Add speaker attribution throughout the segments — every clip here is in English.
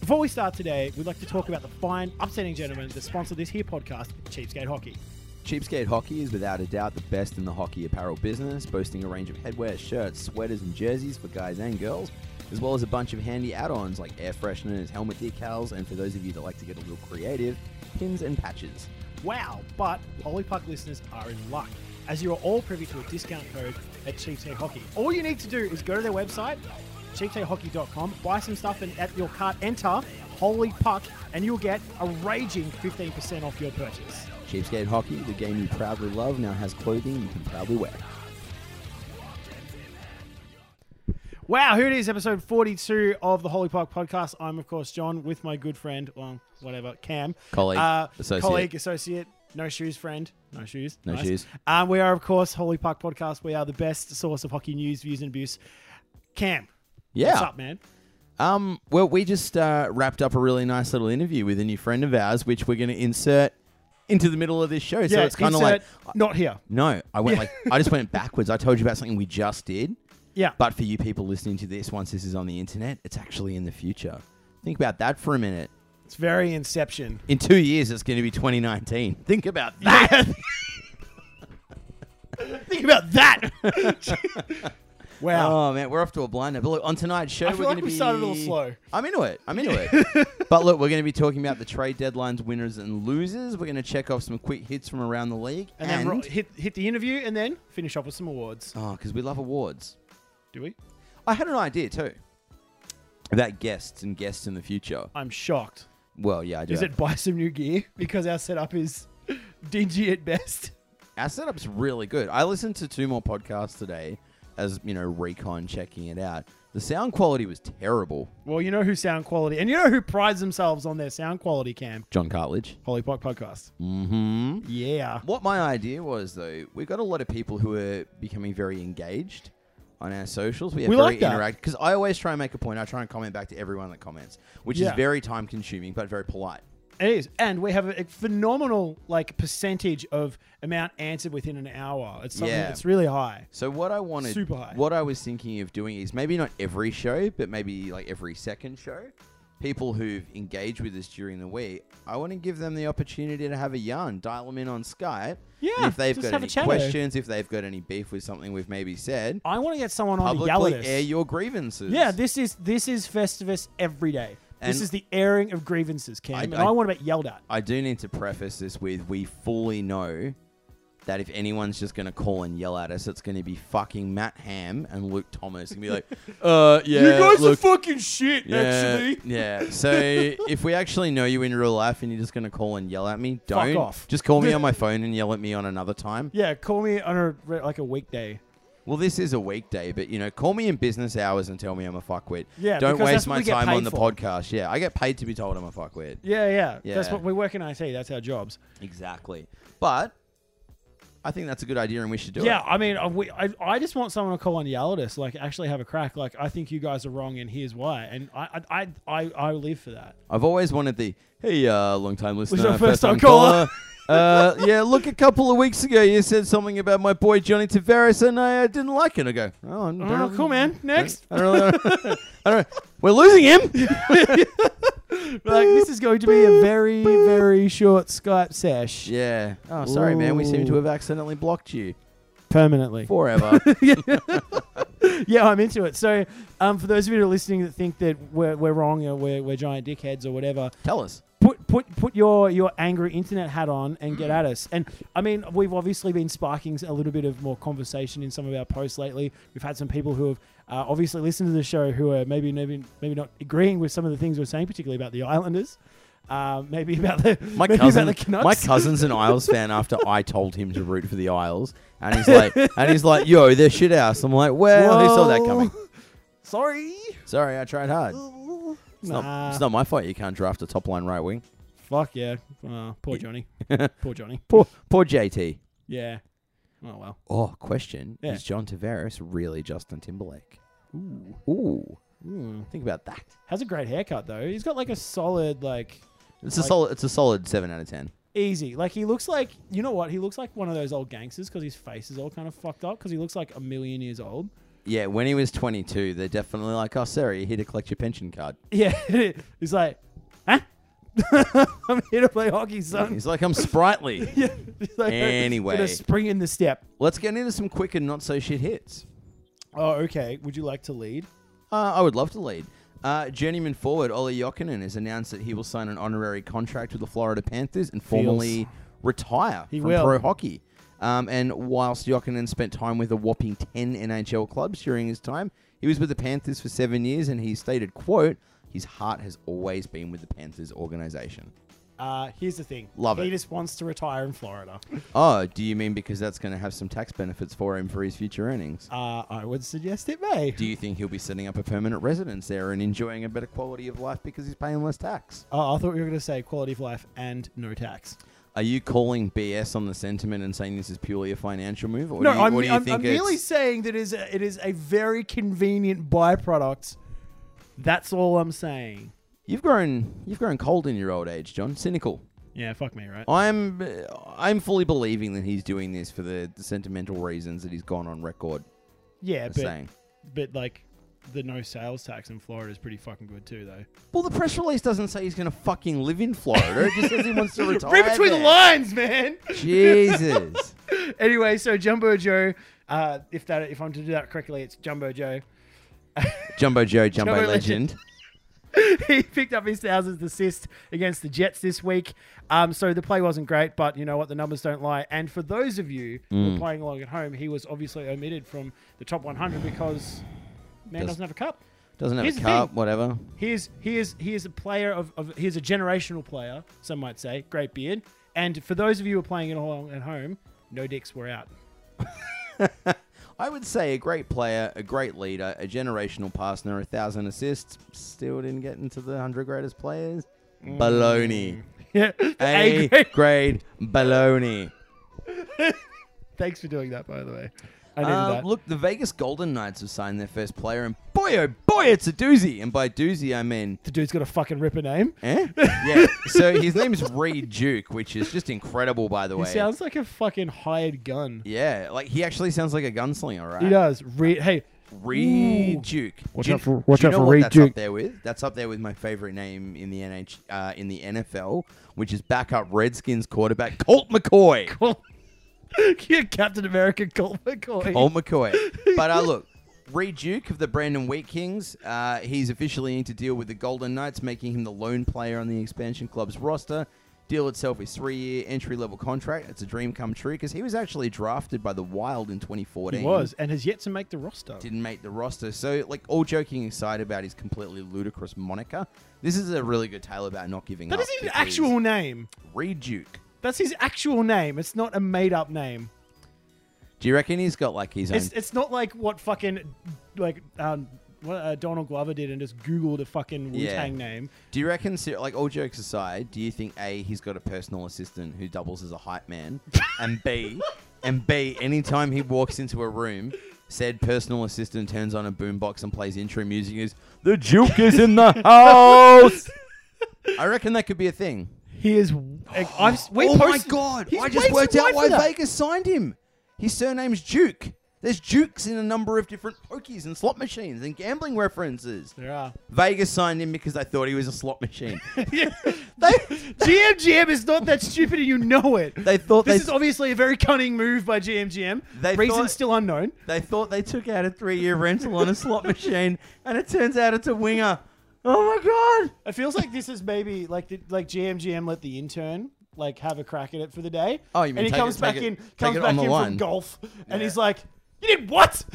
Speaker 1: Before we start today, we'd like to talk about the fine, upsetting gentlemen that sponsor this here podcast, Cheapskate Hockey.
Speaker 2: Cheapskate Hockey is without a doubt the best in the hockey apparel business, boasting a range of headwear, shirts, sweaters, and jerseys for guys and girls, as well as a bunch of handy add ons like air fresheners, helmet decals, and for those of you that like to get a little creative, pins and patches.
Speaker 1: Wow, but Polypuck listeners are in luck, as you are all privy to a discount code at Cheapskate Hockey. All you need to do is go to their website, cheapskatehockey.com, buy some stuff, and at your cart, enter Holy Puck, and you'll get a raging 15% off your purchase.
Speaker 2: Cheapskate Hockey, the game you proudly love, now has clothing you can proudly wear.
Speaker 1: Wow, here it is, episode 42 of the Holy Park podcast. I'm, of course, John with my good friend, well, whatever, Cam. Uh,
Speaker 2: Colleague, associate.
Speaker 1: Colleague, associate, no shoes friend, no shoes.
Speaker 2: No shoes.
Speaker 1: Um, we are, of course, Holy Park podcast. We are the best source of hockey news, views, and abuse. Cam,
Speaker 2: Yeah.
Speaker 1: what's up, man?
Speaker 2: Um, well, we just uh, wrapped up a really nice little interview with a new friend of ours, which we're going to insert into the middle of this show. so it's kind of like.
Speaker 1: insert not here.
Speaker 2: No, I went like I just went backwards. I told you about something we just did,
Speaker 1: Yeah.
Speaker 2: but for you people listening to this, once this is on the internet, it's actually in the future. Think about that for a minute.
Speaker 1: It's very inception.
Speaker 2: In two years, it's going to be 2019. Think about that.
Speaker 1: Think about that. wow.
Speaker 2: Oh man, we're off to a blinder. But look, on tonight's show,
Speaker 1: I feel
Speaker 2: we're
Speaker 1: like
Speaker 2: going to
Speaker 1: we
Speaker 2: be
Speaker 1: started a little slow.
Speaker 2: I'm into it. I'm into it. But look, we're going to be talking about the trade deadlines, winners and losers. We're going to check off some quick hits from around the league,
Speaker 1: and then ro- hit, hit the interview and then finish off with some awards.
Speaker 2: oh, because we love awards.
Speaker 1: Do we?
Speaker 2: I had an idea too about guests and guests in the future.
Speaker 1: I'm shocked.
Speaker 2: Well, yeah, I do.
Speaker 1: Is
Speaker 2: have-
Speaker 1: it buy some new gear? Because our setup is dingy at best.
Speaker 2: Our setup's really good. I listened to two more podcasts today as, you know, recon checking it out. The sound quality was terrible.
Speaker 1: Well, you know who sound quality, and you know who prides themselves on their sound quality, Cam?
Speaker 2: John Cartledge.
Speaker 1: Holy Pock Podcast.
Speaker 2: Mm-hmm.
Speaker 1: Yeah.
Speaker 2: What my idea was, though, we've got a lot of people who are becoming very engaged on our socials. We, are
Speaker 1: We
Speaker 2: very
Speaker 1: like that.
Speaker 2: interact because I always try and make a point. I try and comment back to everyone that comments, which
Speaker 1: Yeah.
Speaker 2: is very time consuming but very polite.
Speaker 1: It is. And we have a phenomenal like percentage of amount answered within an hour. It's something
Speaker 2: Yeah.
Speaker 1: that's really high.
Speaker 2: So what I wanted,
Speaker 1: Super high.
Speaker 2: what I was thinking of doing is maybe not every show, but maybe like every second show, people who've engaged with us during the week, I want to give them the opportunity to have a yarn, dial them in on Skype.
Speaker 1: Yeah,
Speaker 2: and if they've
Speaker 1: just
Speaker 2: got
Speaker 1: have a
Speaker 2: any
Speaker 1: chat.
Speaker 2: questions, if they've got any beef with something we've maybe said,
Speaker 1: I want to get someone on to yell
Speaker 2: publicly
Speaker 1: at us.
Speaker 2: air your grievances.
Speaker 1: yeah, this is this is Festivus every day. this
Speaker 2: And-
Speaker 1: is the airing of grievances, Cam.
Speaker 2: I-
Speaker 1: and
Speaker 2: I-
Speaker 1: I want to get yelled at.
Speaker 2: I do need to preface this with we fully know that if anyone's just going to call and yell at us, it's going to be fucking Matt Ham and Luke Thomas and be like, uh, yeah, look,
Speaker 1: fucking shit,
Speaker 2: yeah, yeah. So if we actually know you in real life and you're just going to call and yell at me,
Speaker 1: Fuck
Speaker 2: don't.
Speaker 1: off.
Speaker 2: Just call me on my phone and yell at me on another time.
Speaker 1: Yeah, call me on a like a weekday.
Speaker 2: Well, this is a weekday, but you know, call me in business hours and tell me I'm a fuckwit.
Speaker 1: Yeah,
Speaker 2: don't
Speaker 1: because
Speaker 2: waste
Speaker 1: that's what
Speaker 2: my
Speaker 1: we get
Speaker 2: time
Speaker 1: paid
Speaker 2: on the
Speaker 1: for.
Speaker 2: podcast. Yeah, I get paid to be told I'm a fuckwit.
Speaker 1: Yeah, yeah, That's
Speaker 2: Yeah.
Speaker 1: what we work in IT. That's our jobs.
Speaker 2: Exactly. But I think that's a good idea and we should do it.
Speaker 1: yeah, I mean, I, we, I, I just want someone to call and yell at us, like actually have a crack. Like, I think you guys are wrong, and here's why. And I, I, I, I, I live for that.
Speaker 2: I've always wanted the hey, uh, long time listener,
Speaker 1: our
Speaker 2: first,
Speaker 1: first
Speaker 2: time
Speaker 1: time caller."
Speaker 2: caller. uh, yeah, look, a couple of weeks ago you said something about my boy Johnny Tavares, and I uh, didn't like it. I go, oh, I don't
Speaker 1: Oh,
Speaker 2: really-
Speaker 1: cool, man. Next,
Speaker 2: I don't really, I don't, we're losing him.
Speaker 1: like this is going to be a very, very short Skype sesh
Speaker 2: yeah. Oh, sorry, man. We seem to have accidentally blocked you
Speaker 1: permanently.
Speaker 2: forever.
Speaker 1: yeah, I'm into it. So, um, for those of you who are listening that think that we're, we're wrong or we're, we're giant dickheads or whatever,
Speaker 2: Tell us.
Speaker 1: put put put your your angry internet hat on and
Speaker 2: Mm.
Speaker 1: get at us. And I mean, we've obviously been sparking a little bit of more conversation in some of our posts lately. We've had some people who have uh, obviously listened to the show who are maybe maybe maybe not agreeing with some of the things we're saying, particularly about the Islanders. Uh, maybe about the
Speaker 2: My
Speaker 1: maybe
Speaker 2: cousin,
Speaker 1: about the Canucks.
Speaker 2: my cousin's an Isles fan. After I told him to root for the Isles, and he's like, and he's like, yo, they're shit house. I'm like, well, who saw that coming?
Speaker 1: Sorry.
Speaker 2: Sorry, I tried hard. It's,
Speaker 1: Nah.
Speaker 2: not, it's not my fault you can't draft a top line right wing.
Speaker 1: Fuck yeah. Uh, poor Johnny. poor Johnny.
Speaker 2: Poor, poor JT.
Speaker 1: Yeah. Oh well.
Speaker 2: Oh, question.
Speaker 1: Yeah.
Speaker 2: Is John Tavares really Justin Timberlake? Ooh. Ooh.
Speaker 1: Mm.
Speaker 2: Think about that.
Speaker 1: Has a great haircut though. He's got like a solid like
Speaker 2: It's
Speaker 1: Like-
Speaker 2: a solid it's a solid seven out of ten.
Speaker 1: Easy. Like he looks like you know what? He looks like one of those old gangsters because his face is all kind of fucked up because he looks like a million years old.
Speaker 2: yeah, when he was 22, they're definitely like, oh, sorry, you're here to collect your pension card.
Speaker 1: Yeah, he's like, huh? I'm here to play hockey, son.
Speaker 2: He's like, I'm sprightly.
Speaker 1: Yeah, he's like,
Speaker 2: Anyway.
Speaker 1: Got a spring in the step.
Speaker 2: Let's get into some quick and not so shit hits.
Speaker 1: Oh, okay. Would you like to lead?
Speaker 2: Uh, I would love to lead. Uh, journeyman forward Ollie Jokinen has announced that he will sign an honorary contract with the Florida Panthers and formally retire
Speaker 1: He
Speaker 2: from
Speaker 1: will.
Speaker 2: pro hockey. Um, and whilst Jokinen spent time with a whopping 10 NHL clubs during his time, he was with the Panthers for seven years and he stated, quote, his heart has always been with the Panthers organization.
Speaker 1: Uh, here's the thing.
Speaker 2: Love
Speaker 1: He
Speaker 2: it.
Speaker 1: just wants to retire in Florida.
Speaker 2: Oh, do you mean because that's going to have some tax benefits for him for his future earnings?
Speaker 1: Uh, I would suggest it may.
Speaker 2: Do you think he'll be setting up a permanent residence there and enjoying a better quality of life because he's paying less tax?
Speaker 1: Oh, I thought you were going to say quality of life and no tax.
Speaker 2: Are you calling BS on the sentiment and saying this is purely a financial move? Or
Speaker 1: no,
Speaker 2: do you,
Speaker 1: I'm,
Speaker 2: or do you
Speaker 1: I'm,
Speaker 2: think
Speaker 1: I'm merely
Speaker 2: it's-
Speaker 1: saying that it is, a, it is a very convenient byproduct. That's all I'm saying.
Speaker 2: you've grown you've grown cold in your old age, John. Cynical.
Speaker 1: Yeah, fuck me, right?
Speaker 2: I'm I'm fully believing that he's doing this for the, the sentimental reasons that he's gone on record
Speaker 1: yeah,
Speaker 2: as
Speaker 1: but,
Speaker 2: saying.
Speaker 1: but like the no sales tax in Florida is pretty fucking good too, though.
Speaker 2: Well, the press release doesn't say he's going to fucking live in Florida. It just says he wants to retire.
Speaker 1: Read between the
Speaker 2: there.
Speaker 1: lines, man.
Speaker 2: Jesus.
Speaker 1: anyway, so Jumbo Joe, uh, if that if I'm to do that correctly, it's Jumbo Joe.
Speaker 2: Jumbo Joe, Jumbo,
Speaker 1: Jumbo
Speaker 2: legend.
Speaker 1: he picked up his thousandth assist against the Jets this week. Um, so the play wasn't great, but you know what? The numbers don't lie. And for those of you who
Speaker 2: Mm.
Speaker 1: are playing along at home, he was obviously omitted from the top 100 because man
Speaker 2: Does-
Speaker 1: doesn't have a cup.
Speaker 2: Doesn't have
Speaker 1: Here's
Speaker 2: a
Speaker 1: the
Speaker 2: cup,
Speaker 1: thing.
Speaker 2: whatever.
Speaker 1: He is he is he is a player of, of he is a generational player, some might say. Great beard. And for those of you who are playing it along at home, no dicks were out.
Speaker 2: I would say a great player, a great leader, a generational partner, a thousand assists. Still didn't get into the hundred greatest players. Baloney.
Speaker 1: Yeah.
Speaker 2: A
Speaker 1: Mm. great-
Speaker 2: grade baloney.
Speaker 1: Thanks for doing that, by the way. I needed
Speaker 2: Uh,
Speaker 1: that.
Speaker 2: look, the Vegas Golden Knights have signed their first player, and boy, oh boy, it's a doozy. And by doozy, I mean,
Speaker 1: the dude's got a fucking ripper name.
Speaker 2: eh? yeah. So his name's Reed Duke, which is just incredible, by the
Speaker 1: He
Speaker 2: way.
Speaker 1: sounds like a fucking hired gun.
Speaker 2: yeah, like he actually sounds like a gunslinger, right?
Speaker 1: He does. Re- hey,
Speaker 2: Reed
Speaker 1: Ooh.
Speaker 2: Duke.
Speaker 1: Watch
Speaker 2: Do you-
Speaker 1: out for- watch
Speaker 2: do you
Speaker 1: out
Speaker 2: know
Speaker 1: for
Speaker 2: what
Speaker 1: Reed
Speaker 2: that's
Speaker 1: Duke.
Speaker 2: Up there with that's up there with my favorite name in the NH uh, in the NFL, which is backup Redskins quarterback Colt McCoy.
Speaker 1: Colt. yeah, Captain America Colt McCoy.
Speaker 2: Colt McCoy. But uh, look, Reed Duke of the Brandon Wheat Kings. Uh, he's officially in to deal with the Golden Knights, making him the lone player on the expansion club's roster. Deal itself is three-year entry-level contract. It's a dream come true because he was actually drafted by the Wild in 2014.
Speaker 1: He was and has yet to make the roster.
Speaker 2: didn't make the roster. So, like, all joking aside about his completely ludicrous moniker, this is a really good tale about not giving
Speaker 1: That
Speaker 2: up.
Speaker 1: is his
Speaker 2: because
Speaker 1: actual name.
Speaker 2: Reed Duke.
Speaker 1: That's his actual name. It's not a made up name.
Speaker 2: Do you reckon he's got like his own?
Speaker 1: It's it's not like what fucking like um what uh, Donald Glover did and just Googled a fucking Wu
Speaker 2: Yeah.
Speaker 1: Tang name.
Speaker 2: do you reckon, ser- like, all jokes aside, do you think a he's got a personal assistant who doubles as a hype man, and b and b anytime he walks into a room, said personal assistant turns on a boombox and plays intro music. Is the Duke is in the house? I reckon that could be a thing.
Speaker 1: He is. Like, I've, s- we
Speaker 2: oh
Speaker 1: posted-
Speaker 2: my god!
Speaker 1: He's
Speaker 2: I
Speaker 1: way
Speaker 2: just
Speaker 1: too
Speaker 2: worked
Speaker 1: wide
Speaker 2: out
Speaker 1: for
Speaker 2: why
Speaker 1: that.
Speaker 2: Vegas signed him. His surname's Duke. There's Dukes in a number of different pokies and slot machines and gambling references.
Speaker 1: There are.
Speaker 2: Vegas signed him because they thought he was a slot machine.
Speaker 1: They, GM GM is not that stupid, and you know it.
Speaker 2: they thought
Speaker 1: this
Speaker 2: they,
Speaker 1: is obviously a very cunning move by GM GM.
Speaker 2: They
Speaker 1: Reason
Speaker 2: thought-
Speaker 1: still unknown.
Speaker 2: they thought they took out a three-year rental on a slot machine, and it turns out it's a winger. Oh my god!
Speaker 1: It feels like this is maybe like the, like GM GM let the intern like have a crack at it for the day.
Speaker 2: Oh, you mean
Speaker 1: and he
Speaker 2: take
Speaker 1: comes
Speaker 2: it-
Speaker 1: back
Speaker 2: take it-
Speaker 1: in,
Speaker 2: take
Speaker 1: comes
Speaker 2: it
Speaker 1: back in
Speaker 2: on the
Speaker 1: from
Speaker 2: line.
Speaker 1: golf, and
Speaker 2: Yeah.
Speaker 1: he's like, "You did what?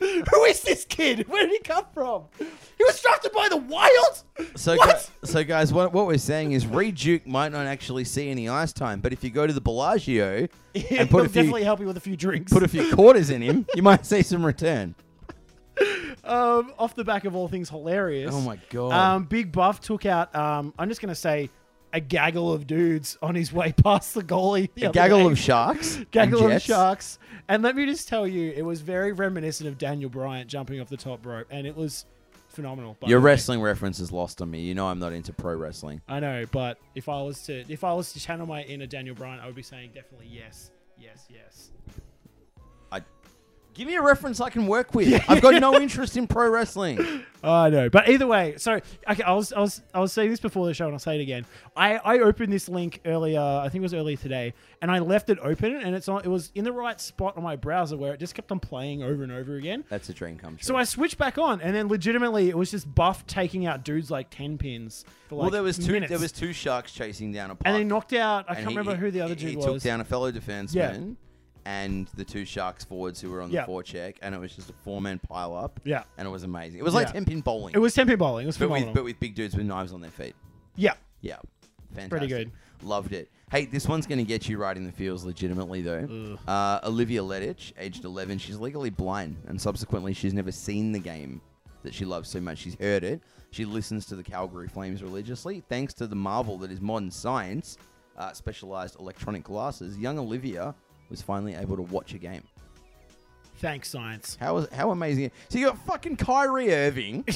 Speaker 1: Who is this kid? Where did he come from? He was drafted by the Wild.
Speaker 2: So,
Speaker 1: what?
Speaker 2: gu- so guys, what, what we're saying is Reed Duke might not actually see any ice time, but if you go to the Bellagio
Speaker 1: He'll
Speaker 2: and put a few
Speaker 1: definitely help you with a few drinks.
Speaker 2: put a few quarters in him, you might see some return.
Speaker 1: um, off the back of all things hilarious.
Speaker 2: Oh my god!
Speaker 1: Um, Big Buff took out. Um, I'm just gonna say a gaggle of dudes on his way past the goalie. the
Speaker 2: a
Speaker 1: other
Speaker 2: gaggle
Speaker 1: day.
Speaker 2: of sharks. and
Speaker 1: gaggle of
Speaker 2: jets.
Speaker 1: sharks. And let me just tell you, it was very reminiscent of Daniel Bryant jumping off the top rope, and it was phenomenal. by
Speaker 2: Your
Speaker 1: the way.
Speaker 2: wrestling reference is lost on me. You know I'm not into pro wrestling.
Speaker 1: I know, but if I was to if I was to channel my inner Daniel Bryant, I would be saying definitely yes, yes, yes.
Speaker 2: I Give me a reference I can work with. I've got no interest in pro wrestling.
Speaker 1: I know, but either way, so okay, I was I was I was saying this before the show, and I'll say it again. I I opened this link earlier, I think it was earlier today, and I left it open, and it's on. It was in the right spot on my browser where it just kept on playing over and over again.
Speaker 2: That's a dream come true.
Speaker 1: So I switched back on, and then legitimately, it was just Buff taking out dudes like ten pins. For like
Speaker 2: well, there was two.
Speaker 1: minutes.
Speaker 2: There was two sharks chasing down a. Puck,
Speaker 1: and they knocked out. I
Speaker 2: and
Speaker 1: can't
Speaker 2: he-
Speaker 1: remember who the other
Speaker 2: he-
Speaker 1: dude
Speaker 2: he
Speaker 1: was.
Speaker 2: took down a fellow defenseman, and the two sharks forwards who were on the
Speaker 1: Yeah.
Speaker 2: forecheck, and it was just a four-man pile up.
Speaker 1: Yeah.
Speaker 2: and it was amazing. It was like
Speaker 1: Yeah.
Speaker 2: ten pin bowling,
Speaker 1: It was ten pin bowling. It was
Speaker 2: but with
Speaker 1: phenomenal.
Speaker 2: but with big dudes with knives on their feet.
Speaker 1: yeah.
Speaker 2: Yeah, fantastic.
Speaker 1: Pretty good.
Speaker 2: Loved it. Hey, this one's going to get you right in the feels, legitimately though. Uh, Olivia Lettich, aged 11, she's legally blind, and subsequently she's never seen the game that she loves so much. She's heard it. She listens to the Calgary Flames religiously, thanks to the marvel that is modern science, uh, specialized electronic glasses. Young Olivia was finally able to watch a game.
Speaker 1: Thanks, science.
Speaker 2: How was how amazing! So you got fucking Kyrie Irving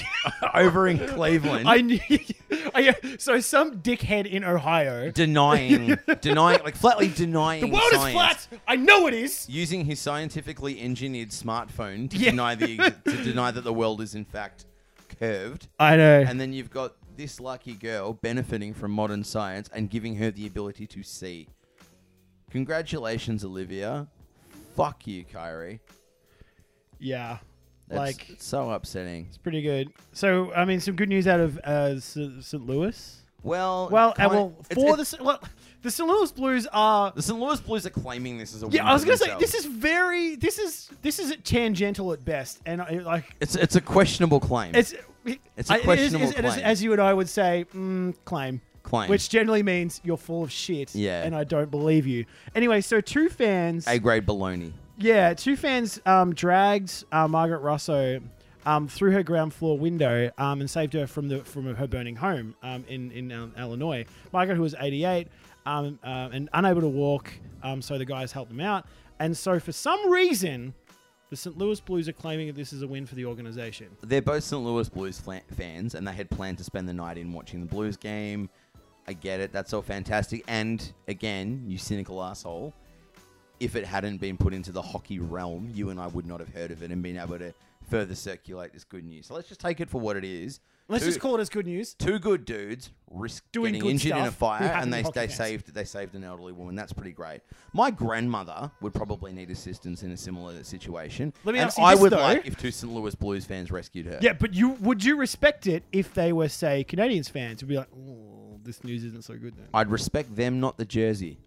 Speaker 2: over in Cleveland.
Speaker 1: I knew. I, uh, so some dickhead in Ohio.
Speaker 2: denying, denying, like flatly denying.
Speaker 1: the world
Speaker 2: science.
Speaker 1: is flat. I know it is.
Speaker 2: Using his scientifically engineered smartphone to
Speaker 1: Yeah.
Speaker 2: deny the ex- to deny that the world is in fact curved,
Speaker 1: I know.
Speaker 2: and then you've got this lucky girl benefiting from modern science and giving her the ability to see. Congratulations, Olivia. Fuck you, Kyrie.
Speaker 1: yeah.
Speaker 2: That's
Speaker 1: like
Speaker 2: so upsetting.
Speaker 1: pretty good. So I mean, some good news out of uh, S- St. Louis.
Speaker 2: Well,
Speaker 1: Well,
Speaker 2: kinda-
Speaker 1: and well
Speaker 2: it's-
Speaker 1: for
Speaker 2: it's-
Speaker 1: the S- well, the St. Louis Blues are.
Speaker 2: the St. Louis Blues are claiming this is a.
Speaker 1: Yeah,
Speaker 2: win
Speaker 1: I was
Speaker 2: for
Speaker 1: gonna say
Speaker 2: themselves.
Speaker 1: this is very this is this is tangential at best, and I, like
Speaker 2: It's it's a questionable claim.
Speaker 1: it's
Speaker 2: It's a
Speaker 1: I- it is-
Speaker 2: questionable
Speaker 1: it is- it is-
Speaker 2: claim.
Speaker 1: as you and I would say, mm, claim.
Speaker 2: Claim.
Speaker 1: Which generally means you're full of shit.
Speaker 2: Yeah.
Speaker 1: And I don't believe you. Anyway, so two fans.
Speaker 2: a grade baloney.
Speaker 1: Yeah, two fans um, dragged uh, Margaret Rosso um, through her ground floor window um, and saved her from the from her burning home um, in in um, Illinois. Margaret, who was 88 um, uh, and unable to walk, um, so the guys helped them out. And so, for some reason, the St. Louis Blues are claiming that this is a win for the organization.
Speaker 2: They're both St. Louis Blues fla- fans, and they had planned to spend the night in watching the Blues game. I get it. That's all fantastic. And again, you cynical asshole. If it hadn't been put into the hockey realm, you and I would not have heard of it and been able to further circulate this good news. So let's just take it for what it is.
Speaker 1: Let's
Speaker 2: Two-
Speaker 1: just call it as good news.
Speaker 2: two good dudes risked
Speaker 1: Doing
Speaker 2: getting
Speaker 1: good
Speaker 2: injured in a
Speaker 1: stuff who
Speaker 2: fire,
Speaker 1: happen
Speaker 2: and
Speaker 1: to
Speaker 2: they
Speaker 1: be hockey
Speaker 2: they
Speaker 1: fans.
Speaker 2: saved they saved an elderly woman. That's pretty great. My grandmother would probably need assistance in a similar situation.
Speaker 1: Let me
Speaker 2: and
Speaker 1: ask you
Speaker 2: I
Speaker 1: this,
Speaker 2: would
Speaker 1: though.
Speaker 2: like if two St. Louis Blues fans rescued her.
Speaker 1: Yeah, but you would you respect it if they were, say, Canadians fans? Would be like, oh, this news isn't so good then.
Speaker 2: I'd respect them, not the jersey.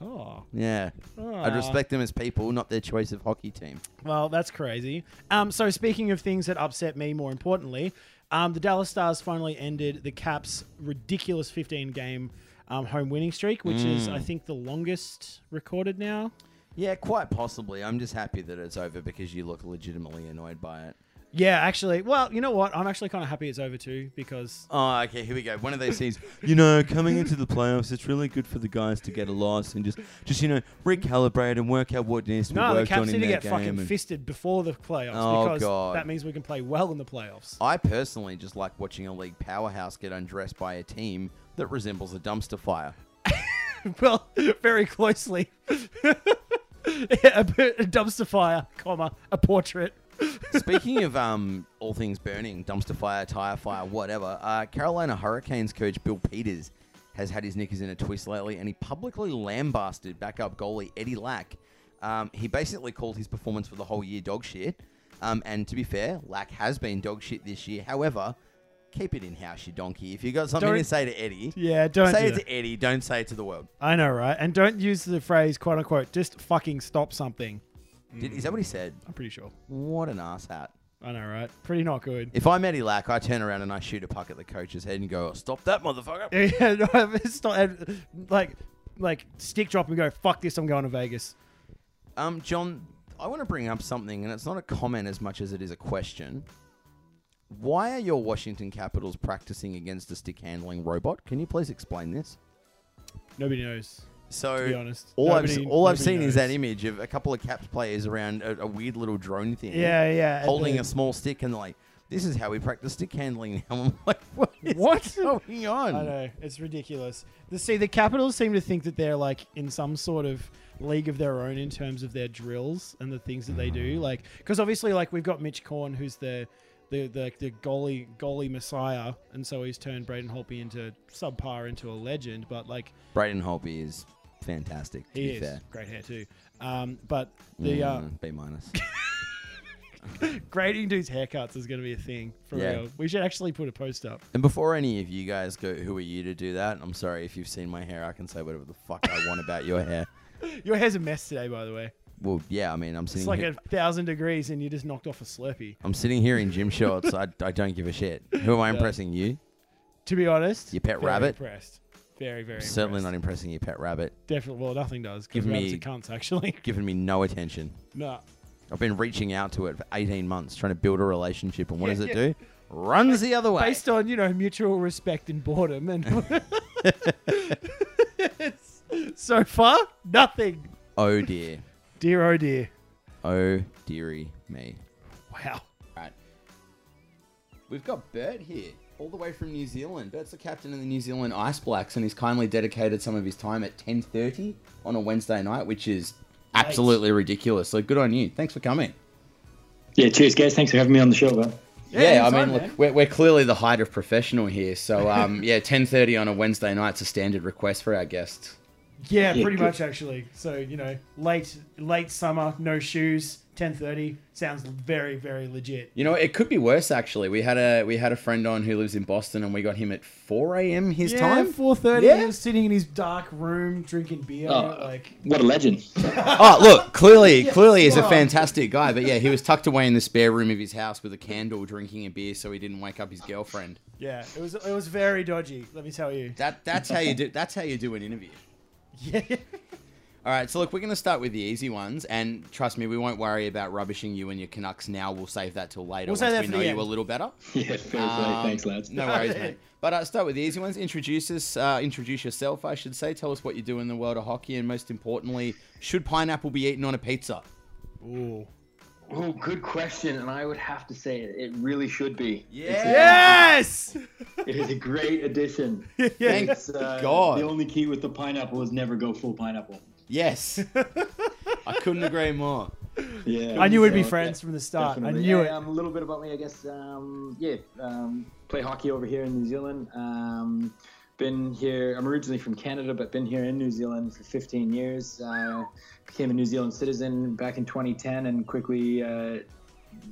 Speaker 1: Oh,
Speaker 2: Yeah, I'd
Speaker 1: Ah.
Speaker 2: respect them as people, not their choice of hockey team.
Speaker 1: Well, that's crazy. Um, so speaking of things that upset me, more importantly, um, the Dallas Stars finally ended the Caps' ridiculous 15 game um, home winning streak, which is
Speaker 2: Mm.
Speaker 1: I think the longest recorded now.
Speaker 2: Yeah, quite possibly. I'm just happy that it's over because you look legitimately annoyed by it.
Speaker 1: Yeah, actually, well, you know what? I'm actually kind of happy it's over too because
Speaker 2: Oh, okay, here we go. One of those things, you know, coming into the playoffs, it's really good for the guys to get a loss and just, just you know, recalibrate and work out what needs to be
Speaker 1: no, the
Speaker 2: worked on
Speaker 1: Caps need
Speaker 2: in
Speaker 1: to
Speaker 2: their
Speaker 1: get
Speaker 2: game.
Speaker 1: fucking
Speaker 2: and-
Speaker 1: fisted before the playoffs
Speaker 2: Oh,
Speaker 1: because
Speaker 2: God.
Speaker 1: that means we can play well in the playoffs.
Speaker 2: I personally just like watching a league powerhouse get undressed by a team that resembles a dumpster fire.
Speaker 1: well, very closely. Yeah, a dumpster fire, comma, a portrait.
Speaker 2: Speaking of um, all things burning, dumpster fire, tire fire, whatever, uh, Carolina Hurricanes coach Bill Peters has had his knickers in a twist lately, and he publicly lambasted backup goalie Eddie Lack. Um, he basically called his performance for the whole year dog shit. Um, and to be fair, Lack has been dog shit this year. However, keep it in house, you donkey. If you got something
Speaker 1: Don't-
Speaker 2: to say to Eddie,
Speaker 1: Yeah, don't
Speaker 2: say
Speaker 1: do
Speaker 2: it
Speaker 1: that.
Speaker 2: to Eddie. Don't say it to the world.
Speaker 1: I know, right? And don't use the phrase "quote unquote." Just fucking stop something.
Speaker 2: Did, is that
Speaker 1: Mm.
Speaker 2: what he said?
Speaker 1: I'm pretty sure.
Speaker 2: What an asshat.
Speaker 1: I know, right? Pretty not good.
Speaker 2: If I'm Eddie Lack, I turn around and I shoot a puck at the coach's head and go, "Stop that motherfucker!"
Speaker 1: yeah, no, it's not and, like like stick drop and go. Fuck this. I'm going to Vegas.
Speaker 2: Um, John, I want to bring up something, and it's not a comment as much as it is a question. Why are your Washington Capitals practicing against a stick handling robot? Can you please explain this?
Speaker 1: Nobody knows.
Speaker 2: So,
Speaker 1: To be honest,
Speaker 2: all I've
Speaker 1: nobody-
Speaker 2: all I've
Speaker 1: nobody
Speaker 2: seen
Speaker 1: knows.
Speaker 2: is that image of a couple of Caps players around a, a weird little drone thing,
Speaker 1: Yeah, yeah. and
Speaker 2: holding
Speaker 1: the-
Speaker 2: a small stick, and they're like, This is how we practice stick handling. Now I'm like, what is
Speaker 1: What?
Speaker 2: going on?
Speaker 1: I know it's ridiculous. The, see, the Capitals seem to think that they're like in some sort of league of their own in terms of their drills and the things that they
Speaker 2: Mm.
Speaker 1: do. Like, because obviously, like we've got Mitch Korn, who's the the, the the goalie goalie messiah, and so he's turned Braden Holtby into subpar into a legend. But like,
Speaker 2: Braden Holtby is fantastic. To
Speaker 1: he
Speaker 2: be
Speaker 1: is
Speaker 2: fair,
Speaker 1: great hair too. Um, but the uh,
Speaker 2: Mm, B minus.
Speaker 1: grading dudes' haircuts is going to be a thing for
Speaker 2: Yeah.
Speaker 1: real. We should actually put a post up.
Speaker 2: and before any of you guys go, who are you to do that? I'm sorry if you've seen my hair. I can say whatever the fuck I want about your hair.
Speaker 1: Your hair's a mess today, by the way.
Speaker 2: Well, yeah, I mean, I'm
Speaker 1: It's
Speaker 2: sitting
Speaker 1: like
Speaker 2: here.
Speaker 1: a thousand degrees, and you just knocked off a Slurpee.
Speaker 2: I'm sitting here in gym shorts. I, I don't give a shit. Who am I impressing? You?
Speaker 1: To be honest,
Speaker 2: Your pet
Speaker 1: very
Speaker 2: rabbit?
Speaker 1: Impressed. Very, very.
Speaker 2: Certainly
Speaker 1: impressed.
Speaker 2: not impressing your pet rabbit.
Speaker 1: Definitely. Well, nothing does. 'cause
Speaker 2: Give
Speaker 1: rabbits
Speaker 2: me-
Speaker 1: are cunts, actually.
Speaker 2: Giving me no attention.
Speaker 1: no.
Speaker 2: I've been reaching out to it for 18 months, trying to build a relationship. And what
Speaker 1: Yeah,
Speaker 2: does it
Speaker 1: yeah.
Speaker 2: do? Runs the other way.
Speaker 1: Based on you know mutual respect and boredom, and It's- so far nothing.
Speaker 2: Oh dear.
Speaker 1: Dear oh dear.
Speaker 2: Oh dearie me.
Speaker 1: Wow.
Speaker 2: Right. We've got Bert here, all the way from New Zealand. Bert's the captain of the New Zealand Ice Blacks, and he's kindly dedicated some of his time at 10:30 on a Wednesday night, which is absolutely ridiculous. So good on you. Thanks for coming.
Speaker 3: Yeah, cheers, guys. Thanks for having me on the show, man.
Speaker 1: Yeah,
Speaker 2: Yeah, I
Speaker 1: anytime,
Speaker 2: mean, look,
Speaker 1: man.
Speaker 2: we're, we're clearly the height of professional here. So, um, yeah, 10:30 on a Wednesday night's a standard request for our guests.
Speaker 1: Yeah,
Speaker 3: Yeah,
Speaker 1: pretty
Speaker 3: good.
Speaker 1: much actually. So you know, late late summer, no shoes, ten thirty sounds very very legit.
Speaker 2: You know, it could be worse actually. We had a we had a friend on who lives in Boston, and we got him at 4 a.m. his time.
Speaker 1: four thirty.
Speaker 2: Yeah.
Speaker 1: He was sitting in his dark room drinking beer.
Speaker 3: Oh.
Speaker 1: Like
Speaker 3: What a legend.
Speaker 2: Oh, look, clearly,
Speaker 1: Yeah,
Speaker 2: clearly he's a
Speaker 1: well.
Speaker 2: fantastic guy, but yeah, he was tucked away in the spare room of his house with a candle drinking a beer so he didn't wake up his girlfriend.
Speaker 1: yeah, it was it was very dodgy. Let me tell you.
Speaker 2: That that's how you do that's how you do an interview.
Speaker 1: Yeah.
Speaker 2: All right, so look, we're going to start with the easy ones and trust me, we won't worry about rubbishing you and your Canucks now. We'll save that till
Speaker 1: We'll
Speaker 2: later once
Speaker 1: save that
Speaker 2: we
Speaker 1: for
Speaker 2: know
Speaker 1: the
Speaker 2: you
Speaker 1: end.
Speaker 2: a little better.
Speaker 3: Yeah, fair play.
Speaker 2: Um,
Speaker 3: Thanks, lads.
Speaker 2: No worries, mate. But uh, start with the easy ones. Introduce us, uh, introduce yourself, I should say. Tell us what you do in the world of hockey and most importantly, should pineapple be eaten on a pizza?
Speaker 1: Ooh.
Speaker 4: Oh, good question. And I would have to say it, it really should be.
Speaker 1: Yes.
Speaker 4: It is a great addition.
Speaker 2: Thank
Speaker 4: It's, uh,
Speaker 2: God.
Speaker 3: The only key with the pineapple is never go full pineapple.
Speaker 2: Yes. I couldn't agree more.
Speaker 3: Yeah.
Speaker 1: I knew we'd be
Speaker 3: So,
Speaker 1: friends from the start.
Speaker 3: definitely.
Speaker 1: I knew it.
Speaker 4: Um, a little bit about me, I guess. Um, yeah, um, play hockey over here in New Zealand. Um, been here. I'm originally from Canada, but been here in New Zealand for 15 years. Uh, became a New Zealand citizen back in 2010, and quickly uh,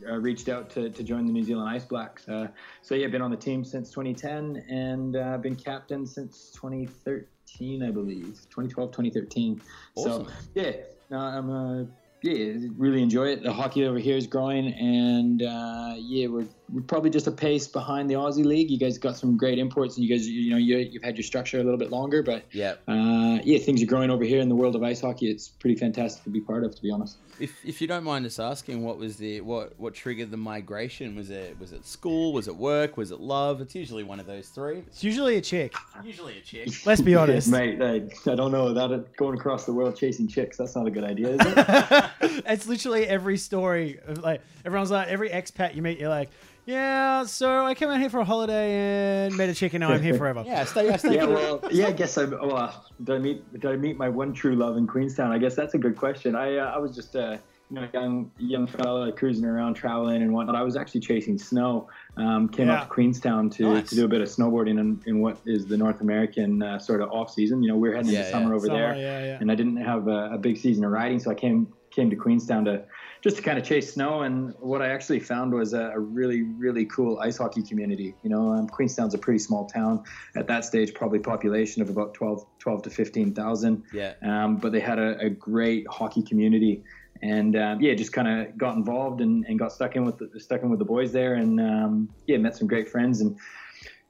Speaker 4: uh, reached out to, to join the New Zealand Ice Blacks. Uh, so yeah, been on the team since 2010, and uh, been captain since 2013, I believe. 2012, 2013.
Speaker 2: Awesome.
Speaker 4: So yeah, no, I'm uh, yeah, really enjoy it. The hockey over here is growing, and uh, yeah, we're, we're probably just a pace behind the Aussie league. You guys got some great imports, and you guys, you know, you, you've had your structure a little bit longer, but
Speaker 2: Yeah.
Speaker 4: uh, yeah, things are growing over here in the world of ice hockey. It's pretty fantastic to be part of, to be honest.
Speaker 2: If, if you don't mind us asking, what was the what what triggered the migration? Was it was it school? Was it work? Was it love? It's usually one of those three.
Speaker 1: It's usually a chick.
Speaker 2: Usually a chick.
Speaker 1: Let's be honest.
Speaker 4: mate. I, I don't know about it. Going across the world chasing chicks, that's not a good idea, is it?
Speaker 1: it's literally every story. of, Like everyone's like every expat you meet, you're like, yeah. So I came out here for a holiday and met a chick, and now I'm here forever.
Speaker 2: Yeah, I stay, I stay
Speaker 4: yeah, well, yeah. I guess I. Well, did I meet? Did I meet my one true love in Queenstown? I guess that's a good question. I uh, I was just a you know young young fella cruising around, traveling and whatnot. I was actually chasing snow. Um, came
Speaker 1: Yeah.
Speaker 4: up to Queenstown to,
Speaker 2: Nice.
Speaker 4: to do a bit of snowboarding in, in what is the North American uh, sort of off season. You know, we are heading
Speaker 2: Yeah,
Speaker 4: into
Speaker 2: yeah.
Speaker 4: summer over
Speaker 1: Summer,
Speaker 4: there.
Speaker 1: yeah, yeah.
Speaker 4: and I didn't have a, a big season of riding, so I came came to Queenstown to just to kind of chase snow. And what I actually found was a, a really really cool ice hockey community. You know, um, Queenstown's a pretty small town at that stage, probably population of about 12, 12 to fifteen thousand.
Speaker 2: yeah.
Speaker 4: Um, but they had a, a great hockey community, and um, yeah, just kind of got involved and, and got stuck in with the, stuck in with the boys there, and um, yeah, met some great friends. And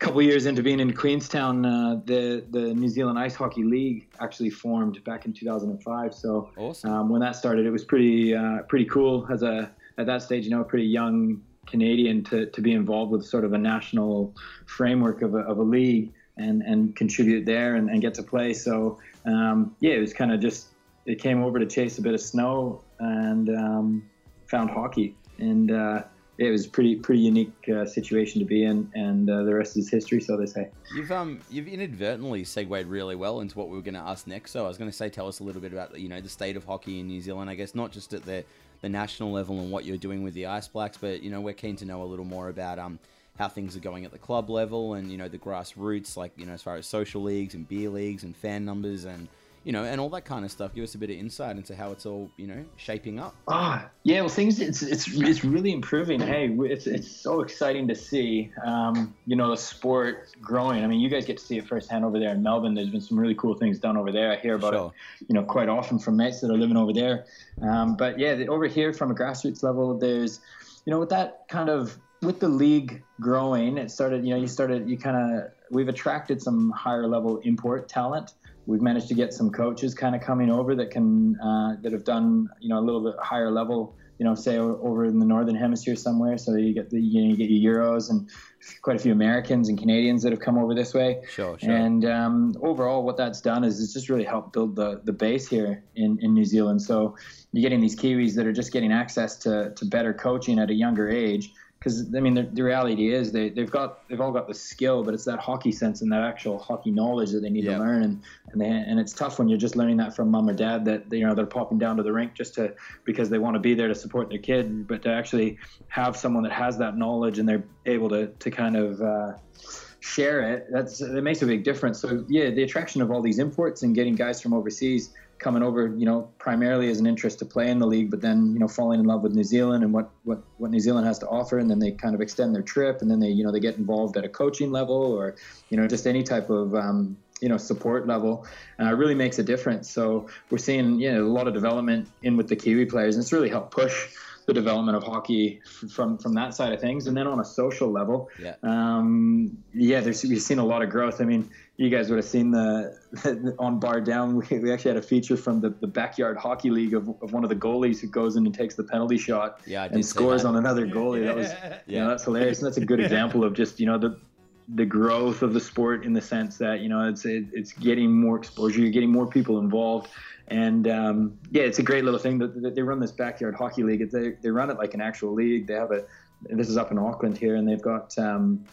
Speaker 4: a couple years into being in Queenstown, uh, the the New Zealand Ice Hockey League actually formed back in 2005. So
Speaker 2: Awesome.
Speaker 4: um, when that started, it was pretty uh, pretty cool as a at that stage, you know, a pretty young Canadian to, to be involved with sort of a national framework of a, of a league and, and contribute there and, and get to play. So um, yeah, it was kind of just it came over to chase a bit of snow and um, found hockey and uh, it was pretty pretty unique uh, situation to be in, and uh, the rest is history, so they say.
Speaker 5: You've um you've inadvertently segued really well into what we were going to ask next. So I was going to say, tell us a little bit about you know the state of hockey in New Zealand. I guess not just at the the national level and what you're doing with the Ice Blacks, but you know we're keen to know a little more about um how things are going at the club level and you know the grassroots, like you know as far as social leagues and beer leagues and fan numbers and you know and all that kind of stuff. Give us a bit of insight into how it's all you know shaping up.
Speaker 4: Ah, yeah. Well, things it's it's it's really improving. Hey, we- it's it's so exciting to see. Um, you know, the sport growing. I mean, you guys get to see it firsthand over there in Melbourne. There's been some really cool things done over there. I hear about
Speaker 5: Sure.
Speaker 4: it, you know, quite often from mates that are living over there. Um, but yeah, the, over here from a grassroots level, there's, you know, with that kind of with the league growing, it started. You know, you started. You kind of we've attracted some higher level import talent we've managed to get some coaches kind of coming over that can uh, that have done you know a little bit higher level you know say o- over in the northern hemisphere somewhere so you get the you, know, you get your euros and quite a few americans and canadians that have come over this way
Speaker 5: Sure,
Speaker 2: Oh,
Speaker 5: sure.
Speaker 4: and um, overall, what that's done is it's just really helped build the, the base here in, in New Zealand. So you're getting these Kiwis that are just getting access to, to better coaching at a younger age. Because I mean, the, the reality is they they've got they've all got the skill, but it's that hockey sense and that actual hockey knowledge that they need
Speaker 5: Yeah.
Speaker 4: to learn, and and, they, and it's tough when you're just learning that from mom or dad that you know they're popping down to the rink just to because they want to be there to support their kid, but to actually have someone that has that knowledge and they're able to to kind of uh, share it that's it makes a big difference so yeah the attraction of all these imports and getting guys from overseas coming over you know primarily as an interest to play in the league but then you know falling in love with new zealand and what what what new zealand has to offer and then they kind of extend their trip and then they you know they get involved at a coaching level or you know just any type of um, you know support level uh, really makes a difference so we're seeing you know a lot of development in with the kiwi players and it's really helped push the development of hockey f- from from that side of things and then on a social level
Speaker 5: Yeah.
Speaker 4: um, yeah, there's we've seen a lot of growth. I mean, you guys would have seen the on bar down. We, we actually had a feature from the, the backyard hockey league of, of one of the goalies who goes in and takes the penalty shot
Speaker 5: Yeah, I did
Speaker 4: and
Speaker 5: see
Speaker 4: scores
Speaker 5: that.
Speaker 4: on another goalie. That was you know,
Speaker 5: Yeah.
Speaker 4: that's hilarious, and that's a good example of just you know the the growth of the sport in the sense that you know it's it, it's getting more exposure, you're getting more people involved, and um, yeah, it's a great little thing that, that they run this backyard hockey league. They they run it like an actual league. They have a this is up in Auckland here, and they've got. Um,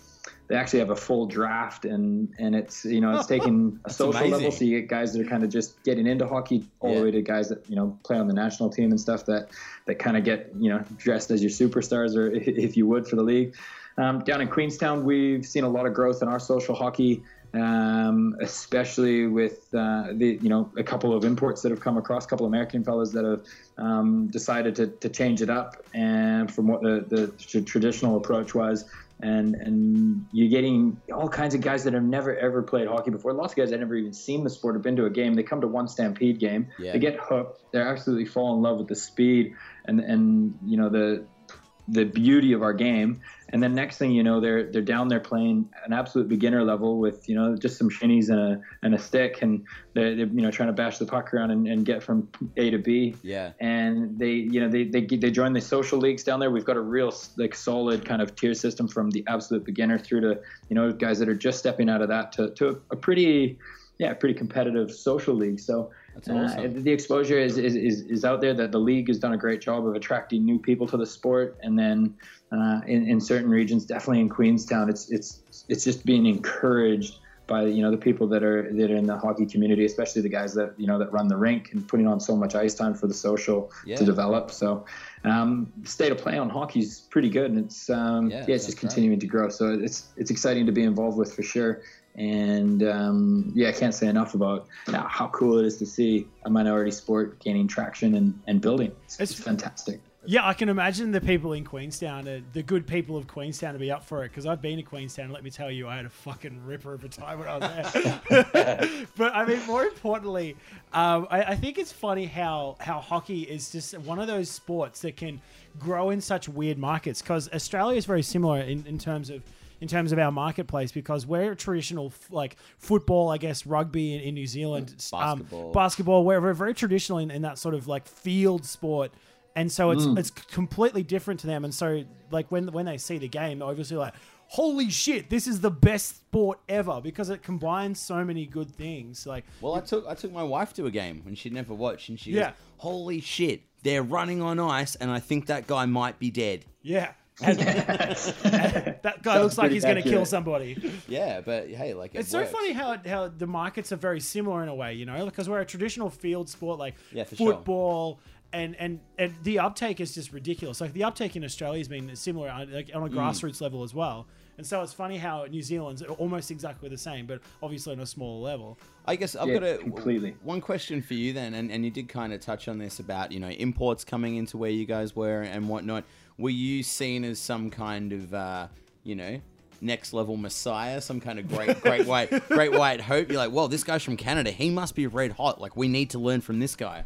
Speaker 4: they actually have a full draft, and, and it's you know it's taking a social
Speaker 5: amazing.
Speaker 4: level, so you get guys that are kind of just getting into hockey all
Speaker 5: Yeah.
Speaker 4: the way to guys that you know play on the national team and stuff that that kind of get you know dressed as your superstars or if, if you would for the league. Um, down in Queenstown, we've seen a lot of growth in our social hockey, um, especially with uh, the you know a couple of imports that have come across, a couple of American fellows that have um, decided to, to change it up and from what the, the tr- traditional approach was. And, and you're getting all kinds of guys that have never ever played hockey before. Lots of guys that never even seen the sport have been to a game. They come to one Stampede game.
Speaker 5: Yeah.
Speaker 4: They get hooked. They absolutely fall in love with the speed and and you know the the beauty of our game. And then next thing you know, they're they're down there playing an absolute beginner level with you know just some shinies and a and a stick, and they're, they're you know trying to bash the puck around and, and get from A to B.
Speaker 5: Yeah.
Speaker 4: And they you know they they get- they join the social leagues down there. We've got a real like solid kind of tier system from the absolute beginner through to you know guys that are just stepping out of that to to a pretty yeah pretty competitive social league. So.
Speaker 5: That's
Speaker 4: Uh,
Speaker 5: awesome.
Speaker 4: the exposure is, is, is, is out there that the league has done a great job of attracting new people to the sport and then uh, in, in certain regions definitely in Queenstown it's it's it's just being encouraged by you know the people that are that are in the hockey community especially the guys that you know that run the rink and putting on so much ice time for the social
Speaker 5: Yeah.
Speaker 4: to develop so um, state of play on hockey is pretty good and it's um,
Speaker 5: Yeah,
Speaker 4: yeah, it's
Speaker 5: that's
Speaker 4: just
Speaker 5: great.
Speaker 4: continuing to grow so it's it's exciting to be involved with for sure and um, yeah, I can't say enough about uh, how cool it is to see a minority sport gaining traction and, and building. It's,
Speaker 1: It's-
Speaker 4: it's fantastic.
Speaker 1: Yeah, I can imagine the people in Queenstown, uh, the good people of Queenstown, to be up for it because I've been to Queenstown. and Let me tell you, I had a fucking ripper of a time when I was there. but I mean, more importantly, um, I, I think it's funny how how hockey is just one of those sports that can grow in such weird markets because Australia is very similar in, in terms of in terms of our marketplace because we're traditional f- like football, I guess rugby in, in New Zealand, um,
Speaker 5: Basketball.
Speaker 1: basketball, where we're very traditional in, in that sort of like field sport. And so it's it's completely different to them. And so like when when they see the game, they're obviously like, holy shit, this is the best sport ever because it combines so many good things. Like
Speaker 5: Well, I took I took my wife to a game and she'd never watched, and she
Speaker 1: Yeah.
Speaker 5: goes, "Holy shit, they're running on ice, and I think that guy might be dead."
Speaker 1: yeah. that guy looks like
Speaker 4: pretty
Speaker 1: he's going to kill
Speaker 4: accurate.
Speaker 1: somebody.
Speaker 2: Yeah, but hey, like it
Speaker 1: It's
Speaker 2: works.
Speaker 1: so funny how how the markets are very similar in a way, you know, because we're a traditional field sport like
Speaker 2: Yeah, for sure.
Speaker 1: football. And, and and the uptake is just ridiculous. Like the uptake in Australia has been similar, uh, like
Speaker 2: Mm.
Speaker 1: on a grassroots level as well. And so it's funny how New Zealand's almost exactly the same, but obviously on a smaller level.
Speaker 2: I guess I've
Speaker 6: Yeah,
Speaker 2: got a
Speaker 6: completely.
Speaker 2: one question for you then, and, and you did kind of touch on this about you know imports coming into where you guys were and whatnot. Were you seen as some kind of uh, you know next level messiah, some kind of great great white great white hope? You're like, well, this guy's from Canada, he must be red hot. Like we need to learn from this guy.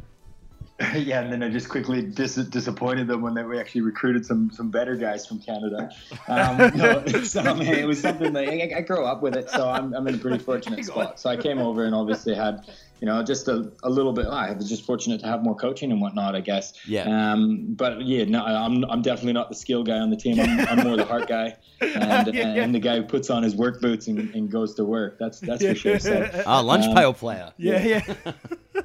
Speaker 4: yeah, and then I just quickly dis- disappointed them when they we actually recruited some some better guys from Canada. Um, no, so, I mean, it was something that I, I grew up with it, so I'm, I'm in a pretty fortunate spot. So I came over and obviously had, you know, just a, a little bit. I was just fortunate to have more coaching and whatnot, I guess.
Speaker 2: Yeah.
Speaker 4: Um, but yeah, no, I- I'm I'm definitely not the skill guy on the team. I'm, I'm more the heart guy, and,
Speaker 1: Yeah, yeah.
Speaker 4: and the guy who puts on his work boots and, and goes to work. That's that's for sure. So.
Speaker 2: Ah, lunch
Speaker 4: Um,
Speaker 2: pail player.
Speaker 1: Yeah, yeah.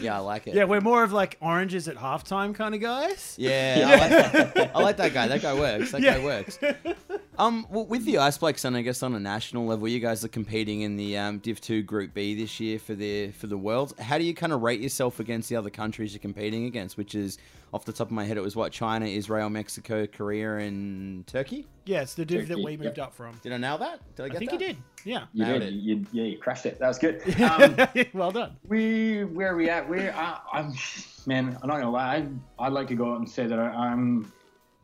Speaker 2: Yeah, I like it.
Speaker 1: Yeah, we're more of like oranges at halftime kind of guys.
Speaker 2: Yeah, I, like that. I like that guy. That guy works. That guy
Speaker 1: Yeah.
Speaker 2: works. Um, well, with the Iceplex, and I guess on a national level, you guys are competing in the um, Div Two Group B this year for the for the Worlds. How do you kind of rate yourself against the other countries you're competing against? Which is off the top of my head, it was what China, Israel, Mexico, Korea, and Turkey.
Speaker 1: Yeah, it's the div that
Speaker 4: Turkey,
Speaker 1: we
Speaker 4: yep.
Speaker 1: moved up from.
Speaker 2: Did I nail that? Did I
Speaker 1: I,
Speaker 2: get
Speaker 1: think
Speaker 2: that?
Speaker 1: you did. Yeah.
Speaker 4: You
Speaker 2: Nailed
Speaker 4: did.
Speaker 2: it.
Speaker 4: You, yeah, you crushed it. That was good. Um,
Speaker 1: well done.
Speaker 4: We where are we at? We're I, I'm man. I'm not gonna lie. I, I'd like to go out and say that I, I'm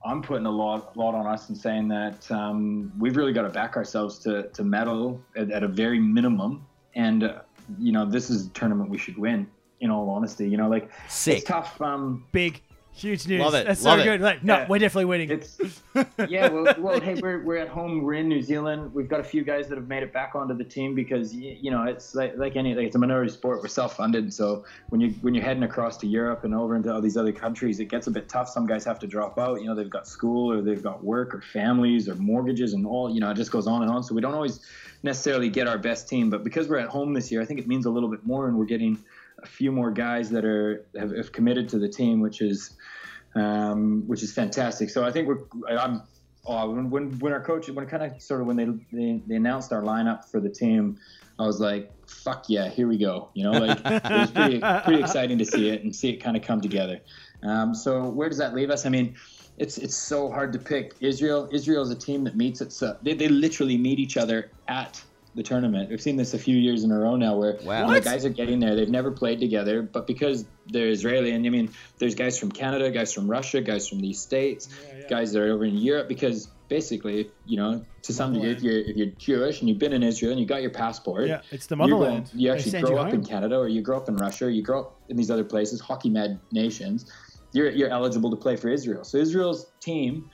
Speaker 4: I'm putting a lot lot on us and saying that um, we've really got to back ourselves to to medal at, at a very minimum. And uh, you know, this is a tournament we should win. In all honesty, you know, like
Speaker 2: Sick.
Speaker 4: it's tough. Um,
Speaker 1: Big, huge news.
Speaker 2: Love it,
Speaker 1: That's
Speaker 2: love
Speaker 1: so
Speaker 2: it.
Speaker 1: good. Like, no,
Speaker 4: Yeah.
Speaker 1: we're definitely winning.
Speaker 4: it's yeah. Well, well hey, we're, we're at home. We're in New Zealand. We've got a few guys that have made it back onto the team because y- you know it's like, like any like it's a minority sport. We're self-funded, so when you when you're heading across to Europe and over into all these other countries, it gets a bit tough. Some guys have to drop out. You know, they've got school or they've got work or families or mortgages and all. You know, it just goes on and on. So we don't always necessarily get our best team, but because we're at home this year, I think it means a little bit more, and we're getting a few more guys that are have, have committed to the team, which is um, which is fantastic. So I think we're I- I'm oh, when, when when our coach when kind of sort of when they, they they announced our lineup for the team, I was like, fuck yeah, here we go. You know, like it was pretty pretty exciting to see it and see it kind of come together. Um, so where does that leave us? I mean. It's, it's so hard to pick Israel. Israel is a team that meets itself. They, they literally meet each other at the tournament. We've seen this a few years in a row now, where
Speaker 2: Wow.
Speaker 4: you know, guys are getting there. They've never played together, but because they're Israeli, and I mean, there's guys from Canada, guys from Russia, guys from these states, guys that are over in Europe. Because basically, you know, to some degree, if you're if you're Jewish and you've been in Israel and you got your passport,
Speaker 1: yeah, it's the
Speaker 4: you're going-
Speaker 1: motherland.
Speaker 4: You
Speaker 1: They
Speaker 4: actually
Speaker 1: send
Speaker 4: grow
Speaker 1: you
Speaker 4: up
Speaker 1: home.
Speaker 4: in Canada, or you grow up in Russia, or you grow up in these other places, hockey mad nations. You're you're eligible to play for Israel. So Israel's team,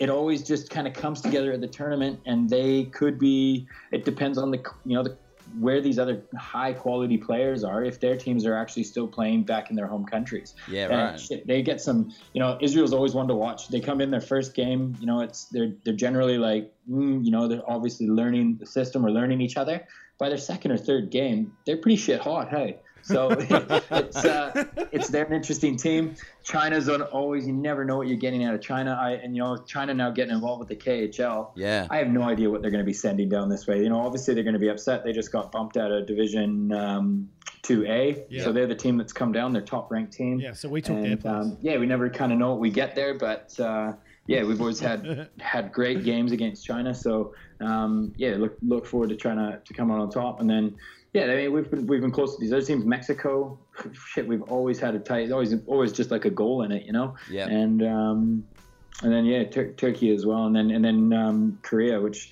Speaker 4: it always just kind of comes together at the tournament, and they could be. It depends on the you know the where these other high quality players are if their teams are actually still playing back in their home countries
Speaker 2: Yeah,
Speaker 4: and
Speaker 2: right.
Speaker 4: shit, they get some. You know, Israel's always one to watch. They come in their first game. You know, it's they're they're generally like, mm, you know, they're obviously learning the system or learning each other. By their second or third game, they're pretty shit hot. Hey, so it's uh, it's they're an interesting team. China's on always. You never know what you're getting out of China. I and you know China now getting involved with the KHL.
Speaker 2: Yeah.
Speaker 4: I have no idea what they're going to be sending down this way. You know, obviously they're going to be upset. They just got bumped out of Division um, 2A.
Speaker 1: Yeah.
Speaker 4: So they're the team that's come down, their top ranked team.
Speaker 1: Yeah, so we took their
Speaker 4: And,
Speaker 1: place.
Speaker 4: um, yeah, we never kind of know what we get there, but uh, yeah, we've always had had great games against China. So um, yeah, look look forward to trying to, to come out on top. And then yeah, I mean we've been we've been close to these other teams. Mexico, shit, we've always had a tight. It's always always just like a goal in it, you know.
Speaker 2: Yeah.
Speaker 4: And um, and then yeah, Tur- Turkey as well, and then and then um, Korea, which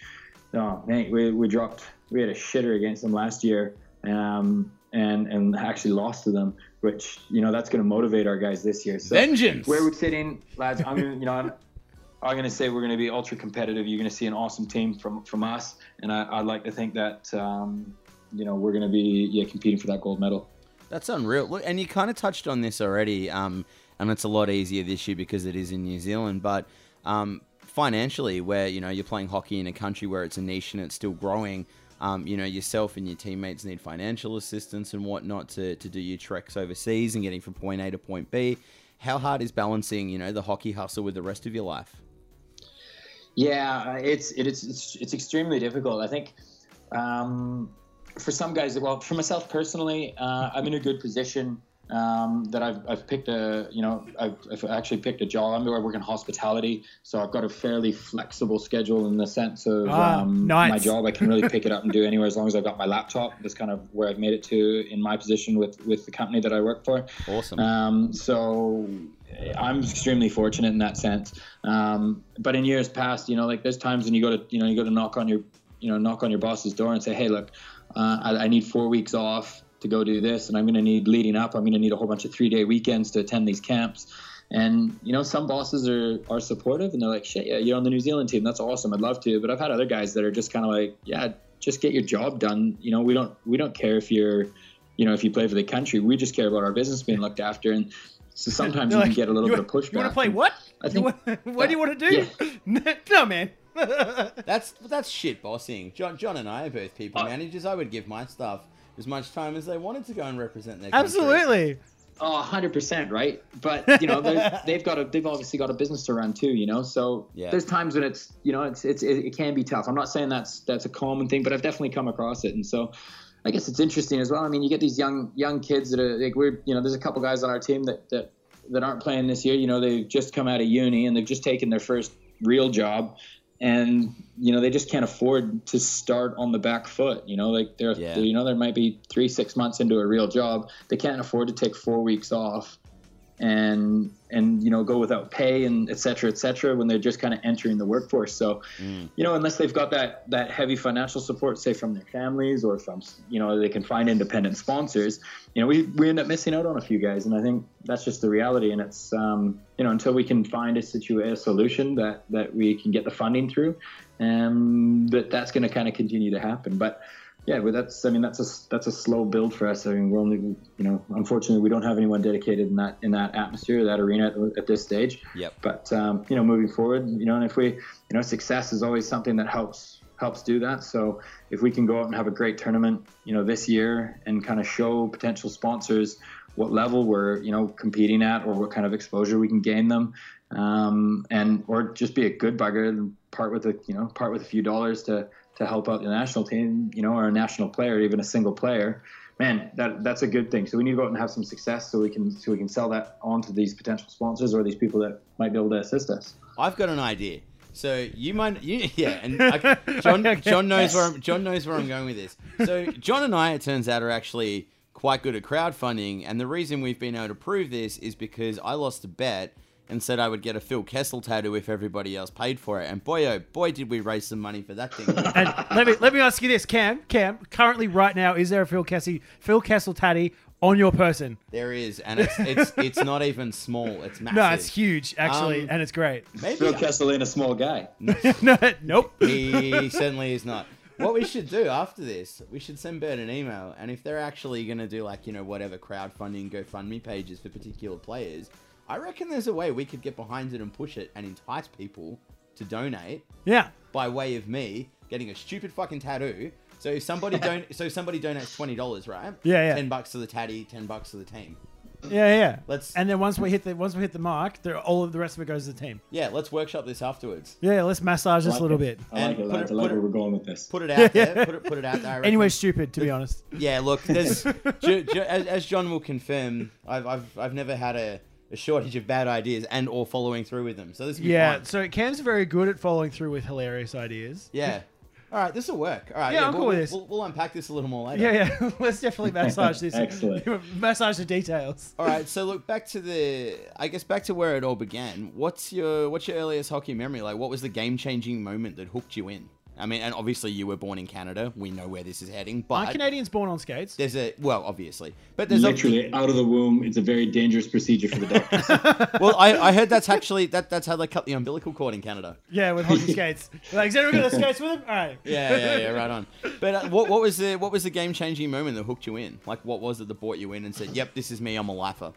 Speaker 4: oh man, we we dropped. We had a shitter against them last year. Um, and, and actually lost to them, which you know that's going to motivate our guys this year. So
Speaker 2: Vengeance.
Speaker 4: where we're sitting, lads, I'm gonna, you know, I'm, I'm gonna say we're gonna be ultra competitive. You're gonna see an awesome team from from us, and I, I'd like to think that um, you know we're gonna be yeah competing for that gold medal.
Speaker 2: That's unreal. Look, and you kind of touched on this already, um, and it's a lot easier this year because it is in New Zealand. But um, financially, where you know you're playing hockey in a country where it's a niche and it's still growing, um, you know yourself and your teammates need financial assistance and whatnot to to do your treks overseas and getting from point A to point B. How hard is balancing, you know, the hockey hustle with the rest of your life?
Speaker 4: Yeah, uh, it's it, it's it's it's extremely difficult. I think um, for some guys, well, for myself personally, uh, I'm in a good position um, that I've, I've picked a you know I've, I've actually picked a job. I'm, I work in hospitality, so I've got a fairly flexible schedule in the sense of
Speaker 1: Ah,
Speaker 4: um,
Speaker 1: nice.
Speaker 4: my job. I can really pick it up and do anywhere as long as I've got my laptop. That's kind of where I've made it to in my position with with the company that I work for.
Speaker 2: Awesome.
Speaker 4: Um, so I'm extremely fortunate in that sense. Um, but in years past, you know, like there's times when you go to, you know, you go to knock on your, you know, knock on your boss's door and say, hey, look, uh, I, I need four weeks off to go do this, and I'm going to need leading up. I'm going to need a whole bunch of three day weekends to attend these camps. And you know, some bosses are are supportive, and they're like, shit, yeah, you're on the New Zealand team. That's awesome. I'd love to. But I've had other guys that are just kind of like, yeah, just get your job done. You know, we don't we don't care if you're you know, if you play for the country, we just care about our business being looked after. And so sometimes
Speaker 1: They're
Speaker 4: you
Speaker 1: like,
Speaker 4: can get a little
Speaker 1: you
Speaker 4: bit of pushback.
Speaker 1: You want to play what?
Speaker 4: I think-
Speaker 1: You wa- what do you want to do? no, man.
Speaker 2: That's that's shit bossing. John John and I are both people managers. I would give my staff as much time as they wanted to go and represent their country.
Speaker 1: Absolutely.
Speaker 4: Oh, 100%, right? But, you know, there's- they've got a, they've obviously got a business to run too, you know? So
Speaker 2: Yeah.
Speaker 4: there's times when it's, you know, it's, it's, it, it can be tough. I'm not saying that's, that's a common thing, but I've definitely come across it. And so I guess it's interesting as well. I mean, you get these young, young kids that are like, we're, you know, there's a couple guys on our team that, that, that aren't playing this year. You know, they've just come out of uni and they've just taken their first real job. and you know they just can't afford to start on the back foot you know like they're
Speaker 2: Yeah.
Speaker 4: you know there might be three six months into a real job they can't afford to take four weeks off and and you know go without pay and et cetera et cetera when they're just kind of entering the workforce so you know unless they've got that that heavy financial support say from their families or from you know they can find independent sponsors you know we, we end up missing out on a few guys and i think that's just the reality and it's um, you know until we can find a situ a solution that that we can get the funding through um, that that's going to kind of continue to happen but yeah, but that's I mean that's a that's a slow build for us. I mean we're only you know unfortunately we don't have anyone dedicated in that in that atmosphere that arena at, at this stage.
Speaker 2: Yep.
Speaker 4: But um, you know moving forward, you know, and if we you know success is always something that helps helps do that. So if we can go out and have a great tournament, you know, this year and kind of show potential sponsors what level we're you know competing at or what kind of exposure we can gain them, um, and or just be a good bugger and part with a you know part with a few dollars to to help out the national team, you know, or a national player, even a single player, man, that that's a good thing. So we need to go out and have some success so we can so we can sell that on to these potential sponsors or these people that might be able to assist us.
Speaker 2: I've got an idea. So you might, you, yeah, and I, John John knows where I'm, John knows where I'm going with this. So John and I, it turns out, are actually quite good at crowdfunding, and the reason we've been able to prove this is because I lost a bet and said I would get a Phil Kessel tattoo if everybody else paid for it, and boy oh boy did we raise some money for that thing.
Speaker 1: And let me let me ask you this, Cam. Cam, currently right now, is there a Phil Kessel Phil Kessel tatty on your person?
Speaker 2: there is, and it's it's it's not even small; it's massive.
Speaker 1: No, it's huge actually,
Speaker 2: Um,
Speaker 1: and it's great.
Speaker 4: Phil
Speaker 2: Maybe
Speaker 4: Kessel ain't a small guy.
Speaker 1: no, nope.
Speaker 2: he certainly is not. What we should do after this, we should send Bird an email, and if they're actually going to do like you know whatever crowdfunding, GoFundMe pages for particular players, I reckon there's a way we could get behind it and push it and entice people to donate
Speaker 1: Yeah.
Speaker 2: by way of me getting a stupid fucking tattoo. So if somebody don't, so if somebody donates twenty dollars, right?
Speaker 1: Yeah, yeah.
Speaker 2: Ten bucks to the tatty, ten bucks to the team.
Speaker 1: Yeah, yeah.
Speaker 2: Let's-
Speaker 1: and then once we hit the once we hit the mark, there all of the rest of it goes to the team.
Speaker 2: Yeah, let's workshop this afterwards.
Speaker 1: Yeah, let's massage this a
Speaker 4: like
Speaker 1: little
Speaker 4: it.
Speaker 1: bit.
Speaker 4: I like
Speaker 2: And
Speaker 4: it.
Speaker 2: put
Speaker 4: lads.
Speaker 2: it-
Speaker 4: I like
Speaker 2: put it-
Speaker 4: where we're going with this.
Speaker 2: Put it out there. Put it, put it out there. I reckon-
Speaker 1: Anyway, stupid to be honest.
Speaker 2: Yeah, look, there's ju- ju- as, as John will confirm, I've I've, I've never had a, a shortage of bad ideas and or following through with them. So this will be
Speaker 1: Yeah.
Speaker 2: fine.
Speaker 1: So Cam's very good at following through with hilarious ideas.
Speaker 2: yeah. All right, this will work. All right,
Speaker 1: Yeah, I'm
Speaker 2: we'll,
Speaker 1: cool with
Speaker 2: we'll-
Speaker 1: this.
Speaker 2: We'll, we'll unpack this a little more later.
Speaker 1: Yeah, yeah. Let's definitely massage this.
Speaker 4: Excellent.
Speaker 1: massage the details.
Speaker 2: All right, so look back to the I guess back to where it all began. What's your what's your earliest hockey memory? Like, what was the game changing moment that hooked you in? I mean, and obviously you were born in Canada. We know where this is heading, but
Speaker 1: Aren't Canadians born on skates?
Speaker 2: there's a well, obviously, but there's a,
Speaker 4: Literally out of the womb, it's a very dangerous procedure for the doctors.
Speaker 2: well, I, I heard that's actually that that's how they cut the umbilical cord in Canada.
Speaker 1: Yeah, with hockey skates. Like, is everyone got their skates with them? All right.
Speaker 2: yeah, yeah, yeah, right on. But uh, what, what was the what was the game changing moment that hooked you in? Like, what was it that brought you in and said, "Yep, this is me. I'm a lifer."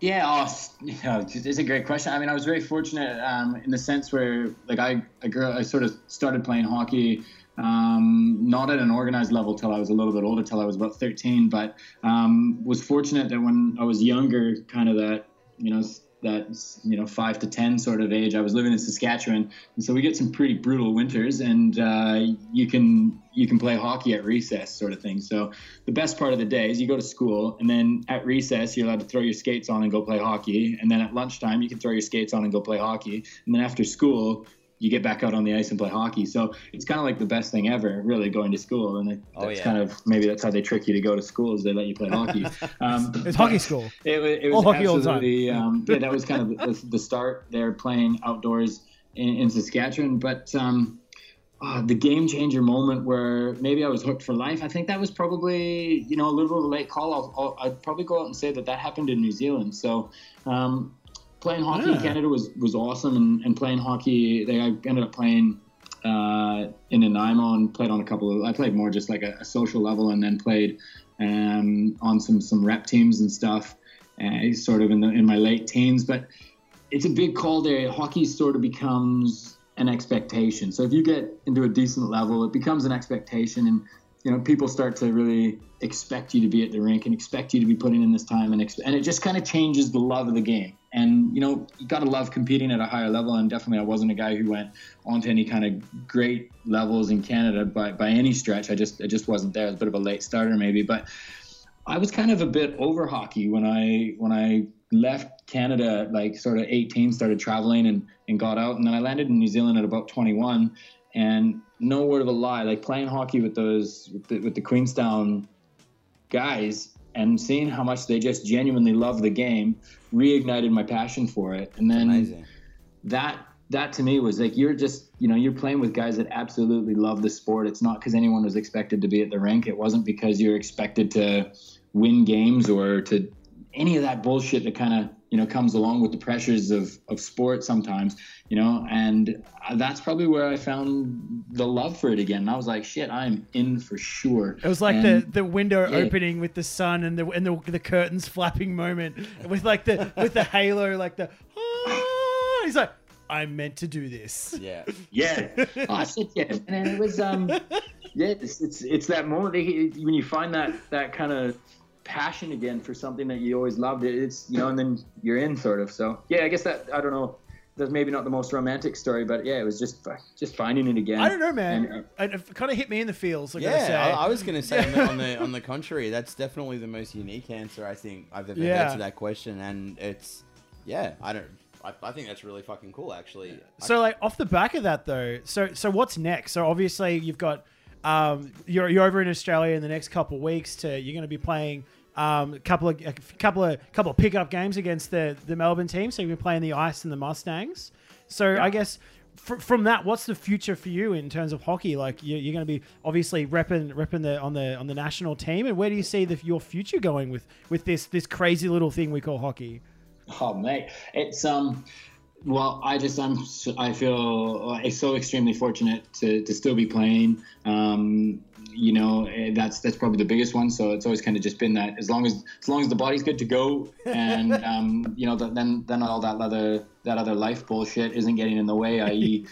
Speaker 4: Yeah, oh, s- you know, it's it's a great question. I mean, I was very fortunate um, in the sense where, like, I I, grew, I sort of started playing hockey um, not at an organized level till I was a little bit older, till I was about 13. But um, was fortunate that when I was younger, kind of that you know s- that you know five to ten sort of age. I was living in Saskatchewan, and so we get some pretty brutal winters, and uh, you can you can play hockey at recess, sort of thing. So the best part of the day is you go to school, and then at recess you're allowed to throw your skates on and go play hockey, and then at lunchtime you can throw your skates on and go play hockey, and then after school you get back out on the ice and play hockey. So it's kind of like the best thing ever, really, going to school. And it,
Speaker 5: Oh,
Speaker 4: that's
Speaker 5: yeah.
Speaker 4: kind of maybe that's how they trick you to go to school is they let you play hockey. Um,
Speaker 1: It's hockey school.
Speaker 4: it, wa- it
Speaker 1: All
Speaker 4: was
Speaker 1: hockey all the time.
Speaker 4: absolutely um, yeah. That was kind of the, the start there, playing outdoors in, in Saskatchewan. But um, uh, the game changer moment where maybe I was hooked for life. I think that was probably you know a little bit of a late call. I'll, I'll, I'd probably go out and say that that happened in New Zealand. So. Um, Playing hockey
Speaker 1: Yeah.
Speaker 4: in Canada was, was awesome, and, and playing hockey, they I ended up playing uh, in Nanaimo and played on a couple of. I played more just like a, a social level, and then played um, on some some rep teams and stuff, uh, sort of in the in my late teens. But it's a big call there. Hockey sort of becomes an expectation. So if you get into a decent level, it becomes an expectation, and you know people start to really expect you to be at the rink and expect you to be putting in this time, and exp- and it just kind of changes the love of the game. And you know you gotta love competing at a higher level. And definitely, I wasn't a guy who went onto any kind of great levels in Canada by by any stretch. I just I just wasn't there. I was a bit of a late starter maybe, but I was kind of a bit over hockey when I when I left Canada, like sort of 18, started traveling and, and got out, and then I landed in New Zealand at about 21, and no word of a lie, like playing hockey with those with the, with the Queenstown guys and seeing how much they just genuinely love the game reignited my passion for it, and then
Speaker 5: Amazing.
Speaker 4: that that to me was like you're just you know you're playing with guys that absolutely love the sport it's not because anyone was expected to be at the rink it wasn't because you're expected to win games or to any of that bullshit that kind of you know comes along with the pressures of of sport sometimes you know and uh, that's probably where i found the love for it again and i was like shit i'm in for sure
Speaker 1: It was like
Speaker 4: and,
Speaker 1: the, the window
Speaker 4: Mm. Yeah.
Speaker 1: opening with the sun and the and the, the curtains flapping moment with like the with the halo like the "Ah." he's like I meant to do this.
Speaker 5: Yeah.
Speaker 4: Yeah. oh shit, yeah. And it was um yeah, it's it's, it's that moment that you- when you find that that kind of passion again for something that you always loved it it's you know and then you're in sort of so yeah i guess that i don't know that's maybe not the most romantic story but yeah it was just just finding it again
Speaker 1: I don't know, man.
Speaker 4: And, uh,
Speaker 1: It, kind of hit me in the feels. I gotta say.
Speaker 5: Yeah, I, I was gonna say on the- on the on the contrary, that's definitely the most unique answer I think I've ever
Speaker 1: Yeah.
Speaker 5: heard to that question, and it's yeah, I don't, I, I think that's really fucking cool actually.
Speaker 1: So like off the back of that though, so so what's next? So obviously you've got um, you're you're over in Australia in the next couple of weeks. To you're going to be playing um, a couple of a couple of couple of pickup games against the the Melbourne team. So you've been playing the Ice and the Mustangs. So I guess. fr- From that, what's the future for you in terms of hockey? Like you- you're going to be obviously repping, repping the on the on the national team, and where do you see the, your future going with with this this crazy little thing we call hockey?
Speaker 4: oh mate it's um well i just i'm s- i feel uh, so extremely fortunate to, to still be playing um you know eh, that's that's probably the biggest one so it's always kind of just been that as long as as long as the body's good to go and um you know th- then then all that other that other life bullshit isn't getting in the way i.e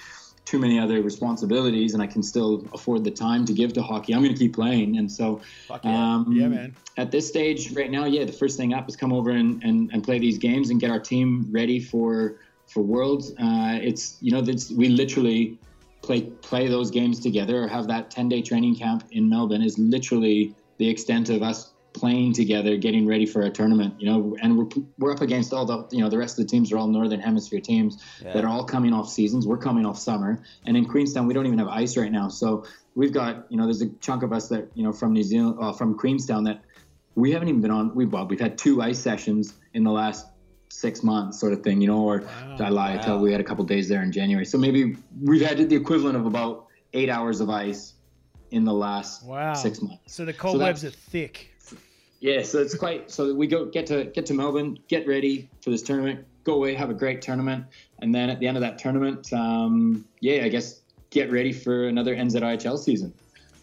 Speaker 4: too many other responsibilities and i can still afford the time to give to hockey i'm going to keep playing and so
Speaker 5: Fuck yeah.
Speaker 4: um,
Speaker 1: Yeah, man.
Speaker 4: at this stage right now, yeah, the first thing up is come over and, and, and play these games and get our team ready for for Worlds. Uh, it's you know it's, we literally play play those games together or have that ten day training camp in Melbourne is literally the extent of us playing together, getting ready for a tournament. You know, and we're we're up against all the you know the rest of the teams are all Northern Hemisphere teams
Speaker 5: Yeah.
Speaker 4: that are all coming off seasons. We're coming off summer, and in Queenstown we don't even have ice right now. So we've got you know there's a chunk of us that you know from New Zealand uh, from Queenstown that we haven't even been on. We well, we've had two ice sessions in the last six months, sort of thing, you know. Or
Speaker 1: Oh,
Speaker 4: I lie, I tell
Speaker 5: Wow.
Speaker 4: we had a couple days there in January, so maybe we've had the equivalent of about eight hours of ice in the last
Speaker 1: Wow.
Speaker 4: six months.
Speaker 1: So the cobwebs
Speaker 4: that's-
Speaker 1: are thick.
Speaker 4: Yeah, so it's quite. So we go get to get to Melbourne, get ready for this tournament, go away, have a great tournament, and then at the end of that tournament, um, yeah, I guess get ready for another NZIHL season.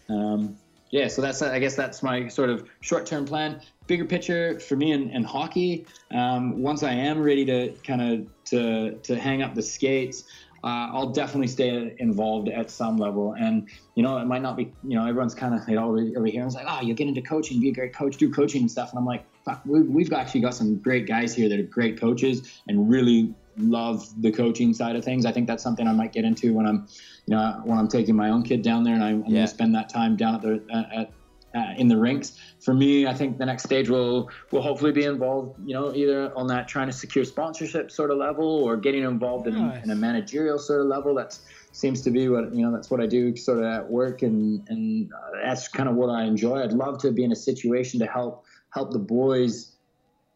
Speaker 4: Um, yeah, so that's I guess that's my sort of short term plan. Bigger picture for me in, in hockey. Um, once I am ready to kind of to to hang up the skates,
Speaker 5: uh, I'll definitely stay involved at some level. And you know, it might not be. You know, everyone's kind of you know over, over here. I was like, oh, you'll get into coaching, be a great coach, do coaching and stuff. And I'm like, fuck, we, we've actually got some great guys here that are great coaches and really love the coaching side of things. I think that's something I might get into when I'm, you know, when I'm taking my own kid down there and I, am
Speaker 2: Yeah.
Speaker 5: gonna spend that time down at the at, at uh, in the rinks. For me, I think the next stage will will hopefully be involved, you know, either on that trying to secure sponsorship sort of level or getting involved in,
Speaker 1: Nice.
Speaker 5: in a managerial sort of level. That's seems to be what you know. That's what I do sort of at work, and and uh, that's kind of what I enjoy. I'd love to be in a situation to help help the boys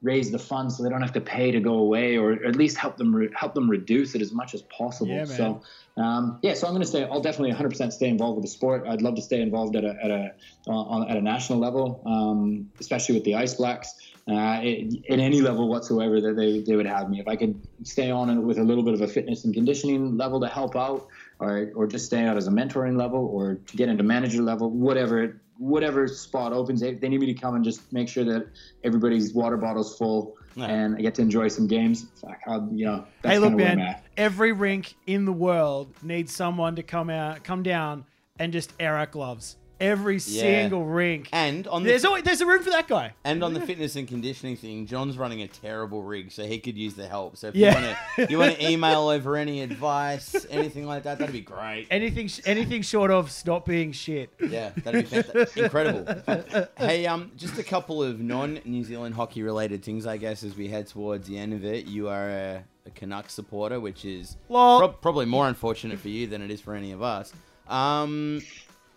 Speaker 5: raise the funds so they don't have to pay to go away, or, or at least help them re- help them reduce it as much as possible.
Speaker 1: Yeah, man.
Speaker 5: so um, yeah, so I'm going to stay. I'll definitely 100% stay involved with the sport. I'd love to stay involved at a at a uh, on, at a national level, um, especially with the Ice Blacks. Uh, it, at any level whatsoever that they, they would have me. If I could stay on and with a little bit of a fitness and conditioning level to help out, or, or just stay out as a mentoring level, or to get into manager level, whatever whatever spot opens, they, they need me to come and just make sure that everybody's water bottle's full
Speaker 2: Yeah.
Speaker 5: and I get to enjoy some games. Fuck, I'll, you know, that's
Speaker 1: hey, look,
Speaker 5: kinda where I'm
Speaker 1: man.
Speaker 5: at.
Speaker 1: Every rink in the world needs someone to come out, come down, and just air out gloves. Every single rink.
Speaker 2: And on the
Speaker 1: There's always there's a room for that guy.
Speaker 2: And on the fitness and conditioning thing, John's running a terrible rig, so he could use the help. So if
Speaker 1: Yeah.
Speaker 2: you want to, you want to email over any advice, anything like that, that'd be great.
Speaker 1: Anything, sh- anything short of stop being shit.
Speaker 2: Yeah, that'd be fantastic. incredible. Hey, um, just a couple of non-New Zealand hockey-related things, I guess, as we head towards the end of it. You are a, a Canucks supporter, which is
Speaker 1: Lol.
Speaker 2: prob- probably more unfortunate for you than it is for any of us. Um,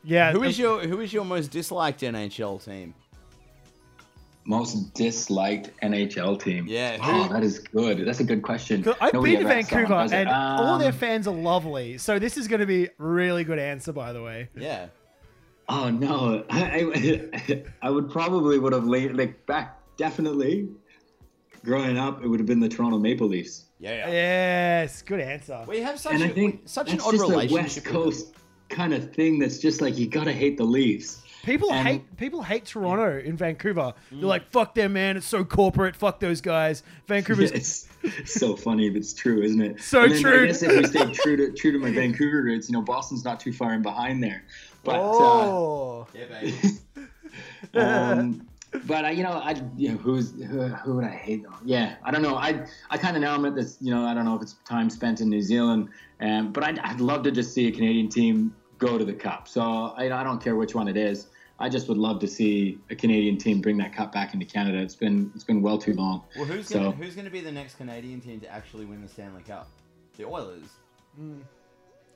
Speaker 1: Yeah.
Speaker 2: who
Speaker 1: um,
Speaker 2: is your who is your most disliked NHL team?
Speaker 5: Most disliked NHL team.
Speaker 2: Yeah,
Speaker 5: Oh,
Speaker 2: who-
Speaker 5: that is good. That's a good question.
Speaker 1: I've
Speaker 5: Nobody
Speaker 1: been to
Speaker 5: ever asks that one,
Speaker 1: Vancouver,
Speaker 5: does it?
Speaker 1: and all
Speaker 5: Um,
Speaker 1: their fans are lovely. So this is going to be a really good answer, by the way.
Speaker 2: Yeah,
Speaker 5: Oh no, I, I, I would probably would have laid like back definitely. Growing up, it would have been the Toronto Maple Leafs,
Speaker 2: yeah, yeah.
Speaker 1: Yes, good answer.
Speaker 2: We have such
Speaker 5: and
Speaker 2: a,
Speaker 5: I think
Speaker 2: such an
Speaker 5: that's
Speaker 2: odd
Speaker 5: just a
Speaker 2: relationship.
Speaker 5: West
Speaker 2: with
Speaker 5: Coast kind of thing. That's just like you gotta hate the Leafs.
Speaker 1: People
Speaker 5: And- Mm.
Speaker 1: hate people hate Toronto in Vancouver. They're like, "Fuck them, man! It's so corporate. Fuck those guys." Vancouver's
Speaker 5: It's so funny, but it's true, isn't it?
Speaker 1: So
Speaker 5: And then
Speaker 1: true.
Speaker 5: I guess if we stayed true to true to my Vancouver roots, you know, Boston's not too far in behind there. But uh,
Speaker 1: oh,
Speaker 2: Yeah, baby.
Speaker 5: um, but I, you know, I you know, who's who, who would I hate? Though? Yeah, I don't know. I I kind of now I'm at this. You know, I don't know if it's time spent in New Zealand, um, but I'd, I'd love to just see a Canadian team go to the cup. So I, I don't care which one it is. I just would love to see a Canadian team bring that cup back into Canada. It's been it's been well too long.
Speaker 2: Well, who's
Speaker 5: So-
Speaker 2: gonna who's gonna be the next Canadian team to actually win the Stanley Cup? The Oilers.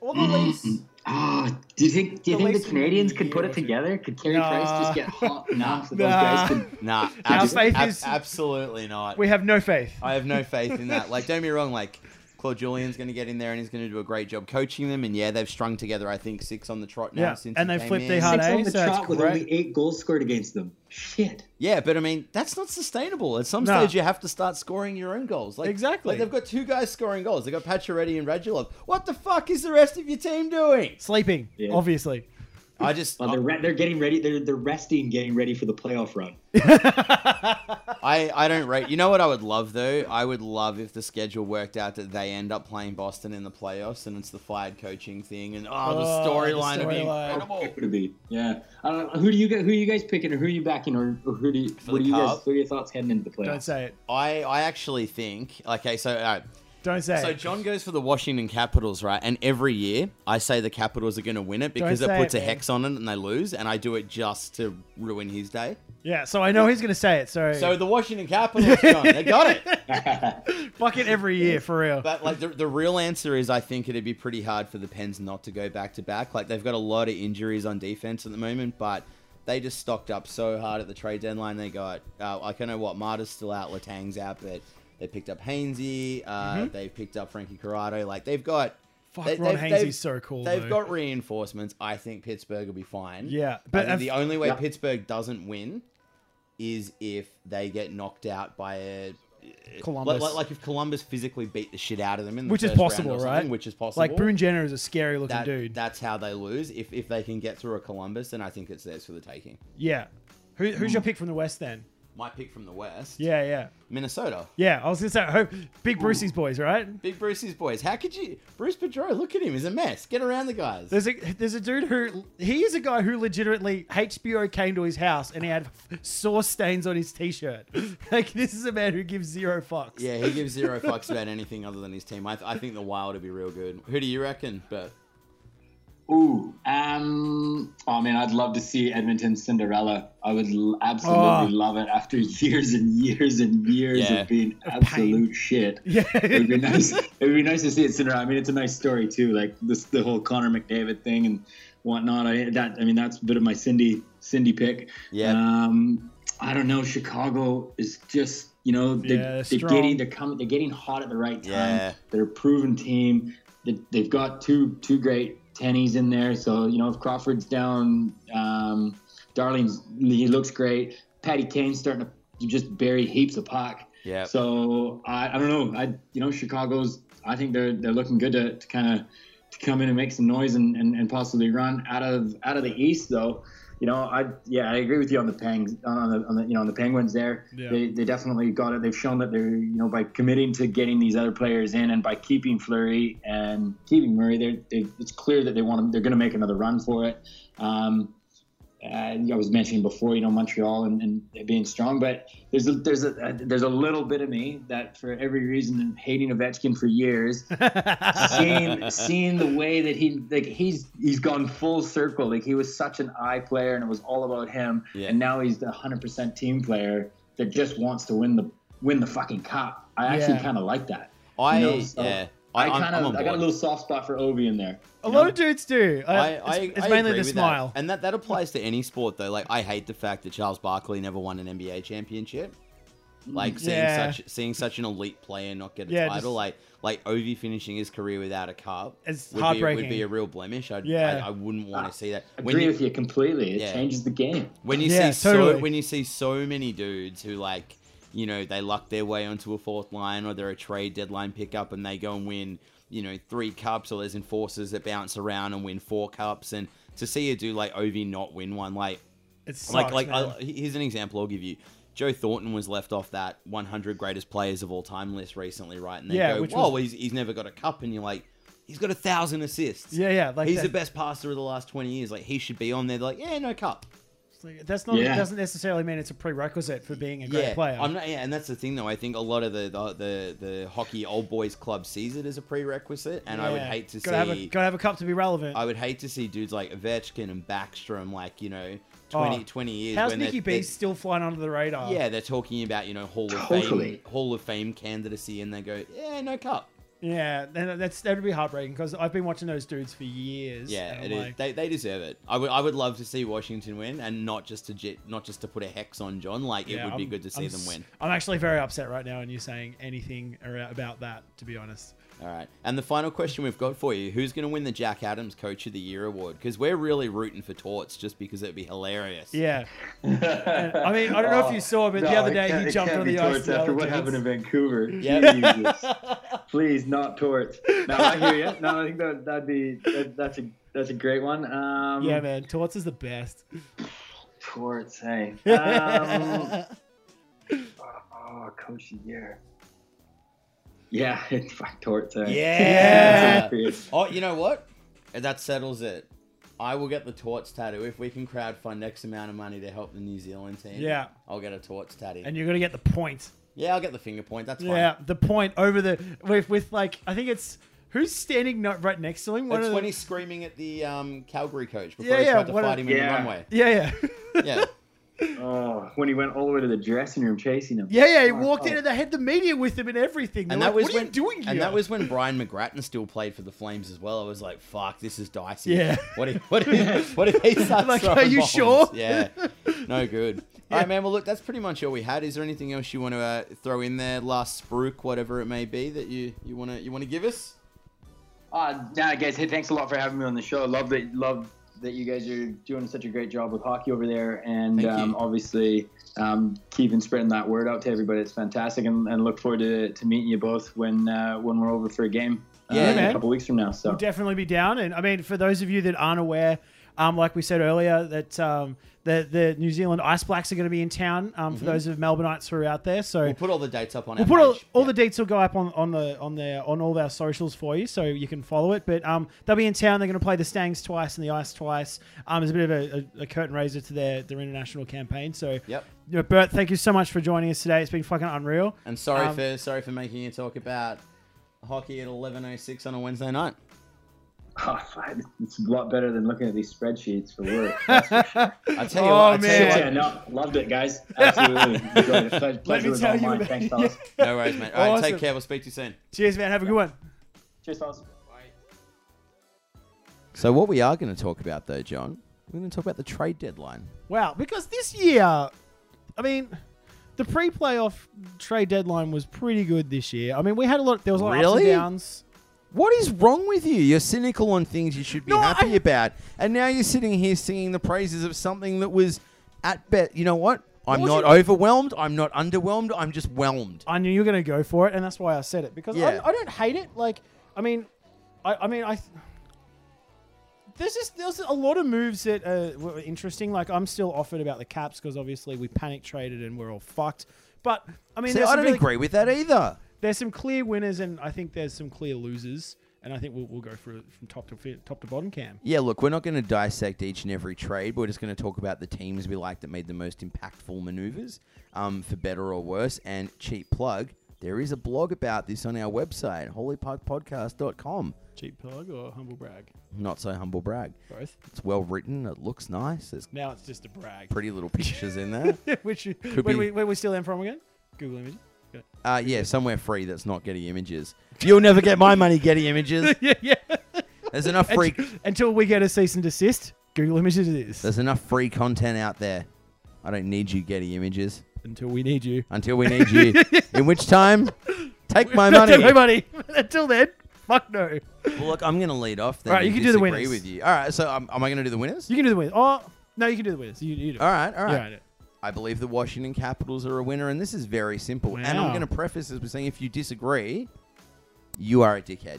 Speaker 1: or the Leafs.
Speaker 5: Oh, do you think do you
Speaker 1: The
Speaker 5: think
Speaker 1: Leafs
Speaker 5: the
Speaker 1: would be
Speaker 5: Canadians could put
Speaker 1: able
Speaker 5: it
Speaker 1: to-
Speaker 5: together? Could Carey
Speaker 1: Nah.
Speaker 5: Price just get hot enough that those
Speaker 1: Nah.
Speaker 5: guys could?
Speaker 2: Nah,
Speaker 1: Our
Speaker 2: abs-
Speaker 1: faith
Speaker 2: ab-
Speaker 1: is-
Speaker 2: absolutely not.
Speaker 1: We have no faith.
Speaker 2: I have no faith in that. Like, don't be wrong. Like, Claude Julian's gonna get in there and he's gonna do a great job coaching them. And yeah, they've strung together, I think, six on the trot now
Speaker 1: Yeah,
Speaker 2: since
Speaker 1: and
Speaker 2: he
Speaker 1: they
Speaker 2: came
Speaker 1: flipped
Speaker 2: in.
Speaker 1: their heart-
Speaker 5: Six
Speaker 1: eh?
Speaker 5: on the
Speaker 1: So that's
Speaker 5: trot with
Speaker 1: correct.
Speaker 5: only eight goals scored against them. Shit.
Speaker 2: Yeah, but I mean, that's not sustainable. At some
Speaker 1: Nah.
Speaker 2: stage, you have to start scoring your own goals. Like
Speaker 1: Exactly.
Speaker 2: Like they've got two guys scoring goals. They have got Pacioretty and Radulov. What the fuck is the rest of your team doing?
Speaker 1: Sleeping,
Speaker 5: Yeah.
Speaker 1: obviously.
Speaker 2: I just
Speaker 1: Oh.
Speaker 5: Well, they're, re- they're getting ready. They're, they're resting, getting ready for the playoff run.
Speaker 2: I, I don't rate. You know what I would love though? I would love if the schedule worked out that they end up playing Boston in the playoffs, and it's the fired coaching thing, and oh,
Speaker 1: Oh,
Speaker 2: the
Speaker 1: the
Speaker 2: storyline would be
Speaker 1: storyline.
Speaker 2: incredible.
Speaker 5: Could it be? Yeah. I don't know. Who do you guys, who are you guys picking, or who are you backing, or, or who do you,
Speaker 2: For
Speaker 5: what
Speaker 2: the
Speaker 5: do you guys
Speaker 2: cup?
Speaker 5: what are your thoughts heading into the
Speaker 1: Don't
Speaker 5: playoffs?
Speaker 1: say it.
Speaker 2: I I actually think okay, so. Uh,
Speaker 1: Don't say
Speaker 2: so
Speaker 1: it.
Speaker 2: John goes for the Washington Capitals, right? And every year I say the Capitals are going to win it because it
Speaker 1: say
Speaker 2: puts
Speaker 1: it,
Speaker 2: a
Speaker 1: man.
Speaker 2: hex on it and they lose, and I do it just to ruin his day.
Speaker 1: yeah, so I know he's going to say it. So,
Speaker 2: So the Washington Capitals, John, they got it.
Speaker 1: fuck it every year for real.
Speaker 2: But like the, the real answer is, I think it'd be pretty hard for the Pens not to go back to back. Like they've got a lot of injuries on defense at the moment, but they just stocked up so hard at the trade deadline. They got uh, I don't know what Marta's still out, Latang's out, but they picked up Hainsey. Uh,
Speaker 1: Mm-hmm.
Speaker 2: They've picked up Frankie Corrado. Like they've got.
Speaker 1: Fuck,
Speaker 2: they,
Speaker 1: Ron
Speaker 2: they've-
Speaker 1: Hainsey's
Speaker 2: they've-
Speaker 1: so cool,
Speaker 2: They've
Speaker 1: though.
Speaker 2: got reinforcements. I think Pittsburgh will be fine.
Speaker 1: Yeah, but
Speaker 2: but
Speaker 1: if-
Speaker 2: the only way
Speaker 5: Yeah.
Speaker 2: Pittsburgh doesn't win is if they get knocked out by a
Speaker 1: Columbus.
Speaker 2: Like, like, like if Columbus physically beat the shit out of them in the
Speaker 1: which is
Speaker 2: first round or
Speaker 1: possible,
Speaker 2: something,
Speaker 1: right?
Speaker 2: Which is possible.
Speaker 1: Like Boone Jenner is a scary looking
Speaker 2: that,
Speaker 1: dude.
Speaker 2: That's how they lose. If if they can get through a Columbus, then I think it's theirs for the taking.
Speaker 1: yeah. Who, who's your pick from the West then?
Speaker 2: my pick from the West,
Speaker 1: Yeah, yeah,
Speaker 2: Minnesota.
Speaker 1: yeah. I was gonna say, hope big Brucey's boys, right?
Speaker 2: Big Brucey's boys. How could you, Bruce Pedro? Look at him. He's a mess. Get around the guys.
Speaker 1: There's a there's a dude who he is a guy who legitimately HBO came to his house and he had sauce stains on his t-shirt. Like this is a man who gives zero fucks.
Speaker 2: yeah, he gives zero fucks about anything other than his team. I, th- I think the Wild would be real good. Who do you reckon? But
Speaker 5: Ooh, um, oh man, I'd love to see Edmonton Cinderella. I would l- absolutely
Speaker 1: Oh.
Speaker 5: love it after years and years and years
Speaker 2: Yeah.
Speaker 5: of being absolute shit.
Speaker 1: Yeah.
Speaker 5: it would be nice. It would be nice to see it Cinderella. I mean, it's a nice story too, like this the whole Connor McDavid thing and whatnot. I that I mean, that's a bit of my Cindy Cindy pick.
Speaker 2: Yeah.
Speaker 5: Um, I don't know. Chicago is just you know they,
Speaker 1: Yeah,
Speaker 5: they're
Speaker 1: strong.
Speaker 5: getting they're coming they're getting hot at the right time.
Speaker 2: Yeah.
Speaker 5: They're a proven team. They, they've got two two great tennies in there. So you know if Crawford's down, um, Darling's he looks great. Patty Kane's starting to just bury heaps of puck.
Speaker 2: yeah,
Speaker 5: So I, I don't know. I you know Chicago's. I think they're they're looking good to, to kind of to come in and make some noise and, and, and possibly run out of out of the East though. You know I yeah I agree with you on the Pengs on the, on the you know on the Penguins there.
Speaker 1: Yeah.
Speaker 5: They, they definitely got it. They've shown that they're you know by committing to getting these other players in and by keeping Flurry and keeping Murray, they're, they it's clear that they want to, they're going to make another run for it. Um, uh, I was mentioning before, you know, Montreal and, and it being strong, but there's a, there's a, there's a little bit of me that for every reason and hating Ovechkin for years, seeing seeing the way that he like he's he's gone full circle. Like he was such an I player and it was all about him,
Speaker 2: Yeah.
Speaker 5: and now he's the 100% team player that just wants to win the win the fucking cup. I actually
Speaker 1: Yeah.
Speaker 5: kind of like that.
Speaker 2: I
Speaker 5: know, so
Speaker 2: yeah.
Speaker 5: I
Speaker 2: I'm-
Speaker 5: kind
Speaker 2: I'm on
Speaker 5: of I got a
Speaker 2: board.
Speaker 5: little soft spot for Ovi in there.
Speaker 1: a
Speaker 5: you
Speaker 1: lot
Speaker 5: know?
Speaker 1: of dudes do. Uh,
Speaker 2: I,
Speaker 1: it's
Speaker 2: I,
Speaker 1: it's
Speaker 2: I
Speaker 1: mainly
Speaker 2: agree
Speaker 1: the
Speaker 2: with that.
Speaker 1: smile.
Speaker 2: and that, that applies to any sport though. Like I hate the fact that Charles Barkley never won an NBA championship. Like seeing
Speaker 1: Mm, Yeah.
Speaker 2: such seeing such an elite player not get a
Speaker 1: Yeah,
Speaker 2: title,
Speaker 1: just-
Speaker 2: like like Ovi finishing his career without a cup,
Speaker 1: It's
Speaker 2: would Be,
Speaker 1: heartbreaking.
Speaker 2: would be a real blemish. I'd,
Speaker 1: Yeah.
Speaker 2: I, I wouldn't want to see that.
Speaker 5: Agree with you completely. It
Speaker 2: Yeah.
Speaker 5: changes the game.
Speaker 2: When you
Speaker 1: Yeah,
Speaker 2: see
Speaker 1: totally.
Speaker 2: so when you see so many dudes who like you know they luck their way onto a fourth line or they're a trade deadline pickup and they go and win you know three cups or there's enforcers that bounce around and win four cups and to see a dude like Ovi not win one like
Speaker 1: It's
Speaker 2: like like I, here's an example I'll give you. Joe Thornton was left off that 100 greatest players of all time list recently, right? And they
Speaker 1: Yeah,
Speaker 2: go,
Speaker 1: which
Speaker 2: "Whoa,
Speaker 1: was-
Speaker 2: he's, he's never got a cup," and you're like, "He's got a thousand assists.
Speaker 1: yeah, yeah. Like
Speaker 2: he's
Speaker 1: that-
Speaker 2: the best passer of the last 20 years. Like he should be on there." They're like, "Yeah, no cup."
Speaker 1: Like, that's not
Speaker 5: Yeah.
Speaker 1: doesn't necessarily mean it's a prerequisite for being a great player.
Speaker 2: I'm not, yeah, and that's the thing though. I think a lot of the the, the, the hockey old boys club sees it as a prerequisite, and I would
Speaker 1: Yeah.
Speaker 2: hate to
Speaker 1: gotta Have a,
Speaker 2: see
Speaker 1: gotta have a cup to be relevant.
Speaker 2: I would hate to see dudes like Ovechkin and Backstrom, like you know, 20,
Speaker 1: Oh.
Speaker 2: 20 years.
Speaker 1: How's
Speaker 2: when they're-
Speaker 1: Nikki
Speaker 2: they're-
Speaker 1: B still flying under the radar?
Speaker 2: Yeah, they're talking about you know Hall of
Speaker 5: Totally.
Speaker 2: Fame Hall of Fame candidacy, and they go, yeah, no cup.
Speaker 1: yeah. then That's that would be heartbreaking because I've been watching those dudes for years.
Speaker 2: Yeah,
Speaker 1: and I'm
Speaker 2: it is.
Speaker 1: like,
Speaker 2: They, they deserve it. I would I would love to see Washington win, and not just to jet, not just to put a hex on John. Like it
Speaker 1: yeah,
Speaker 2: would be
Speaker 1: I'm-
Speaker 2: good to see
Speaker 1: I'm
Speaker 2: them
Speaker 1: s-
Speaker 2: win.
Speaker 1: I'm actually very upset right now, and you saying anything ar- about that? To be honest,
Speaker 2: All right. And the final question we've got for you who's going to win the Jack Adams Coach of the Year award? Because we're really rooting for Torts just because it'd be hilarious.
Speaker 1: yeah. And, I mean, I don't know if you saw, but the
Speaker 5: Oh, No,
Speaker 1: other
Speaker 5: it
Speaker 1: day
Speaker 5: can't-
Speaker 1: he
Speaker 5: it
Speaker 1: jumped
Speaker 5: can't
Speaker 1: on
Speaker 5: be
Speaker 1: the ice.
Speaker 5: Torts after what happened in Vancouver. Jesus. Please, not torts. No, I hear you. No, I think that that'd be that, that's a that's a great one. Um,
Speaker 1: yeah, man, Torts is the best.
Speaker 5: Torts. Hey. Um, oh, coach of the year. Yeah, fuck torts. Hey.
Speaker 1: Yeah.
Speaker 2: Oh, you know what? That settles it. I will get the Torts tattoo if we can crowdfund X amount of money to help the New Zealand team.
Speaker 1: Yeah.
Speaker 2: I'll get a Torts tattoo.
Speaker 1: and you're gonna get the point.
Speaker 2: yeah, I'll get the finger point. That's fine.
Speaker 1: Yeah, the point over the with with like I think it's who's standing no- right next to him. One
Speaker 2: That's
Speaker 1: of
Speaker 2: when
Speaker 1: the,
Speaker 2: he's screaming at the um, Calgary coach before
Speaker 1: Yeah,
Speaker 2: he
Speaker 1: yeah,
Speaker 2: tried to
Speaker 1: what a-
Speaker 2: fight him in
Speaker 5: Yeah.
Speaker 2: the runway.
Speaker 1: yeah, yeah.
Speaker 2: Yeah.
Speaker 5: Oh, when he went all the way to the dressing room chasing him.
Speaker 1: Yeah, yeah, he walked in and they had the media with him and everything.
Speaker 2: Oh, and
Speaker 1: They're
Speaker 2: that
Speaker 1: like,
Speaker 2: was
Speaker 1: what
Speaker 2: when
Speaker 1: are you doing here?
Speaker 2: and that was when Brian McGrattan still played for the Flames as well. I was like, "Fuck, this is dicey."
Speaker 1: Yeah.
Speaker 2: What if what if what if he starts
Speaker 1: Like,
Speaker 2: throwing
Speaker 1: are you
Speaker 2: bombs?
Speaker 1: sure?
Speaker 2: Yeah. No good. All right, man. Well, look, that's pretty much all we had. Is there anything else you want to uh, throw in there, last spruik, whatever it may be, that you you want to you want to give us?
Speaker 5: Uh, nah, guys, hey, thanks a lot for having me on the show. Love that, love that you guys are doing such a great job with hockey over there, and
Speaker 2: Thank you.
Speaker 5: um, obviously um, keeping spreading that word out to everybody. It's fantastic, and, and look forward to, to meeting you both when uh, when we're over for a game.
Speaker 2: Yeah,
Speaker 5: uh, in
Speaker 1: man.
Speaker 5: a couple weeks from now. So
Speaker 1: We'll definitely be down. And I mean, for those of you that aren't aware, Um, like we said earlier, that um, the the New Zealand Ice Blacks are going to be in town um, for
Speaker 2: Mm-hmm.
Speaker 1: those of Melbourneites who are out there. So
Speaker 5: We'll put all the dates up on
Speaker 1: We'll
Speaker 5: our
Speaker 1: put all,
Speaker 5: page.
Speaker 1: all
Speaker 5: Yeah.
Speaker 1: the dates will go up on, on the on the on all of our socials for you, so you can follow it. But um, they'll be in town. They're going to play the Stangs twice and the Ice twice. Um, it's a bit of a, a, a curtain raiser to their their international campaign. So
Speaker 5: Yep.
Speaker 1: you know, Bert, thank you so much for joining us today. It's been fucking unreal.
Speaker 5: And sorry
Speaker 1: Um,
Speaker 5: for sorry for making you talk about hockey at 11:06 on a Wednesday night.
Speaker 3: Oh, fuck, it's a lot better than looking at these spreadsheets for work. that's for sure.
Speaker 5: I tell you
Speaker 1: Oh,
Speaker 5: what, I
Speaker 1: man.
Speaker 5: tell
Speaker 3: yeah,
Speaker 5: you
Speaker 3: no, loved it, guys. Absolutely. Enjoyed it. Ple- Pleasure was all mine. Thanks, fellas.
Speaker 5: what. No worries, mate. All right,
Speaker 1: Awesome.
Speaker 5: take care. We'll speak to you soon.
Speaker 1: Cheers, man. Have a good one.
Speaker 3: Cheers, fellas.
Speaker 2: So what we are going to talk about though, John, we're going to talk about the trade deadline.
Speaker 1: Wow, because this year, I mean, the pre-playoff trade deadline was pretty good this year. I mean, we had a lot. There was a lot of ups
Speaker 2: Really?
Speaker 1: and downs.
Speaker 2: What is wrong with you? You're cynical on things you should be
Speaker 1: No, I-
Speaker 2: happy about, and now you're sitting here singing the praises of something that was at bet. You know what? I'm
Speaker 1: was
Speaker 2: not
Speaker 1: it?
Speaker 2: overwhelmed. I'm not underwhelmed. I'm just whelmed.
Speaker 1: I knew you were going to go for it, and that's why I said it because
Speaker 2: Yeah.
Speaker 1: I, I don't hate it. Like, I mean, I, I mean, I. There's just there's a lot of moves that uh, were interesting. Like, I'm still offered about the Caps because obviously we panic traded and we're all fucked. But I mean,
Speaker 2: See,
Speaker 1: there's
Speaker 2: I
Speaker 1: some
Speaker 2: don't
Speaker 1: really-
Speaker 2: agree with that either.
Speaker 1: There's some clear winners, and I think there's some clear losers. And I think we'll, we'll go through it from top to fi- top to bottom, Cam.
Speaker 2: Yeah, look, we're not going to dissect each and every trade. But we're just going to talk about the teams we like that made the most impactful maneuvers, um, for better or worse. And cheap plug, there is a blog about this on our website, holyparkpodcast.com.
Speaker 1: Cheap plug or humble brag?
Speaker 2: Not so humble brag.
Speaker 1: Both.
Speaker 2: It's well written. It looks nice. There's
Speaker 1: Now it's just a brag.
Speaker 2: pretty little pictures in there.
Speaker 1: Which
Speaker 2: be.
Speaker 1: where, we, where we steal them from again? Google Images. Got it.
Speaker 2: Uh, yeah, somewhere free that's not Getty Images. You'll never get my money, Getty Images.
Speaker 1: Yeah, yeah.
Speaker 2: There's enough free.
Speaker 1: Until we get a cease and desist, Google Images it is.
Speaker 2: There's enough free content out there. I don't need you, Getty Images,
Speaker 1: Until we need you.
Speaker 2: until we need you. In which time, take my money.
Speaker 1: Until, money. Until then, fuck no.
Speaker 2: Well, look, I'm gonna lead off. Then
Speaker 1: All right,
Speaker 2: and
Speaker 1: you can do the
Speaker 2: disagree
Speaker 1: winners.
Speaker 2: with you. All right, so um, am I gonna do the winners?
Speaker 1: You can do the winners. Oh, no, you can do the winners. You, you do. it.
Speaker 2: All right, all
Speaker 1: You're
Speaker 2: right.
Speaker 1: right.
Speaker 2: I believe the Washington Capitals are a winner, and this is very simple. And I'm
Speaker 1: Wow.
Speaker 2: going to preface this by saying if you disagree, you are a dickhead.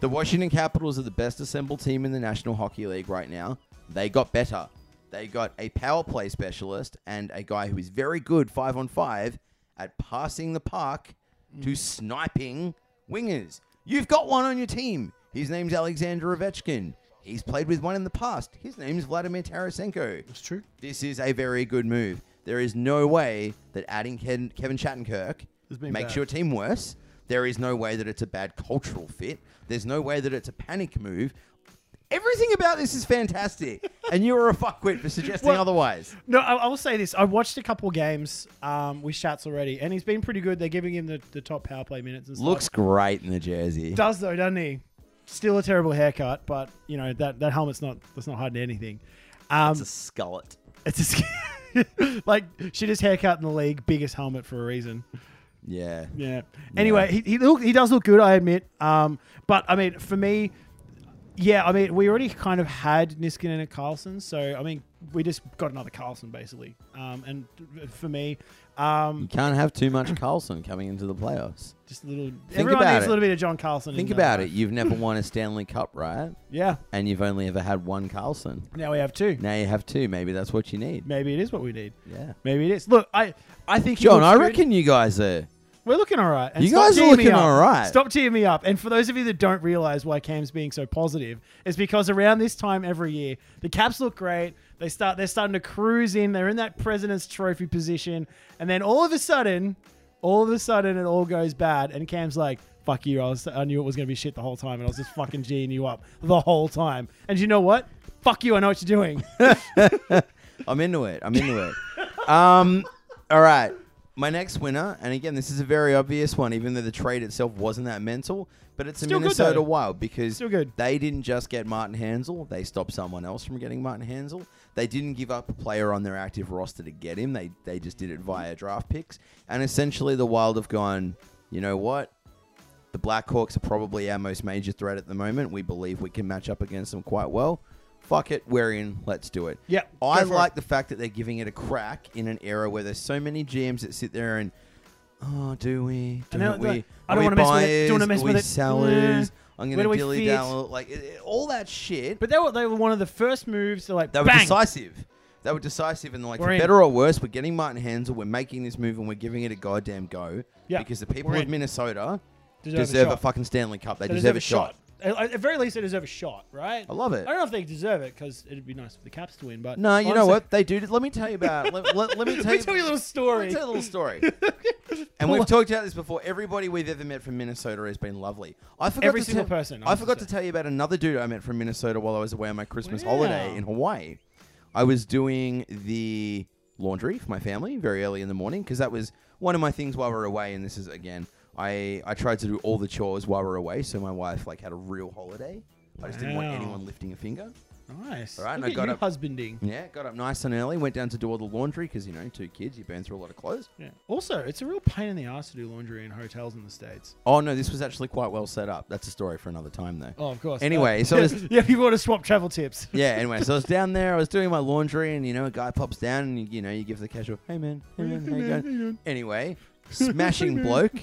Speaker 2: the Washington Capitals are the best assembled team in the National Hockey League right now. They got better. They got a power play specialist and a guy who is very good five on five at passing the puck to sniping wingers. You've got one on your team. His name's Alexander Ovechkin. He's played with one in the past. His name's Vladimir Tarasenko.
Speaker 1: It's true.
Speaker 2: This is a very good move. There is no way that adding Ken, Kevin Shattenkirk
Speaker 1: Has been
Speaker 2: makes
Speaker 1: bad.
Speaker 2: your team worse. There is no way that it's a bad cultural fit. There's no way that it's a panic move. Everything about this is fantastic, and you are a fuckwit for suggesting
Speaker 1: Well-
Speaker 2: otherwise.
Speaker 1: No, I, I will say this. I watched a couple games um, with Shats already, and he's been pretty good. They're giving him the, the top power play minutes and stuff.
Speaker 2: Looks great in the jersey.
Speaker 1: does though, doesn't he? Still a terrible haircut, but you know that, that helmet's not that's not hiding anything. Um,
Speaker 2: It's a skullet.
Speaker 1: it's just like shittest haircut in the league, biggest helmet for a reason.
Speaker 2: Yeah.
Speaker 1: Yeah. Anyway, he he, look, he does look good, I admit. Um, but I mean, for me, yeah, I mean, we already kind of had Niskanen and Carlson, so I mean, we just got another Carlson basically. Um, and for me, um,
Speaker 2: You can't have too much Carlson coming into the playoffs.
Speaker 1: just a little. everyone
Speaker 2: about
Speaker 1: needs a
Speaker 2: it.
Speaker 1: little bit of John Carlson. in
Speaker 2: Think
Speaker 1: their
Speaker 2: about
Speaker 1: life.
Speaker 2: it. You've never won a Stanley Cup, right?
Speaker 1: Yeah.
Speaker 2: And you've only ever had one Carlson.
Speaker 1: Now we have two.
Speaker 2: Now you have two. Maybe that's what you need.
Speaker 1: Maybe it is what we need.
Speaker 2: Yeah.
Speaker 1: Maybe it is. Look, I I think he
Speaker 2: John,
Speaker 1: looks
Speaker 2: I
Speaker 1: good.
Speaker 2: reckon you guys are.
Speaker 1: We're looking all right. And
Speaker 2: You
Speaker 1: stop
Speaker 2: guys are
Speaker 1: teeing me
Speaker 2: looking
Speaker 1: up.
Speaker 2: all right.
Speaker 1: Stop teeing me up. And for those of you that don't realize why Cam's being so positive, it's because around this time every year, the Caps look great. They start. They're starting to cruise in. They're in that President's Trophy position, and then all of a sudden, all of a sudden, it all goes bad. And Cam's like, "Fuck you! I was. I knew it was going to be shit the whole time, and I was just fucking geeing you up the whole time. And you know what? Fuck you! I know what you're doing.
Speaker 2: I'm into it. I'm into it. Um, all right. My next winner, and again, this is a very obvious one, even though the trade itself wasn't that mental, but it's a
Speaker 1: Still good,
Speaker 2: Minnesota
Speaker 1: though.
Speaker 2: Wild because
Speaker 1: Still good.
Speaker 2: they didn't just get Martin Hansel; they stopped someone else from getting Martin Hansel. They didn't give up a player on their active roster to get him. They they just did it via draft picks, and essentially the Wild have gone. You know what? The Blackhawks are probably our most major threat at the moment. We believe we can match up against them quite well. Fuck it, we're in. Let's do it.
Speaker 1: Yep,
Speaker 2: I
Speaker 1: go for it.
Speaker 2: like the fact that they're giving it a crack in an era where there's so many GMs that sit there and Oh, do we? Do
Speaker 1: And they're
Speaker 2: we?
Speaker 1: like, I
Speaker 2: are
Speaker 1: don't
Speaker 2: we
Speaker 1: wanna mess with it. Don't wanna mess
Speaker 2: buyers? Are
Speaker 1: with
Speaker 2: we
Speaker 1: it.
Speaker 2: Sellers.
Speaker 1: Eh. Where
Speaker 2: I'm
Speaker 1: do
Speaker 2: gonna
Speaker 1: we
Speaker 2: dilly
Speaker 1: fit?
Speaker 2: dally. Like it- it- all that shit.
Speaker 1: But they were, they were one of the first moves to like
Speaker 2: They were
Speaker 1: bang.
Speaker 2: decisive. They were decisive and like
Speaker 1: We're
Speaker 2: for
Speaker 1: in.
Speaker 2: better or worse, we're getting Martin Hansel, we're making this move and we're giving it a goddamn go.
Speaker 1: Yeah,
Speaker 2: Because the people
Speaker 1: we're
Speaker 2: of
Speaker 1: in.
Speaker 2: Minnesota
Speaker 1: Deserve
Speaker 2: deserve,
Speaker 1: a
Speaker 2: a,
Speaker 1: shot.
Speaker 2: fucking Stanley Cup. They,
Speaker 1: They
Speaker 2: deserve, a shot.
Speaker 1: At- At the very least, they deserve a shot, right?
Speaker 2: I love it.
Speaker 1: I don't know if they deserve it because it'd be nice for the Caps to win, but
Speaker 2: No, you know
Speaker 1: honestly-
Speaker 2: what? They do let me tell you about let, let, let me tell
Speaker 1: Let me
Speaker 2: you,
Speaker 1: tell you a little
Speaker 2: let
Speaker 1: story.
Speaker 2: me tell you a little story. and we've talked about this before. Everybody we've ever met from Minnesota has been lovely. I forgot
Speaker 1: Every
Speaker 2: to
Speaker 1: single
Speaker 2: tell-
Speaker 1: person, I
Speaker 2: I
Speaker 1: must
Speaker 2: forgot
Speaker 1: say.
Speaker 2: to tell you about another dude I met from Minnesota while I was away on my Christmas
Speaker 1: Wow.
Speaker 2: holiday in Hawaii. I was doing the laundry for my family very early in the morning because that was one of my things while we we're away. And this is again, I I tried to do all the chores while we we're away, so my wife like had a real holiday. I just didn't want
Speaker 1: Wow.
Speaker 2: anyone lifting a finger.
Speaker 1: Nice.
Speaker 2: All right, and
Speaker 1: Look
Speaker 2: I
Speaker 1: at
Speaker 2: got
Speaker 1: you
Speaker 2: up-
Speaker 1: husbanding.
Speaker 2: Yeah, got up nice and early, went down to do all the laundry because you know, two kids, you burn through a lot of clothes.
Speaker 1: Yeah. Also, it's a real pain in the ass to do laundry in hotels in the states.
Speaker 2: Oh no, this was actually quite well set up. That's a story for another time, though.
Speaker 1: Oh, of course.
Speaker 2: Anyway, so it's-
Speaker 1: yeah, people want to swap travel tips.
Speaker 2: Yeah. Anyway, so I was down there, I was doing my laundry, and you know, a guy pops down, and you, you know, you give the casual, "Hey man, hey man, how you going?" Anyway, smashing bloke,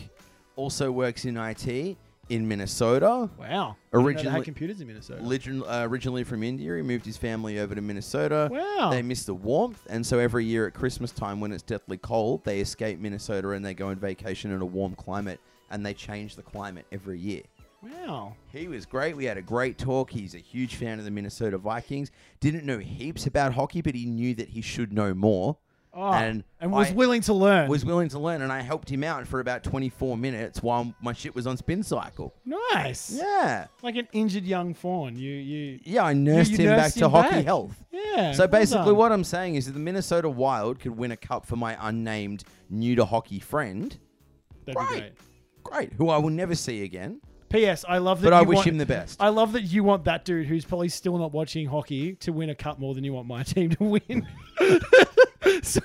Speaker 2: also works in IT in Minnesota.
Speaker 1: Wow. Didn't know they
Speaker 2: Originally,
Speaker 1: had computers in Minnesota.
Speaker 2: Legend, uh, originally from India, he moved his family over to Minnesota.
Speaker 1: Wow.
Speaker 2: They miss the warmth, and so every year at Christmas time, when it's deathly cold, they escape Minnesota and they go on vacation in a warm climate, and they change the climate every year.
Speaker 1: wow.
Speaker 2: He was great. We had a great talk. He's a huge fan of the Minnesota Vikings. Didn't know heaps about hockey, but he knew that he should know more.
Speaker 1: Oh, and,
Speaker 2: and
Speaker 1: was
Speaker 2: I-
Speaker 1: willing to learn.
Speaker 2: Was willing to learn, and I helped him out for about 24 minutes while my shit was on spin cycle.
Speaker 1: nice.
Speaker 2: Yeah.
Speaker 1: Like an injured young fawn. You you
Speaker 2: Yeah, I nursed him back
Speaker 1: nursed
Speaker 2: to
Speaker 1: him
Speaker 2: hockey
Speaker 1: back.
Speaker 2: health.
Speaker 1: Yeah.
Speaker 2: So
Speaker 1: well
Speaker 2: basically,
Speaker 1: done.
Speaker 2: what I'm saying is that the Minnesota Wild could win a cup for my unnamed new to hockey friend.
Speaker 1: That'd be
Speaker 2: Right.
Speaker 1: great.
Speaker 2: Great, who I will never see again.
Speaker 1: P.S. I love that.
Speaker 2: But I
Speaker 1: you
Speaker 2: wish
Speaker 1: want-
Speaker 2: him the best.
Speaker 1: I love that you want that dude who's probably still not watching hockey to win a cup more than you want my team to win. so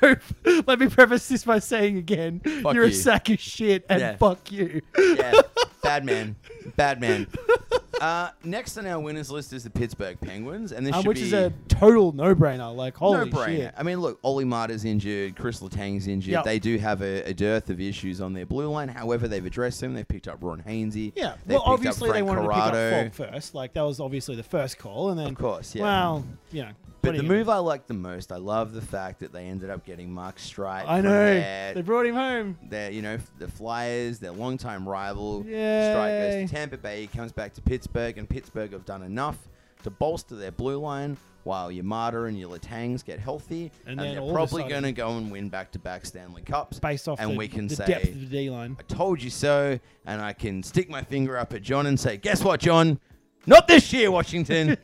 Speaker 1: let me preface this by saying again,
Speaker 2: Fuck
Speaker 1: you're a
Speaker 2: you.
Speaker 1: sack of shit and
Speaker 2: Yeah.
Speaker 1: fuck you.
Speaker 2: Yeah, bad man, bad man. Uh, next on our winners list is the Pittsburgh Penguins, and this
Speaker 1: Um,
Speaker 2: should
Speaker 1: which
Speaker 2: be
Speaker 1: is a total no-brainer. Like holy
Speaker 2: no-brainer.
Speaker 1: shit.
Speaker 2: I mean, look, Oli Marta's injured, Chris Letang's injured.
Speaker 1: Yep.
Speaker 2: They do have a, a dearth of issues on their blue line. However, they've addressed them. They've picked up Ron Hainsey.
Speaker 1: Yeah.
Speaker 2: They've
Speaker 1: well,
Speaker 2: picked up
Speaker 1: obviously they
Speaker 2: Frank
Speaker 1: wanted to
Speaker 2: Corrado.
Speaker 1: pick up Falk first. Like that was obviously the first call, and then
Speaker 2: Of course, yeah.
Speaker 1: Well, you know, what are
Speaker 2: But the
Speaker 1: you gonna
Speaker 2: move I like the most, I love the fact that they ended up getting Mark Streit.
Speaker 1: do? I
Speaker 2: from
Speaker 1: know
Speaker 2: their-
Speaker 1: they brought him home.
Speaker 2: They're, you know, f- the Flyers, their longtime rival. Strike goes
Speaker 1: Yay.
Speaker 2: to Tampa Bay, he comes back to Pittsburgh, and Pittsburgh have done enough to bolster their blue line while your Marta and your Latangs get healthy.
Speaker 1: And
Speaker 2: And,
Speaker 1: then all of
Speaker 2: they're
Speaker 1: a
Speaker 2: probably
Speaker 1: sudden-
Speaker 2: going to go and win back to back Stanley Cups.
Speaker 1: Based off
Speaker 2: And
Speaker 1: the,
Speaker 2: we can
Speaker 1: the
Speaker 2: say,
Speaker 1: depth of the D line.
Speaker 2: I told you so. And I can stick my finger up at John and say, guess what, John? Not this year, Washington.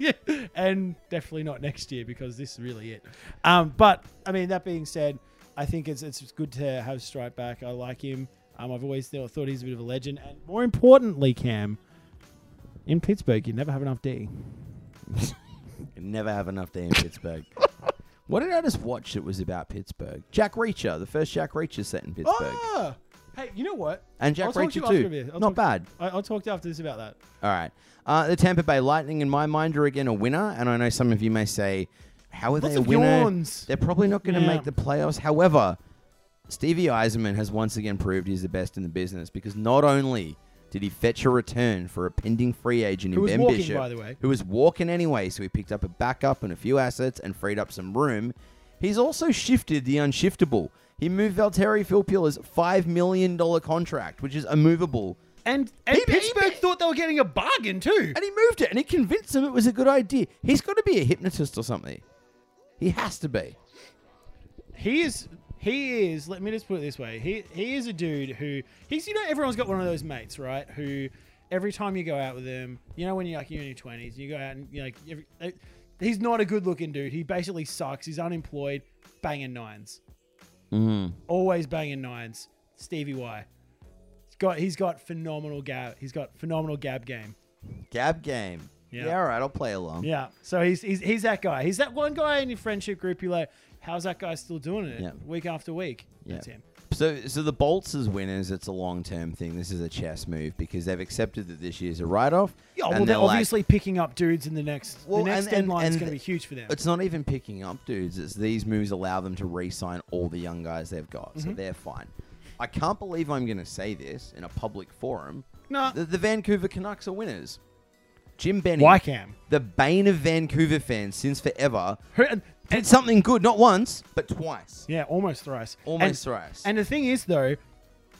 Speaker 1: and definitely not next year because this is really it. Um, but I mean, that being said, I think it's it's good to have Stripe back. I like him. Um, I've always thought, thought he's a bit of a legend, and more importantly, Cam, in Pittsburgh, you never have enough D.
Speaker 2: Can never have enough day in Pittsburgh. What did I just watch that was about Pittsburgh? Jack Reacher, the first Jack Reacher set in Pittsburgh.
Speaker 1: Oh, hey, you know what?
Speaker 2: And Jack
Speaker 1: I'll talk to you
Speaker 2: Reacher,
Speaker 1: after
Speaker 2: too.
Speaker 1: a bit. I'll
Speaker 2: Not
Speaker 1: talk-
Speaker 2: bad.
Speaker 1: I, I'll talk to you after this about that.
Speaker 2: All right. Uh, the Tampa Bay Lightning, in my mind, are again a winner. And I know some of you may say, how are
Speaker 1: Lots
Speaker 2: they a
Speaker 1: of
Speaker 2: winner?
Speaker 1: yawns.
Speaker 2: They're probably not going to
Speaker 1: Yeah.
Speaker 2: make the playoffs. However, Stevie Eiserman has once again proved he's the best in the business because not only did he fetch a return for a pending free agent
Speaker 1: Who
Speaker 2: in
Speaker 1: was
Speaker 2: Ben
Speaker 1: walking,
Speaker 2: Bishop,
Speaker 1: by the way.
Speaker 2: who was walking anyway, so he picked up a backup and a few assets and freed up some room. He's also shifted the unshiftable. He moved Valtteri Filppula's $5 million contract, which is immovable
Speaker 1: And, and
Speaker 2: He- he-
Speaker 1: Pittsburgh thought they were getting a bargain too.
Speaker 2: and he moved it and he convinced him it was a good idea. He's got to be a hypnotist or something. He has to be.
Speaker 1: he is he is let me just put it this way he he is a dude who he's you know everyone's got one of those mates right who every time you go out with them you know when you're like you're in your 20s you go out and you're like every, eh, he's not a good looking dude he basically sucks he's unemployed banging nines
Speaker 2: Mm-hmm.
Speaker 1: always banging nines stevie y he's got he's got phenomenal gab he's got phenomenal gab game
Speaker 2: Gab game.
Speaker 1: Yeah.
Speaker 2: Yeah. all right, I'll play along.
Speaker 1: yeah so he's he's, he's that guy he's that one guy in your friendship group you're like how's that guy still doing it
Speaker 2: Yeah.
Speaker 1: week after week
Speaker 2: Yeah.
Speaker 1: that's him
Speaker 2: So, so the Bolts as winners, it's a long term thing. This is a chess move because they've accepted that this year's a write off.
Speaker 1: Yeah, well, they're obviously picking up dudes in the next.
Speaker 2: Well,
Speaker 1: the next
Speaker 2: and- and-
Speaker 1: deadline is
Speaker 2: and
Speaker 1: going to be huge for them.
Speaker 2: It's not even
Speaker 1: Mm-hmm.
Speaker 2: picking up dudes. It's these moves allow them to re-sign all the young guys they've got, so they're fine. I can't believe I'm going to say this in a public forum.
Speaker 1: No.
Speaker 2: The, the Vancouver Canucks are winners. Jim Benning.
Speaker 1: Wycam.
Speaker 2: The bane of Vancouver fans since forever.
Speaker 1: Who- and-
Speaker 2: Did something good, not once, but twice.
Speaker 1: Yeah, almost thrice.
Speaker 2: Almost
Speaker 1: and,
Speaker 2: thrice.
Speaker 1: And the thing is, though,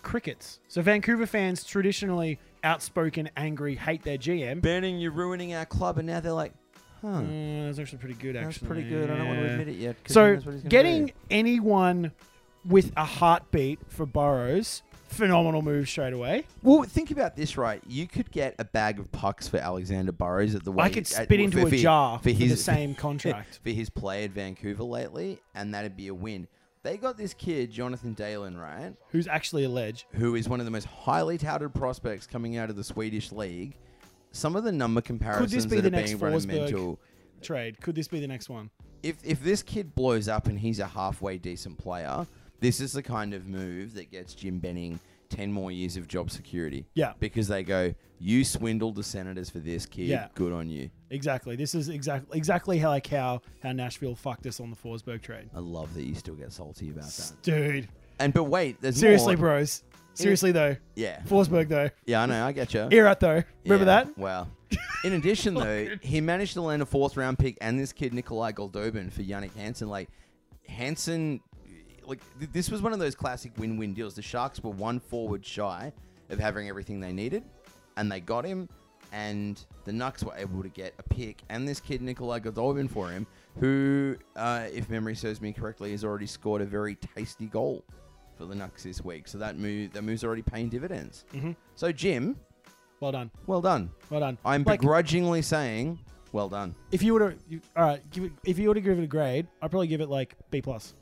Speaker 1: crickets. So Vancouver fans traditionally outspoken, angry, hate their GM.
Speaker 2: Benning, you're ruining our club, and now they're like, huh.
Speaker 1: Mm, that's actually pretty good. Actually,
Speaker 2: That's pretty good. I don't want to
Speaker 1: Yeah.
Speaker 2: admit it yet. 'cause then
Speaker 1: So
Speaker 2: that's what he's gonna
Speaker 1: getting
Speaker 2: do.
Speaker 1: anyone with a heartbeat for Burrows, phenomenal move straight away.
Speaker 2: Well, think about this, right? You could get a bag of pucks for Alexander Burrows at the.
Speaker 1: I
Speaker 2: way-
Speaker 1: could
Speaker 2: at-
Speaker 1: spit into
Speaker 2: uh, for-
Speaker 1: a
Speaker 2: for-
Speaker 1: jar for the same contract.
Speaker 2: for his play at Vancouver lately, and that'd be a win. They got this kid, Jonathan Dalen, right?
Speaker 1: Who's actually a ledge?
Speaker 2: Who is one of the most highly touted prospects coming out of the Swedish league. Some of the number comparisons
Speaker 1: be
Speaker 2: that
Speaker 1: the
Speaker 2: are
Speaker 1: next
Speaker 2: being run
Speaker 1: Forsberg?
Speaker 2: mental.
Speaker 1: Trade. Could this be the next one?
Speaker 2: if if this kid blows up and he's a halfway decent player, this is the kind of move that gets Jim Benning ten more years of job security.
Speaker 1: Yeah.
Speaker 2: because they go, you swindled the Senators for this kid.
Speaker 1: Yeah.
Speaker 2: good on you.
Speaker 1: Exactly. This is exactly exactly how like how how Nashville fucked us on the Forsberg trade,
Speaker 2: I love that you still get salty about that.
Speaker 1: dude.
Speaker 2: And but wait, there's
Speaker 1: Seriously,
Speaker 2: more.
Speaker 1: bros. Seriously though,
Speaker 2: Yeah,
Speaker 1: Forsberg though.
Speaker 2: yeah, I know, I get you.
Speaker 1: Ear out though. Remember
Speaker 2: Yeah,
Speaker 1: that?
Speaker 2: Wow. In addition, though, he managed to land a fourth round pick and this kid Nikolai Goldobin for Yannick Hansen. Like Hansen, like th- this was one of those classic win win deals. The Sharks were one forward shy of having everything they needed, and they got him. And the Nucks were able to get a pick and this kid Nikolai Goldobin for him, who, uh, if memory serves me correctly, has already scored a very tasty goal for the Nucks this week. So that move, that move's already paying dividends.
Speaker 1: Mm-hmm.
Speaker 2: So Jim,
Speaker 1: Well done.
Speaker 2: well done.
Speaker 1: Well done.
Speaker 2: I'm
Speaker 1: like,
Speaker 2: begrudgingly saying, well done.
Speaker 1: if you were to, you, all right, give it, if you were to give it a grade, I'd probably give it like B plus,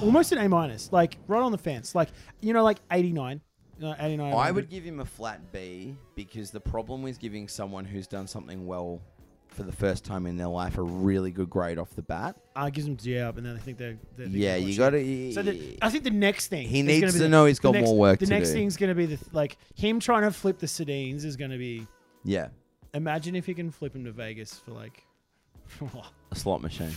Speaker 1: almost an A minus, like right on the fence, like you know, like 89, uh, 89.
Speaker 2: I
Speaker 1: 100.
Speaker 2: would give him a flat B because the problem with giving someone who's done something well for the first time in their life a really good grade off the bat.
Speaker 1: uh, gives them G up, and then I think they're, they they
Speaker 2: yeah,
Speaker 1: get more
Speaker 2: you e-
Speaker 1: shit.
Speaker 2: got to.
Speaker 1: So the, uh, I think the next thing
Speaker 2: He
Speaker 1: is gonna
Speaker 2: needs
Speaker 1: be
Speaker 2: to
Speaker 1: the-
Speaker 2: know he's got
Speaker 1: the next-
Speaker 2: more work
Speaker 1: The
Speaker 2: to
Speaker 1: next
Speaker 2: do.
Speaker 1: thing's going to be the th- like him trying to flip the Sedines is going to be.
Speaker 2: yeah,
Speaker 1: Imagine if he can flip him to Vegas for like.
Speaker 2: a slot machine.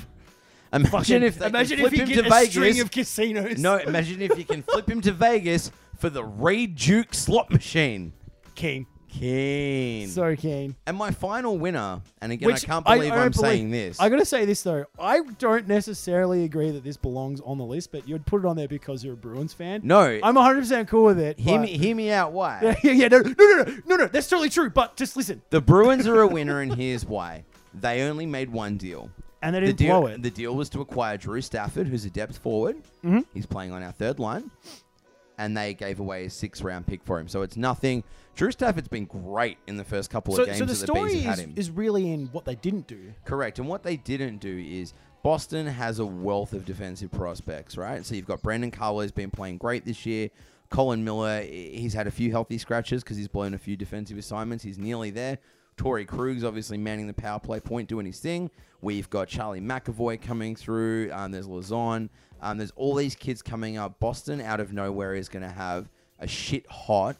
Speaker 2: Imagine if they can
Speaker 1: imagine
Speaker 2: flip
Speaker 1: if he
Speaker 2: him
Speaker 1: get
Speaker 2: to
Speaker 1: a
Speaker 2: Vegas.
Speaker 1: string of casinos.
Speaker 2: no, imagine if you can flip him to Vegas for the Ray Duke slot machine.
Speaker 1: keen,
Speaker 2: Keen.
Speaker 1: so keen.
Speaker 2: and my final winner, and again,
Speaker 1: Which
Speaker 2: I can't believe
Speaker 1: I
Speaker 2: I,
Speaker 1: don't
Speaker 2: am
Speaker 1: believe-
Speaker 2: saying this.
Speaker 1: I gotta say this though. I don't necessarily agree that this belongs on the list, but you'd put it on there because you're a Bruins fan.
Speaker 2: No.
Speaker 1: I'm 100 percent cool with it.
Speaker 2: hear,
Speaker 1: but-
Speaker 2: me, hear me out. Why?
Speaker 1: yeah, yeah, yeah. No, no, no, no, no, no. That's totally true. But just listen,
Speaker 2: The Bruins are a winner, and here's why. They only made one deal.
Speaker 1: and they
Speaker 2: The
Speaker 1: didn't
Speaker 2: deal,
Speaker 1: blow it. Mm-hmm.
Speaker 2: the deal was to acquire Drew Stafford, who's a depth forward. He's playing on our third line. And they gave away a six round pick for him. So it's nothing. Drew Stafford's been great in the first couple
Speaker 1: so,
Speaker 2: of games
Speaker 1: so the
Speaker 2: that the Bees
Speaker 1: story
Speaker 2: have had
Speaker 1: is,
Speaker 2: him.
Speaker 1: is really in what they didn't do.
Speaker 2: Correct. And what they didn't do is Boston has a wealth of defensive prospects, right? So you've got Brandon Carlo's been playing great this year. Colin Miller, i- he's had a few healthy scratches because he's blown a few defensive assignments. He's nearly there. Torrey Krug's obviously manning the power play point, doing his thing. We've got Charlie McAvoy coming through. Um, there's Lazon. Um, there's all these kids coming up. Boston, out of nowhere, is going to have a shit hot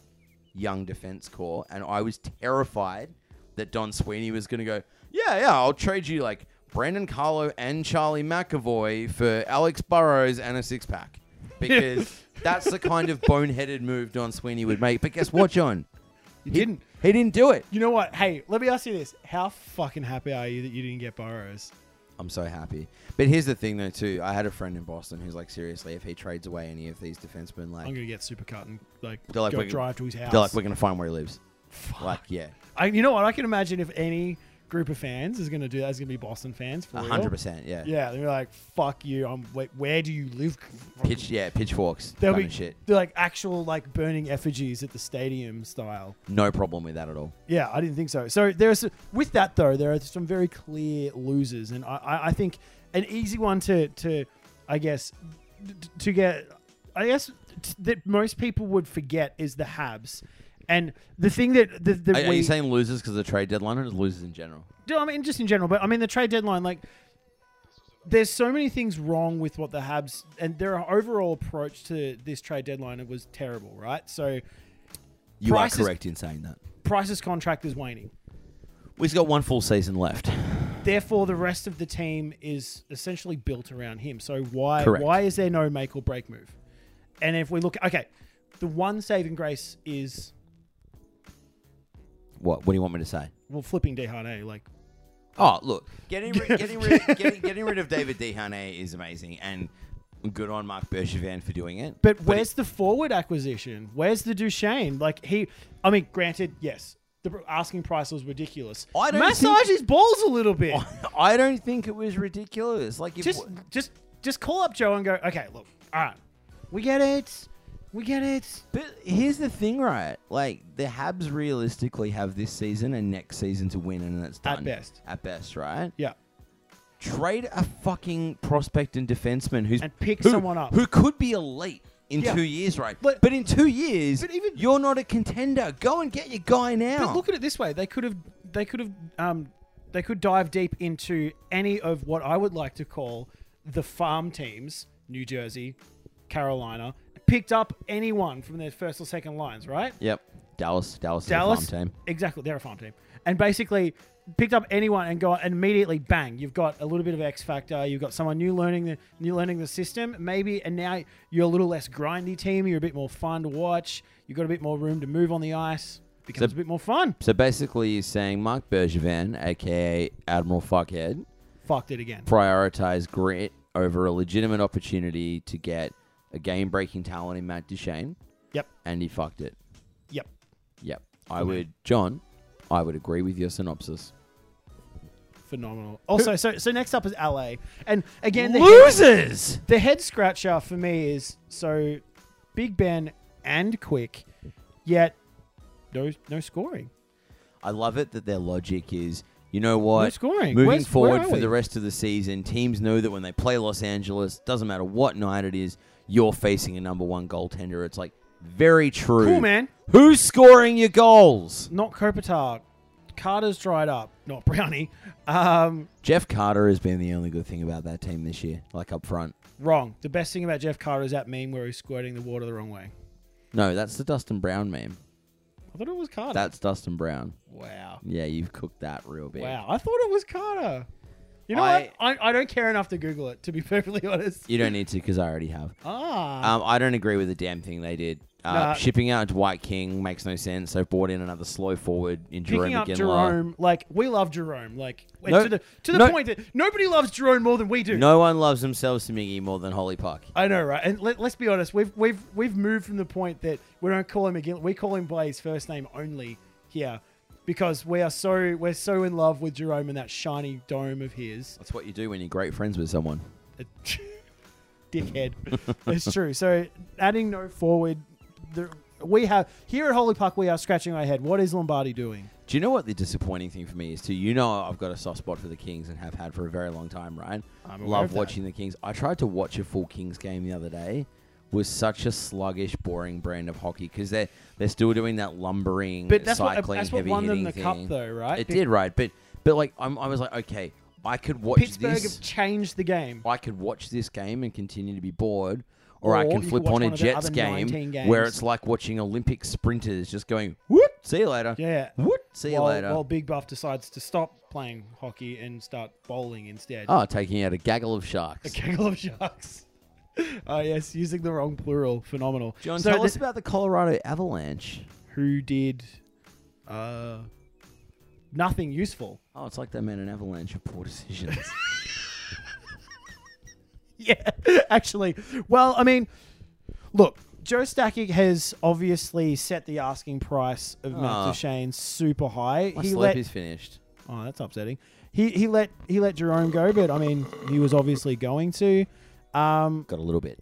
Speaker 2: young defense corps, and I was terrified that Don Sweeney was going to go, yeah, yeah, I'll trade you like Brandon Carlo and Charlie McAvoy for Alex Burrows and a six pack because that's the kind of boneheaded move Don Sweeney would make. But guess what, John?
Speaker 1: You didn't.
Speaker 2: He didn't do it.
Speaker 1: You know what? Hey, let me ask you this: How fucking happy are you that you didn't get Burrows?
Speaker 2: I'm so happy. But here's the thing, though, too. I had a friend in Boston who's like, seriously, if he trades away any of these defensemen, like,
Speaker 1: I'm gonna get supercut and like,
Speaker 2: They're like,
Speaker 1: go
Speaker 2: "We're-
Speaker 1: drive to his house.
Speaker 2: they're like, we're going to find where he lives. Like, yeah,
Speaker 1: I, you know what? I can imagine if any group of fans is gonna do that, it's gonna be Boston fans for real.
Speaker 2: 100%. Yeah.
Speaker 1: Yeah, they're like, "Fuck you! I'm wait, where do you live?"
Speaker 2: Pitch, yeah, pitchforks.
Speaker 1: They'll
Speaker 2: gun
Speaker 1: be
Speaker 2: and shit.
Speaker 1: they're like actual like burning effigies at the stadium style.
Speaker 2: No problem with that at all.
Speaker 1: Yeah, I didn't think so. So there's with that though, there are some very clear losers, and I, I, I think an easy one to to I guess t- to get I guess t- that most people would forget is the Habs. And the thing that the, the
Speaker 2: Are, are you saying losers because of the trade deadline or just losers in general?
Speaker 1: No, I mean just in general, but I mean the trade deadline. Like, there's so many things wrong with what the Habs and their overall approach to this trade deadline it was terrible, right? So
Speaker 2: You
Speaker 1: Prices-
Speaker 2: are correct in saying that.
Speaker 1: Price's contract is waning.
Speaker 2: We've got one full season left.
Speaker 1: Therefore, the rest of the team is essentially built around him. So why
Speaker 2: Correct.
Speaker 1: why is there no make or break move? and if we look, okay, the one saving grace is
Speaker 5: What? What do you want me to say?
Speaker 1: well flipping D Hard A. Like
Speaker 2: Oh, look, getting rid, getting rid, getting, getting rid of David Dehane is amazing, and good on Mark Bergevin for doing it.
Speaker 1: But where's the forward acquisition? Where's the Duchesne? Like he, I mean, granted, yes, the pr- asking price was ridiculous.
Speaker 2: I don't
Speaker 1: massage
Speaker 2: think-
Speaker 1: his balls a little bit.
Speaker 2: I don't think it was ridiculous. Like, if,
Speaker 1: just, just, just call up Joe and go. Okay, look, all right, we get it, we get it.
Speaker 2: but here's the thing, right? Like, the Habs realistically have this season and next season to win, and that's
Speaker 1: At
Speaker 2: done.
Speaker 1: best.
Speaker 2: At best, right?
Speaker 1: Yeah,
Speaker 2: Trade a fucking prospect and defenseman who's
Speaker 1: And pick
Speaker 2: who-
Speaker 1: someone up.
Speaker 2: who could be elite. In
Speaker 1: Yeah.
Speaker 2: two years, right?
Speaker 1: But-
Speaker 2: But, in two years,
Speaker 1: But even-
Speaker 2: you're not a contender. Go and get your guy now.
Speaker 1: but look at it this way: they could have, they could have, um, they could dive deep into any of what I would like to call the farm teams: New Jersey, Carolina. Picked up anyone from their first or second lines, right?
Speaker 2: yep, Dallas, Dallas, is a
Speaker 1: Dallas
Speaker 2: farm team.
Speaker 1: Exactly, they're a farm team, and basically picked up anyone and got and immediately bang, you've got a little bit of X factor. You've got someone new learning the new learning the system, maybe, and now you're a little less grindy team. You're a bit more fun to watch. You've got a bit more room to move on the ice. Becomes a bit more fun.
Speaker 2: So basically, you're saying Mark Bergevin, aka Admiral Fuckhead,
Speaker 1: Fucked it again.
Speaker 2: prioritized grit over a legitimate opportunity to get a game-breaking talent in Matt Duchene,
Speaker 1: Yep,
Speaker 2: and he fucked it.
Speaker 1: yep.
Speaker 2: Yep, I would, John, I would agree with your synopsis.
Speaker 1: Phenomenal. Also, so so next up is LA, and again the head,
Speaker 2: Losers.
Speaker 1: the head scratcher for me is so Big Ben and Quick, yet no no scoring.
Speaker 2: I love it that their logic is, you know what?
Speaker 1: No scoring.
Speaker 2: Moving
Speaker 1: Where's- where
Speaker 2: forward
Speaker 1: are
Speaker 2: for
Speaker 1: we?
Speaker 2: the rest of the season, teams know that when they play Los Angeles, doesn't matter what night it is, you're facing a number one goaltender. It's like very true.
Speaker 1: Cool, man.
Speaker 2: Who's scoring your goals?
Speaker 1: not Kopitar. Carter's dried up, not Brownie. Um,
Speaker 2: Jeff Carter has been the only good thing about that team this year, like up front.
Speaker 1: wrong. The best thing about Jeff Carter is that meme where he's squirting the water the wrong way.
Speaker 2: No, that's the Dustin Brown meme.
Speaker 1: I thought it was Carter.
Speaker 2: That's Dustin Brown.
Speaker 1: wow.
Speaker 2: Yeah, you've cooked that real big.
Speaker 1: Wow. I thought it was Carter. You know
Speaker 2: I-
Speaker 1: what? I, I don't care enough to Google it, to be perfectly honest.
Speaker 2: You don't need to because I already have.
Speaker 1: Ah.
Speaker 2: Um, I don't agree with the damn thing they did. Uh,
Speaker 1: Nah.
Speaker 2: Shipping out Dwight King makes no sense. They've brought in another slow forward in Jerome
Speaker 1: Picking up
Speaker 2: McGinley.
Speaker 1: Jerome, like we love Jerome, like and
Speaker 2: No-
Speaker 1: to the to the
Speaker 2: no-
Speaker 1: point that nobody loves Jerome more than we do.
Speaker 2: No one loves themselves to Miggy more than Holly Puck.
Speaker 1: I know, right? And let, let's be honest, we've we've we've moved from the point that we don't call him again. We call him by his first name only here, because we are so we're so in love with Jerome and that shiny dome of his.
Speaker 2: That's what you do when you're great friends with someone.
Speaker 1: Dickhead. it's true. So adding no forward, the, we have here at Holy Puck. We are scratching our head. What is Lombardi doing?
Speaker 2: Do you know what the disappointing thing for me is too? You know I've got a soft spot for the Kings and have had for a very long time, right?
Speaker 1: I'm aware of
Speaker 2: Love
Speaker 1: that.
Speaker 2: watching the Kings. I tried to watch a full Kings game the other day. Was such a sluggish, boring brand of hockey because they're they're still doing that lumbering,
Speaker 1: But that's what- uh,
Speaker 2: cycling,
Speaker 1: that's what
Speaker 2: heavy
Speaker 1: won them
Speaker 2: hitting
Speaker 1: the
Speaker 2: thing.
Speaker 1: cup though, right?
Speaker 2: It
Speaker 1: Be-
Speaker 2: did, right? But but like I'm, I was like, okay, I could watch
Speaker 1: Pittsburgh
Speaker 2: this.
Speaker 1: have changed the game.
Speaker 2: I could watch this game and continue to be bored, or, I
Speaker 1: Or you
Speaker 2: can
Speaker 1: could
Speaker 2: flip
Speaker 1: watch
Speaker 2: on a
Speaker 1: one of the
Speaker 2: Jets
Speaker 1: other
Speaker 2: game
Speaker 1: 19
Speaker 2: where
Speaker 1: games.
Speaker 2: it's like watching Olympic sprinters just going, whoop, see you later.
Speaker 1: Yeah.
Speaker 2: Whoop, see you
Speaker 1: while,
Speaker 2: later.
Speaker 1: while Big Buff decides to stop playing hockey and start bowling instead.
Speaker 2: oh, taking out a gaggle of sharks.
Speaker 1: Gaggle of sharks. Oh yes, using the wrong plural. Phenomenal.
Speaker 2: John,
Speaker 1: so
Speaker 2: tell
Speaker 1: th-
Speaker 2: us about the Colorado Avalanche.
Speaker 1: who did uh nothing useful.
Speaker 2: Oh, it's like they made an avalanche of poor decisions.
Speaker 1: Yeah, actually. Well, I mean, look, Joe Stackick has obviously set the asking price of Matt
Speaker 2: Ah.
Speaker 1: Duchesne super high.
Speaker 2: My
Speaker 1: he
Speaker 2: sleep
Speaker 1: let
Speaker 2: is finished.
Speaker 1: Oh, that's upsetting. He he let he let Jerome go, but I mean, he was obviously going to. Um
Speaker 2: Got a little bit.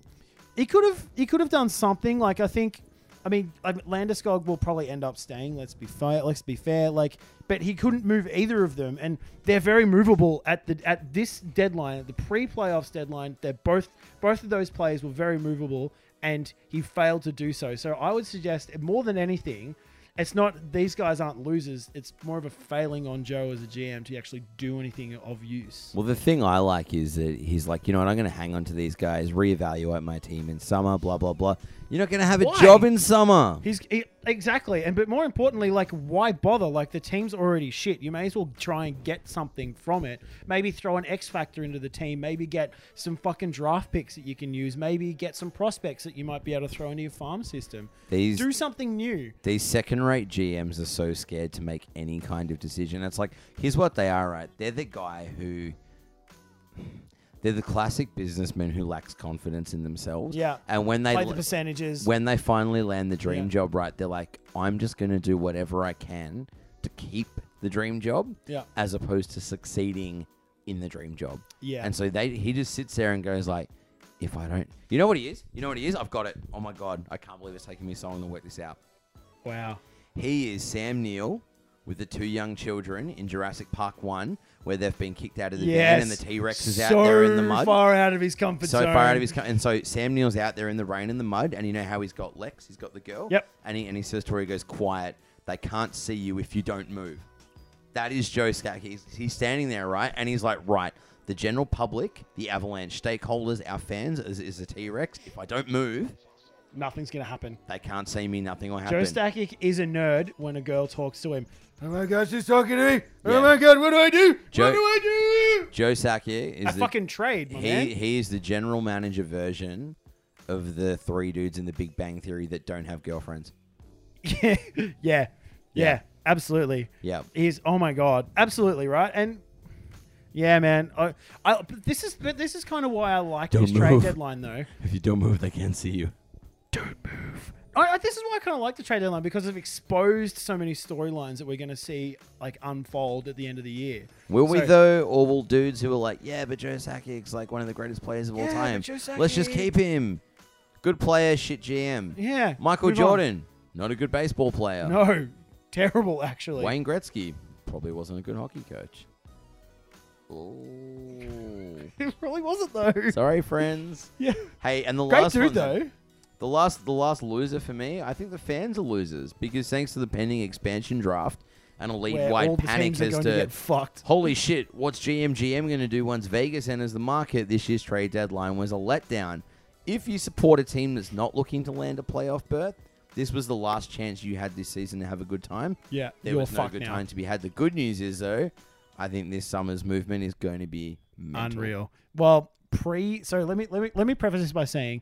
Speaker 1: he could have he could have done something. Like I think, I mean, I- Landeskog will probably end up staying. Let's be fair. Let's be fair. Like, but he couldn't move either of them, and they're very movable at the at this deadline, at the pre-playoffs deadline. They're both both of those players were very movable, and he failed to do so. So I would suggest more than anything. It's not these guys aren't losers. It's more of a failing on Joe as a GM to actually do anything of use.
Speaker 2: Well, the thing I like is that he's like, you know what, I'm going to hang on to these guys, reevaluate my team in summer, blah, blah, blah. You're not going to have a
Speaker 1: Why?
Speaker 2: job in summer.
Speaker 1: He's he, Exactly, and but more importantly, like why bother? Like the team's already shit. You may as well try and get something from it. Maybe throw an X factor into the team. Maybe get some fucking draft picks that you can use. Maybe get some prospects that you might be able to throw into your farm system.
Speaker 2: These-
Speaker 1: Do something new.
Speaker 2: These second rate GMs are so scared to make any kind of decision. It's like, here's what they are, right? They're the guy who. They're the classic businessman who lacks confidence in themselves.
Speaker 1: Yeah.
Speaker 2: And when they
Speaker 1: Play the
Speaker 2: l-
Speaker 1: percentages.
Speaker 2: when they finally land the dream
Speaker 1: Yeah.
Speaker 2: job right, they're like, I'm just going to do whatever I can to keep the dream job
Speaker 1: Yeah.
Speaker 2: as opposed to succeeding in the dream job.
Speaker 1: Yeah.
Speaker 2: And so they he just sits there and goes like, if I don't, you know what he is? You know what he is? I've got it. Oh my god, I can't believe it's taking me so long to work this out.
Speaker 1: wow.
Speaker 2: He is Sam Neill with the two young children in Jurassic Park 1 where they've been kicked out of the van and the T-Rex is out there in the mud.
Speaker 1: far out of his comfort
Speaker 2: so
Speaker 1: zone.
Speaker 2: far out of his co- and so Sam Neill's out there in the rain and the mud, and you know how he's got Lex, he's got the girl.
Speaker 1: Yep.
Speaker 2: And he and he says to her, he goes, "Quiet, they can't see you if you don't move." That is Joe Skak. He's he's standing there, right, and he's like, "Right, the general public, the Avalanche stakeholders, our fans is, is a T Rex. If I don't move,
Speaker 1: Nothing's gonna happen.
Speaker 2: they can't see me. Nothing will happen."
Speaker 1: Joe Stakic is a nerd when a girl talks to him. Oh my gosh, she's talking to me. Oh
Speaker 2: Yeah.
Speaker 1: my god, what do I do?
Speaker 2: Joe-
Speaker 1: what do I do?
Speaker 2: Joe Sakic is
Speaker 1: A
Speaker 2: the,
Speaker 1: fucking trade, my man.
Speaker 2: he he is the general manager version of the three dudes in the Big Bang Theory that don't have girlfriends.
Speaker 1: yeah, yeah, yeah, absolutely.
Speaker 2: Yeah.
Speaker 1: he's oh my god, absolutely right. And yeah, man, I, I but this is but this is kind of why I like
Speaker 2: Don't
Speaker 1: this trade
Speaker 2: move.
Speaker 1: deadline though.
Speaker 2: If you don't move, they can't see you.
Speaker 1: I, I, this is why I kind of like the trade deadline because I've exposed so many storylines that we're going to see like unfold at the end of the year.
Speaker 2: Will we
Speaker 1: So-
Speaker 2: though, or will dudes who are like, yeah, but Joe Sakic's like one of the greatest players of all
Speaker 1: Yeah,
Speaker 2: time.
Speaker 1: but Joe
Speaker 2: Let's just
Speaker 1: Sakic-
Speaker 2: keep him. Good player, shit GM.
Speaker 1: Yeah,
Speaker 2: Michael
Speaker 1: move on.
Speaker 2: Jordan, not a good baseball player.
Speaker 1: No, terrible actually.
Speaker 2: Wayne Gretzky probably wasn't a good hockey coach. Ooh.
Speaker 1: It really wasn't though.
Speaker 2: Sorry, friends.
Speaker 1: yeah,
Speaker 2: Hey, and the
Speaker 1: great
Speaker 2: last
Speaker 1: dude
Speaker 2: one,
Speaker 1: though.
Speaker 2: the last the last loser for me, I think the fans are losers because thanks to the pending expansion draft, an elite
Speaker 1: Where all
Speaker 2: wide
Speaker 1: the
Speaker 2: panic
Speaker 1: teams are
Speaker 2: as
Speaker 1: going
Speaker 2: to,
Speaker 1: to get fucked.
Speaker 2: Holy shit, what's GMGM going to do once Vegas enters the market? This year's trade deadline was a letdown. If you support a team that's not looking to land a playoff berth, this was the last chance you had this season to have a good time.
Speaker 1: Yeah,
Speaker 2: There
Speaker 1: you're
Speaker 2: was no
Speaker 1: fucked
Speaker 2: good
Speaker 1: now.
Speaker 2: time to be had. The good news is, though, I think this summer's movement is going to be mental.
Speaker 1: Unreal. Well, pre so let me let me let me preface this by saying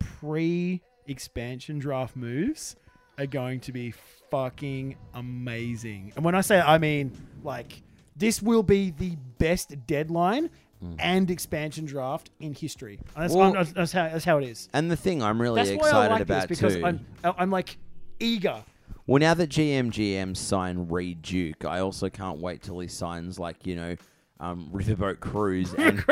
Speaker 1: pre expansion draft moves are going to be fucking amazing. And when I say I mean like this will be the best deadline and expansion draft in history. That's,
Speaker 2: Hmm. Well-
Speaker 1: that's, that's how, that's how it is.
Speaker 2: And the thing I'm really
Speaker 1: That's why I
Speaker 2: excited
Speaker 1: like this
Speaker 2: about
Speaker 1: because
Speaker 2: too.
Speaker 1: I'm I- I'm like eager.
Speaker 2: Well, now that GMGM signed Reed Duke, I also can't wait till he signs like you know, um, Riverboat Cruise and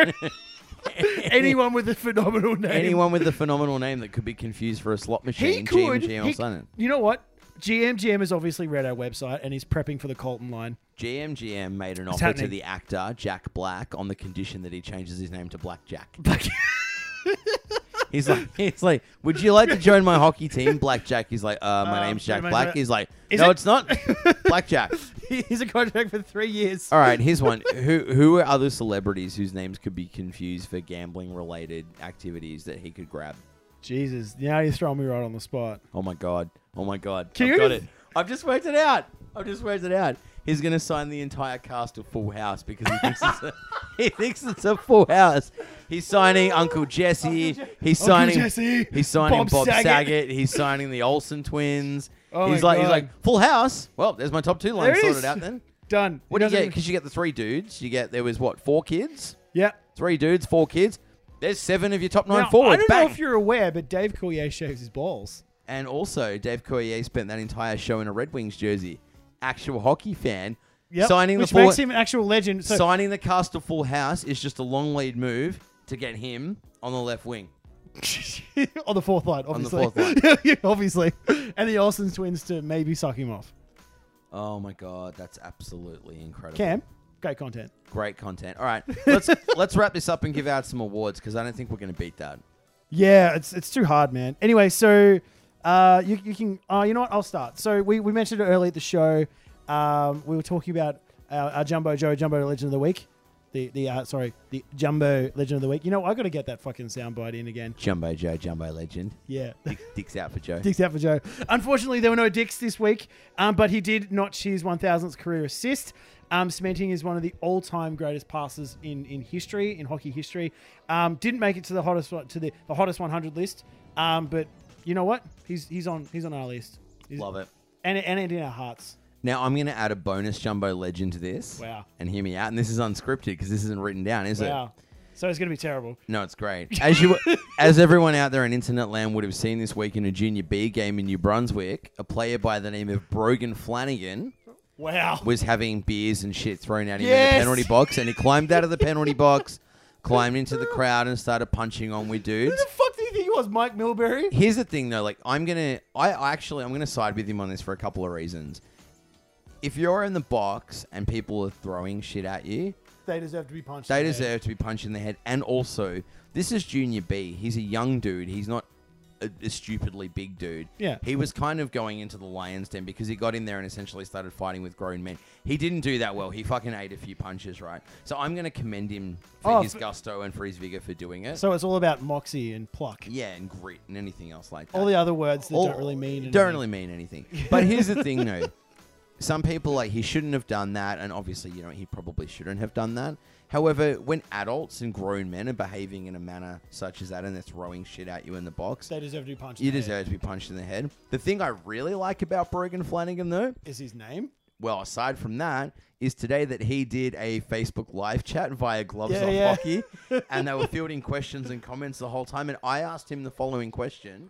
Speaker 1: Anyone with a phenomenal name.
Speaker 2: anyone with the phenomenal name that could be confused for a slot machine.
Speaker 1: He could.
Speaker 2: GMGM
Speaker 1: he-
Speaker 2: will sign it.
Speaker 1: you know what? GM GM has obviously read our website and he's prepping for the Colton line.
Speaker 2: GMGM made an
Speaker 1: It's
Speaker 2: offer
Speaker 1: happening.
Speaker 2: to the actor Jack Black on the condition that he changes his name to Black Jack. He's like, he's like, would you like to join my hockey team, Black Jack? He's like, uh, my
Speaker 1: Uh,
Speaker 2: name's Jack
Speaker 1: my-
Speaker 2: Black.
Speaker 1: my-
Speaker 2: He's like,
Speaker 1: Is
Speaker 2: no,
Speaker 1: it-
Speaker 2: it's not, Black Jack.
Speaker 1: he's a contract for three years.
Speaker 2: All right, here's one. Who who are other celebrities whose names could be confused for gambling related activities that he could grab?
Speaker 1: Jesus, now you're throwing me right on the spot.
Speaker 2: Oh my god. Oh my god.
Speaker 1: Can
Speaker 2: I've
Speaker 1: you-
Speaker 2: got it. I've just worked it out. I've just worked it out. He's gonna sign the entire cast of Full House because he thinks it's a, he thinks it's a Full House. He's signing Uncle Jesse. he's signing
Speaker 1: Jesse.
Speaker 2: He's signing Bob,
Speaker 1: Bob
Speaker 2: Saget.
Speaker 1: Saget.
Speaker 2: He's signing the Olsen twins.
Speaker 1: Oh
Speaker 2: he's
Speaker 1: my
Speaker 2: like he's
Speaker 1: God.
Speaker 2: like Full House. Well, there's my top two lines
Speaker 1: There it
Speaker 2: sorted
Speaker 1: is.
Speaker 2: out then.
Speaker 1: Done.
Speaker 2: What
Speaker 1: He
Speaker 2: do you get?
Speaker 1: doesn't-
Speaker 2: Because you get the three dudes. You get there was what four kids,
Speaker 1: Yeah.
Speaker 2: three dudes, four kids. There's seven of your top nine
Speaker 1: Now,
Speaker 2: forwards.
Speaker 1: I don't
Speaker 2: Bang.
Speaker 1: know if you're aware, but Dave Coulier shaves his balls.
Speaker 2: And also, Dave Courier spent that entire show in a Red Wings jersey. Actual hockey fan.
Speaker 1: Yep.
Speaker 2: Signing
Speaker 1: Which
Speaker 2: the full,
Speaker 1: makes him an actual legend. So
Speaker 2: signing the cast of Full House is just a long lead move to get him on the left wing.
Speaker 1: on the fourth line,
Speaker 2: the
Speaker 1: obviously.
Speaker 2: fourth
Speaker 1: line. obviously. And the Olsen twins to maybe suck him off.
Speaker 2: Oh my god, that's absolutely incredible.
Speaker 1: Cam, great content.
Speaker 2: Great content. All right, let's let's wrap this up and give out some awards because I don't think we're going to beat that.
Speaker 1: Yeah, it's it's too hard, man. Anyway, so uh, you, you can uh, you know what? I'll start. So we, we mentioned it early at the show. Um, we were talking about our, our Jumbo Joe Jumbo Legend of the Week. the the uh, sorry the Jumbo Legend of the Week. You know I got to get that fucking soundbite in again.
Speaker 2: Jumbo Joe, Jumbo Legend.
Speaker 1: Yeah.
Speaker 2: Dick, dick's out for Joe.
Speaker 1: Dicks out for Joe. Unfortunately, there were no dicks this week, um, but he did notch his 1,000th career assist. Um, cementing is one of the all-time greatest passes in, in history, in hockey history. Um, didn't make it to the hottest one- to the, the hottest 100 list, um, but you know what? He's he's on he's on our list. He's-
Speaker 5: Love it.
Speaker 1: and and it in our hearts.
Speaker 2: Now I'm going to add a bonus Jumbo Legend to this.
Speaker 1: Wow.
Speaker 2: And hear me out. And this is unscripted because this isn't written down, is it?
Speaker 1: Wow. So it's going to be terrible.
Speaker 2: No, it's great. As you, as everyone out there in internet land would have seen this week in a Junior B game in New Brunswick, a player by the name of Brogan Flanagan
Speaker 1: Wow.
Speaker 2: was having beers and shit thrown at him in
Speaker 1: Yes.
Speaker 2: the penalty box, and he climbed out of the penalty box, climbed into the crowd, and started punching on with
Speaker 1: Who
Speaker 2: dudes.
Speaker 1: the fuck do you think he was, Mike Milbury?
Speaker 2: Here's the thing, though. Like, I'm gonna, I, I actually, I'm gonna side with him on this for a couple of reasons. If you're in the box and people are throwing shit at you,
Speaker 1: They deserve to be punched.
Speaker 2: They
Speaker 1: in the head.
Speaker 2: deserve to be punched in the head. And also, this is Junior B. He's a young dude. He's not a, a stupidly big dude.
Speaker 1: Yeah.
Speaker 2: He was kind of going into the lion's den because he got in there and essentially started fighting with grown men. He didn't do that well. He fucking ate a few punches, right? So I'm going to commend him for
Speaker 1: Oh,
Speaker 2: his
Speaker 1: f-
Speaker 2: gusto and for his vigor for doing it.
Speaker 1: So it's all about moxie and pluck.
Speaker 2: yeah, and grit and anything else like that.
Speaker 1: All the other words that
Speaker 2: All-
Speaker 1: don't really mean.
Speaker 2: Oh, don't
Speaker 1: anything.
Speaker 2: really mean anything. But here's the thing, though. Some people like he shouldn't have done that, and obviously, you know, he probably shouldn't have done that. However, when adults and grown men are behaving in a manner such as that, and they're throwing shit at you in the box,
Speaker 1: They deserve to be punched.
Speaker 2: you
Speaker 1: in the head.
Speaker 2: deserve to be punched in the head. The thing I really like about Brogan Flanagan, though,
Speaker 1: Is his name?
Speaker 2: well, aside from that, is today that he did a Facebook live chat via Gloves
Speaker 1: Yeah,
Speaker 2: Off
Speaker 1: yeah.
Speaker 2: Hockey, and they were fielding questions and comments the whole time. And I asked him the following question,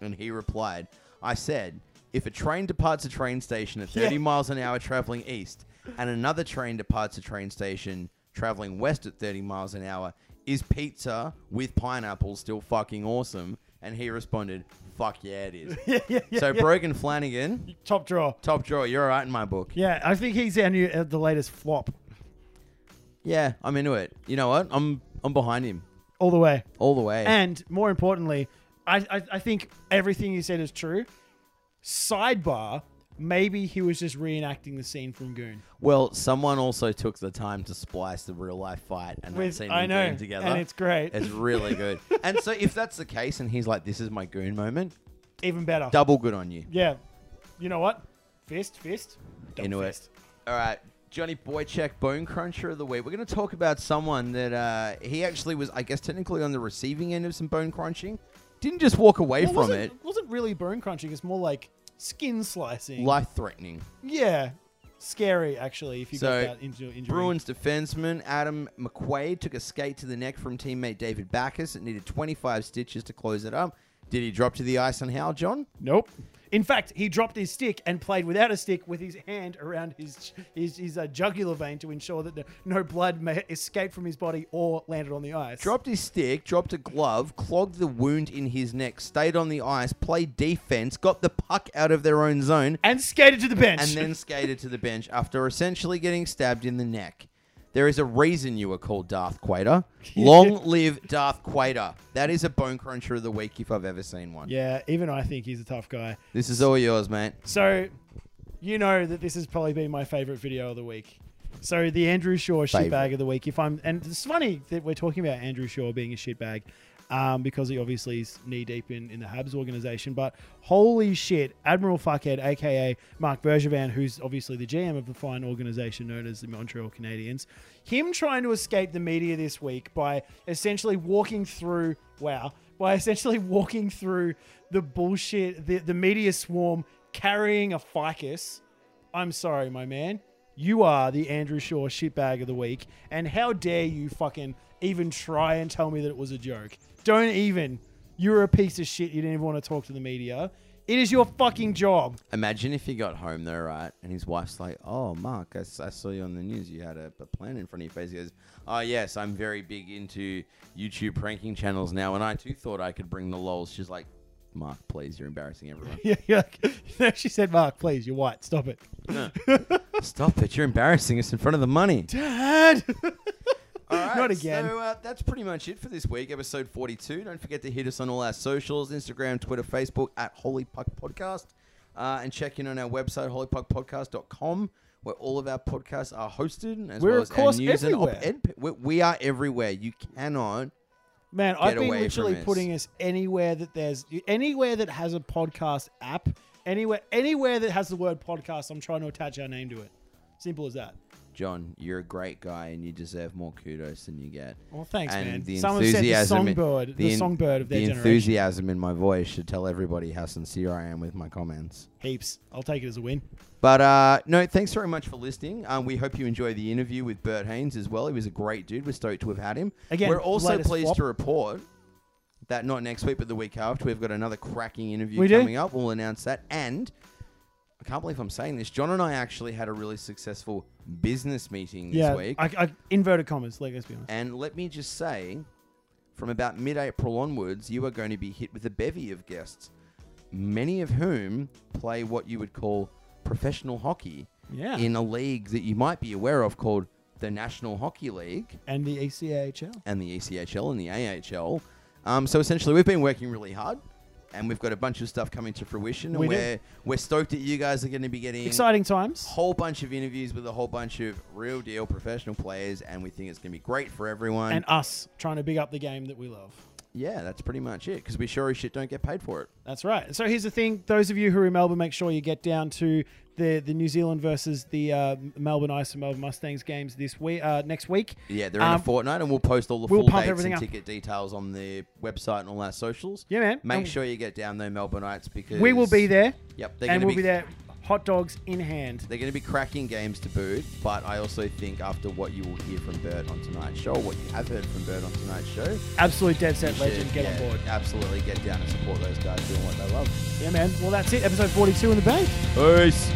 Speaker 2: and he replied, "I said, if a train departs a train station at 30
Speaker 1: Yeah.
Speaker 2: miles an hour traveling east, and another train departs a train station traveling west at 30 miles an hour, is pizza with pineapple still fucking awesome?" And he responded, "Fuck yeah, it is."
Speaker 1: yeah, yeah,
Speaker 2: so
Speaker 1: yeah.
Speaker 2: Brogan Flanagan,
Speaker 1: Top draw.
Speaker 2: top drawer, you're all right in my book.
Speaker 1: Yeah, I think he's our new uh, the latest flop
Speaker 2: Yeah, I'm into it. You know what? I'm I'm behind him
Speaker 1: all the way.
Speaker 2: all the way.
Speaker 1: And more importantly, I, I, I think everything you said is true. Sidebar, maybe he was just reenacting the scene from Goon.
Speaker 2: well, someone also took the time to splice the real life fight and that
Speaker 1: With-
Speaker 2: scene
Speaker 1: I
Speaker 2: in
Speaker 1: know,
Speaker 2: Goon together.
Speaker 1: and it's great.
Speaker 2: It's really good. and so if that's the case, and he's like, "This is my goon moment,"
Speaker 1: Even better.
Speaker 2: double good on you.
Speaker 1: Yeah. You know what? Fist, fist. Double
Speaker 2: into
Speaker 1: fist.
Speaker 2: it. All right. Johnny Boychek, Bone Cruncher of the Week. We're going to talk about someone that uh, he actually was, I guess, technically on the receiving end of some bone crunching. Didn't just walk away
Speaker 1: Well,
Speaker 2: from
Speaker 1: wasn't,
Speaker 2: it.
Speaker 1: wasn't really bone crunching. It's more like skin slicing.
Speaker 2: Life threatening.
Speaker 1: yeah. Scary, actually, if you
Speaker 2: So,
Speaker 1: got that into injury.
Speaker 2: Bruins defenseman Adam McQuaid took a skate to the neck from teammate David Backus. It needed 25 stitches to close it up. Did he drop to the ice on how, John?
Speaker 1: Nope. In fact, he dropped his stick and played without a stick with his hand around his his, his uh, jugular vein to ensure that the, no blood may escape from his body or landed on the ice.
Speaker 2: Dropped his stick, dropped a glove, clogged the wound in his neck, stayed on the ice, played defense, got the puck out of their own zone,
Speaker 1: and skated to the bench.
Speaker 2: and then skated to the bench after essentially getting stabbed in the neck. There is a reason you were called Darth Quater. Long live Darth Quater. That is a bone cruncher of the week if I've ever seen one.
Speaker 1: yeah, even I think he's a tough guy.
Speaker 2: This is all yours, mate.
Speaker 1: So, you know that this has probably been my favorite video of the week. So the Andrew Shaw shitbag
Speaker 2: Favourite.
Speaker 1: of the week. If I'm, and it's funny that we're talking about Andrew Shaw being a shitbag, um, because he obviously is knee deep in, in the Habs organization. But holy shit, Admiral Fuckhead, aka Mark Bergevin, who's obviously the GM of the fine organization known as the Montreal Canadiens, him trying to escape the media this week by essentially walking through. Wow. By essentially walking through the bullshit, the, the media swarm carrying a ficus. I'm sorry, my man. You are the Andrew Shaw shitbag of the week, and how dare you fucking even try and tell me that it was a joke? Don't even. You're a piece of shit. You didn't even want to talk to the media. It is your fucking job.
Speaker 2: Imagine if he got home though, right? And his wife's like, "Oh, Mark, I, s- I saw you on the news. You had a, a plan in front of your face." He goes, "Oh yes, I'm very big into YouTube pranking channels now, and I too thought I could bring the lols." She's like, "Mark, please, you're embarrassing everyone.
Speaker 1: Yeah, you're like- no, she said, Mark, please, you're white. Stop it.
Speaker 2: Stop it! You're embarrassing us in front of the money."
Speaker 1: Dad!
Speaker 2: All right,
Speaker 1: Not again.
Speaker 2: So uh, that's pretty much it for this week, episode 42. Don't forget to hit us on all our socials Instagram, Twitter, Facebook at Holy Puck Podcast. Uh, and check in on our website, holypuckpodcast.com, where all of our podcasts are hosted, as
Speaker 1: We're,
Speaker 2: well
Speaker 1: of
Speaker 2: as our
Speaker 1: course,
Speaker 2: news
Speaker 1: everywhere.
Speaker 2: and op-ed. We, we are everywhere. You cannot.
Speaker 1: Man, I've
Speaker 2: Get
Speaker 1: been
Speaker 2: away
Speaker 1: literally
Speaker 2: from us.
Speaker 1: putting us anywhere that there's anywhere that has a podcast app, anywhere anywhere that has the word podcast. I'm trying to attach our name to it. Simple as that.
Speaker 2: John, you're a great guy, and you deserve more kudos than you get.
Speaker 1: Well, thanks,
Speaker 2: and
Speaker 1: man.
Speaker 2: The
Speaker 1: Someone said the
Speaker 2: enthusiasm,
Speaker 1: songbird, the,
Speaker 2: en-
Speaker 1: songbird of their
Speaker 2: the
Speaker 1: generation.
Speaker 2: enthusiasm in my voice should tell everybody how sincere I am with my comments.
Speaker 1: Heaps. I'll take it as a win.
Speaker 2: But uh, no, thanks very much for listening. Um, we hope you enjoy the interview with Bert Haynes as well. He was a great dude. We're stoked to have had him.
Speaker 1: Again,
Speaker 2: we're also
Speaker 1: latest
Speaker 2: pleased
Speaker 1: flop.
Speaker 2: to report that not next week, but the week after, we've got another cracking interview
Speaker 1: We do?
Speaker 2: coming up. We'll announce that. And I can't believe I'm saying this. John and I actually had a really successful business meeting this
Speaker 1: yeah.
Speaker 2: week.
Speaker 1: I, I, inverted commas. Like, let's be honest.
Speaker 2: And let me just say, from about mid April onwards, you are going to be hit with a bevy of guests, many of whom play what you would call professional hockey
Speaker 1: Yeah.
Speaker 2: in a league that you might be aware of called the National Hockey League
Speaker 1: and the ECAHL.
Speaker 2: and the E ECHL and the AHL. Um, so essentially, we've been working really hard. And we've got a bunch of stuff coming to fruition, and
Speaker 1: We do.
Speaker 2: we are we're stoked that you guys are going to be getting
Speaker 1: Exciting times.
Speaker 2: whole bunch of interviews with a whole bunch of real deal professional players, and we think it's going to be great for everyone.
Speaker 1: And us trying to big up the game that we love.
Speaker 2: Yeah, that's pretty much it. Because we sure as shit don't get paid for it.
Speaker 1: That's right. So here's the thing: those of you who are in Melbourne, make sure you get down to the the New Zealand versus the uh, Melbourne Ice and Melbourne Mustangs games this week, uh, next week.
Speaker 2: Yeah, they're in
Speaker 1: Um,
Speaker 2: a fortnight, and we'll post all the
Speaker 1: we'll
Speaker 2: full
Speaker 1: pump
Speaker 2: dates
Speaker 1: everything
Speaker 2: and
Speaker 1: up.
Speaker 2: ticket details on the website and all our socials.
Speaker 1: Yeah, man.
Speaker 2: Make
Speaker 1: And-
Speaker 2: sure you get down there, Melbourneites, because
Speaker 1: We will be there,
Speaker 2: Yep, they're
Speaker 1: and
Speaker 2: gonna
Speaker 1: we'll be, there, hot dogs in hand.
Speaker 2: They're going to be cracking games to boot, but I also think after what you will hear from Bert on tonight's show, what you have heard from Bert on tonight's show, you
Speaker 1: Absolute dead set
Speaker 2: should,
Speaker 1: legend. Get
Speaker 2: yeah,
Speaker 1: on board.
Speaker 2: Absolutely, get down and support those guys doing what they love.
Speaker 1: Yeah, man. Well, that's it. Episode 42 in the bank.
Speaker 2: Peace.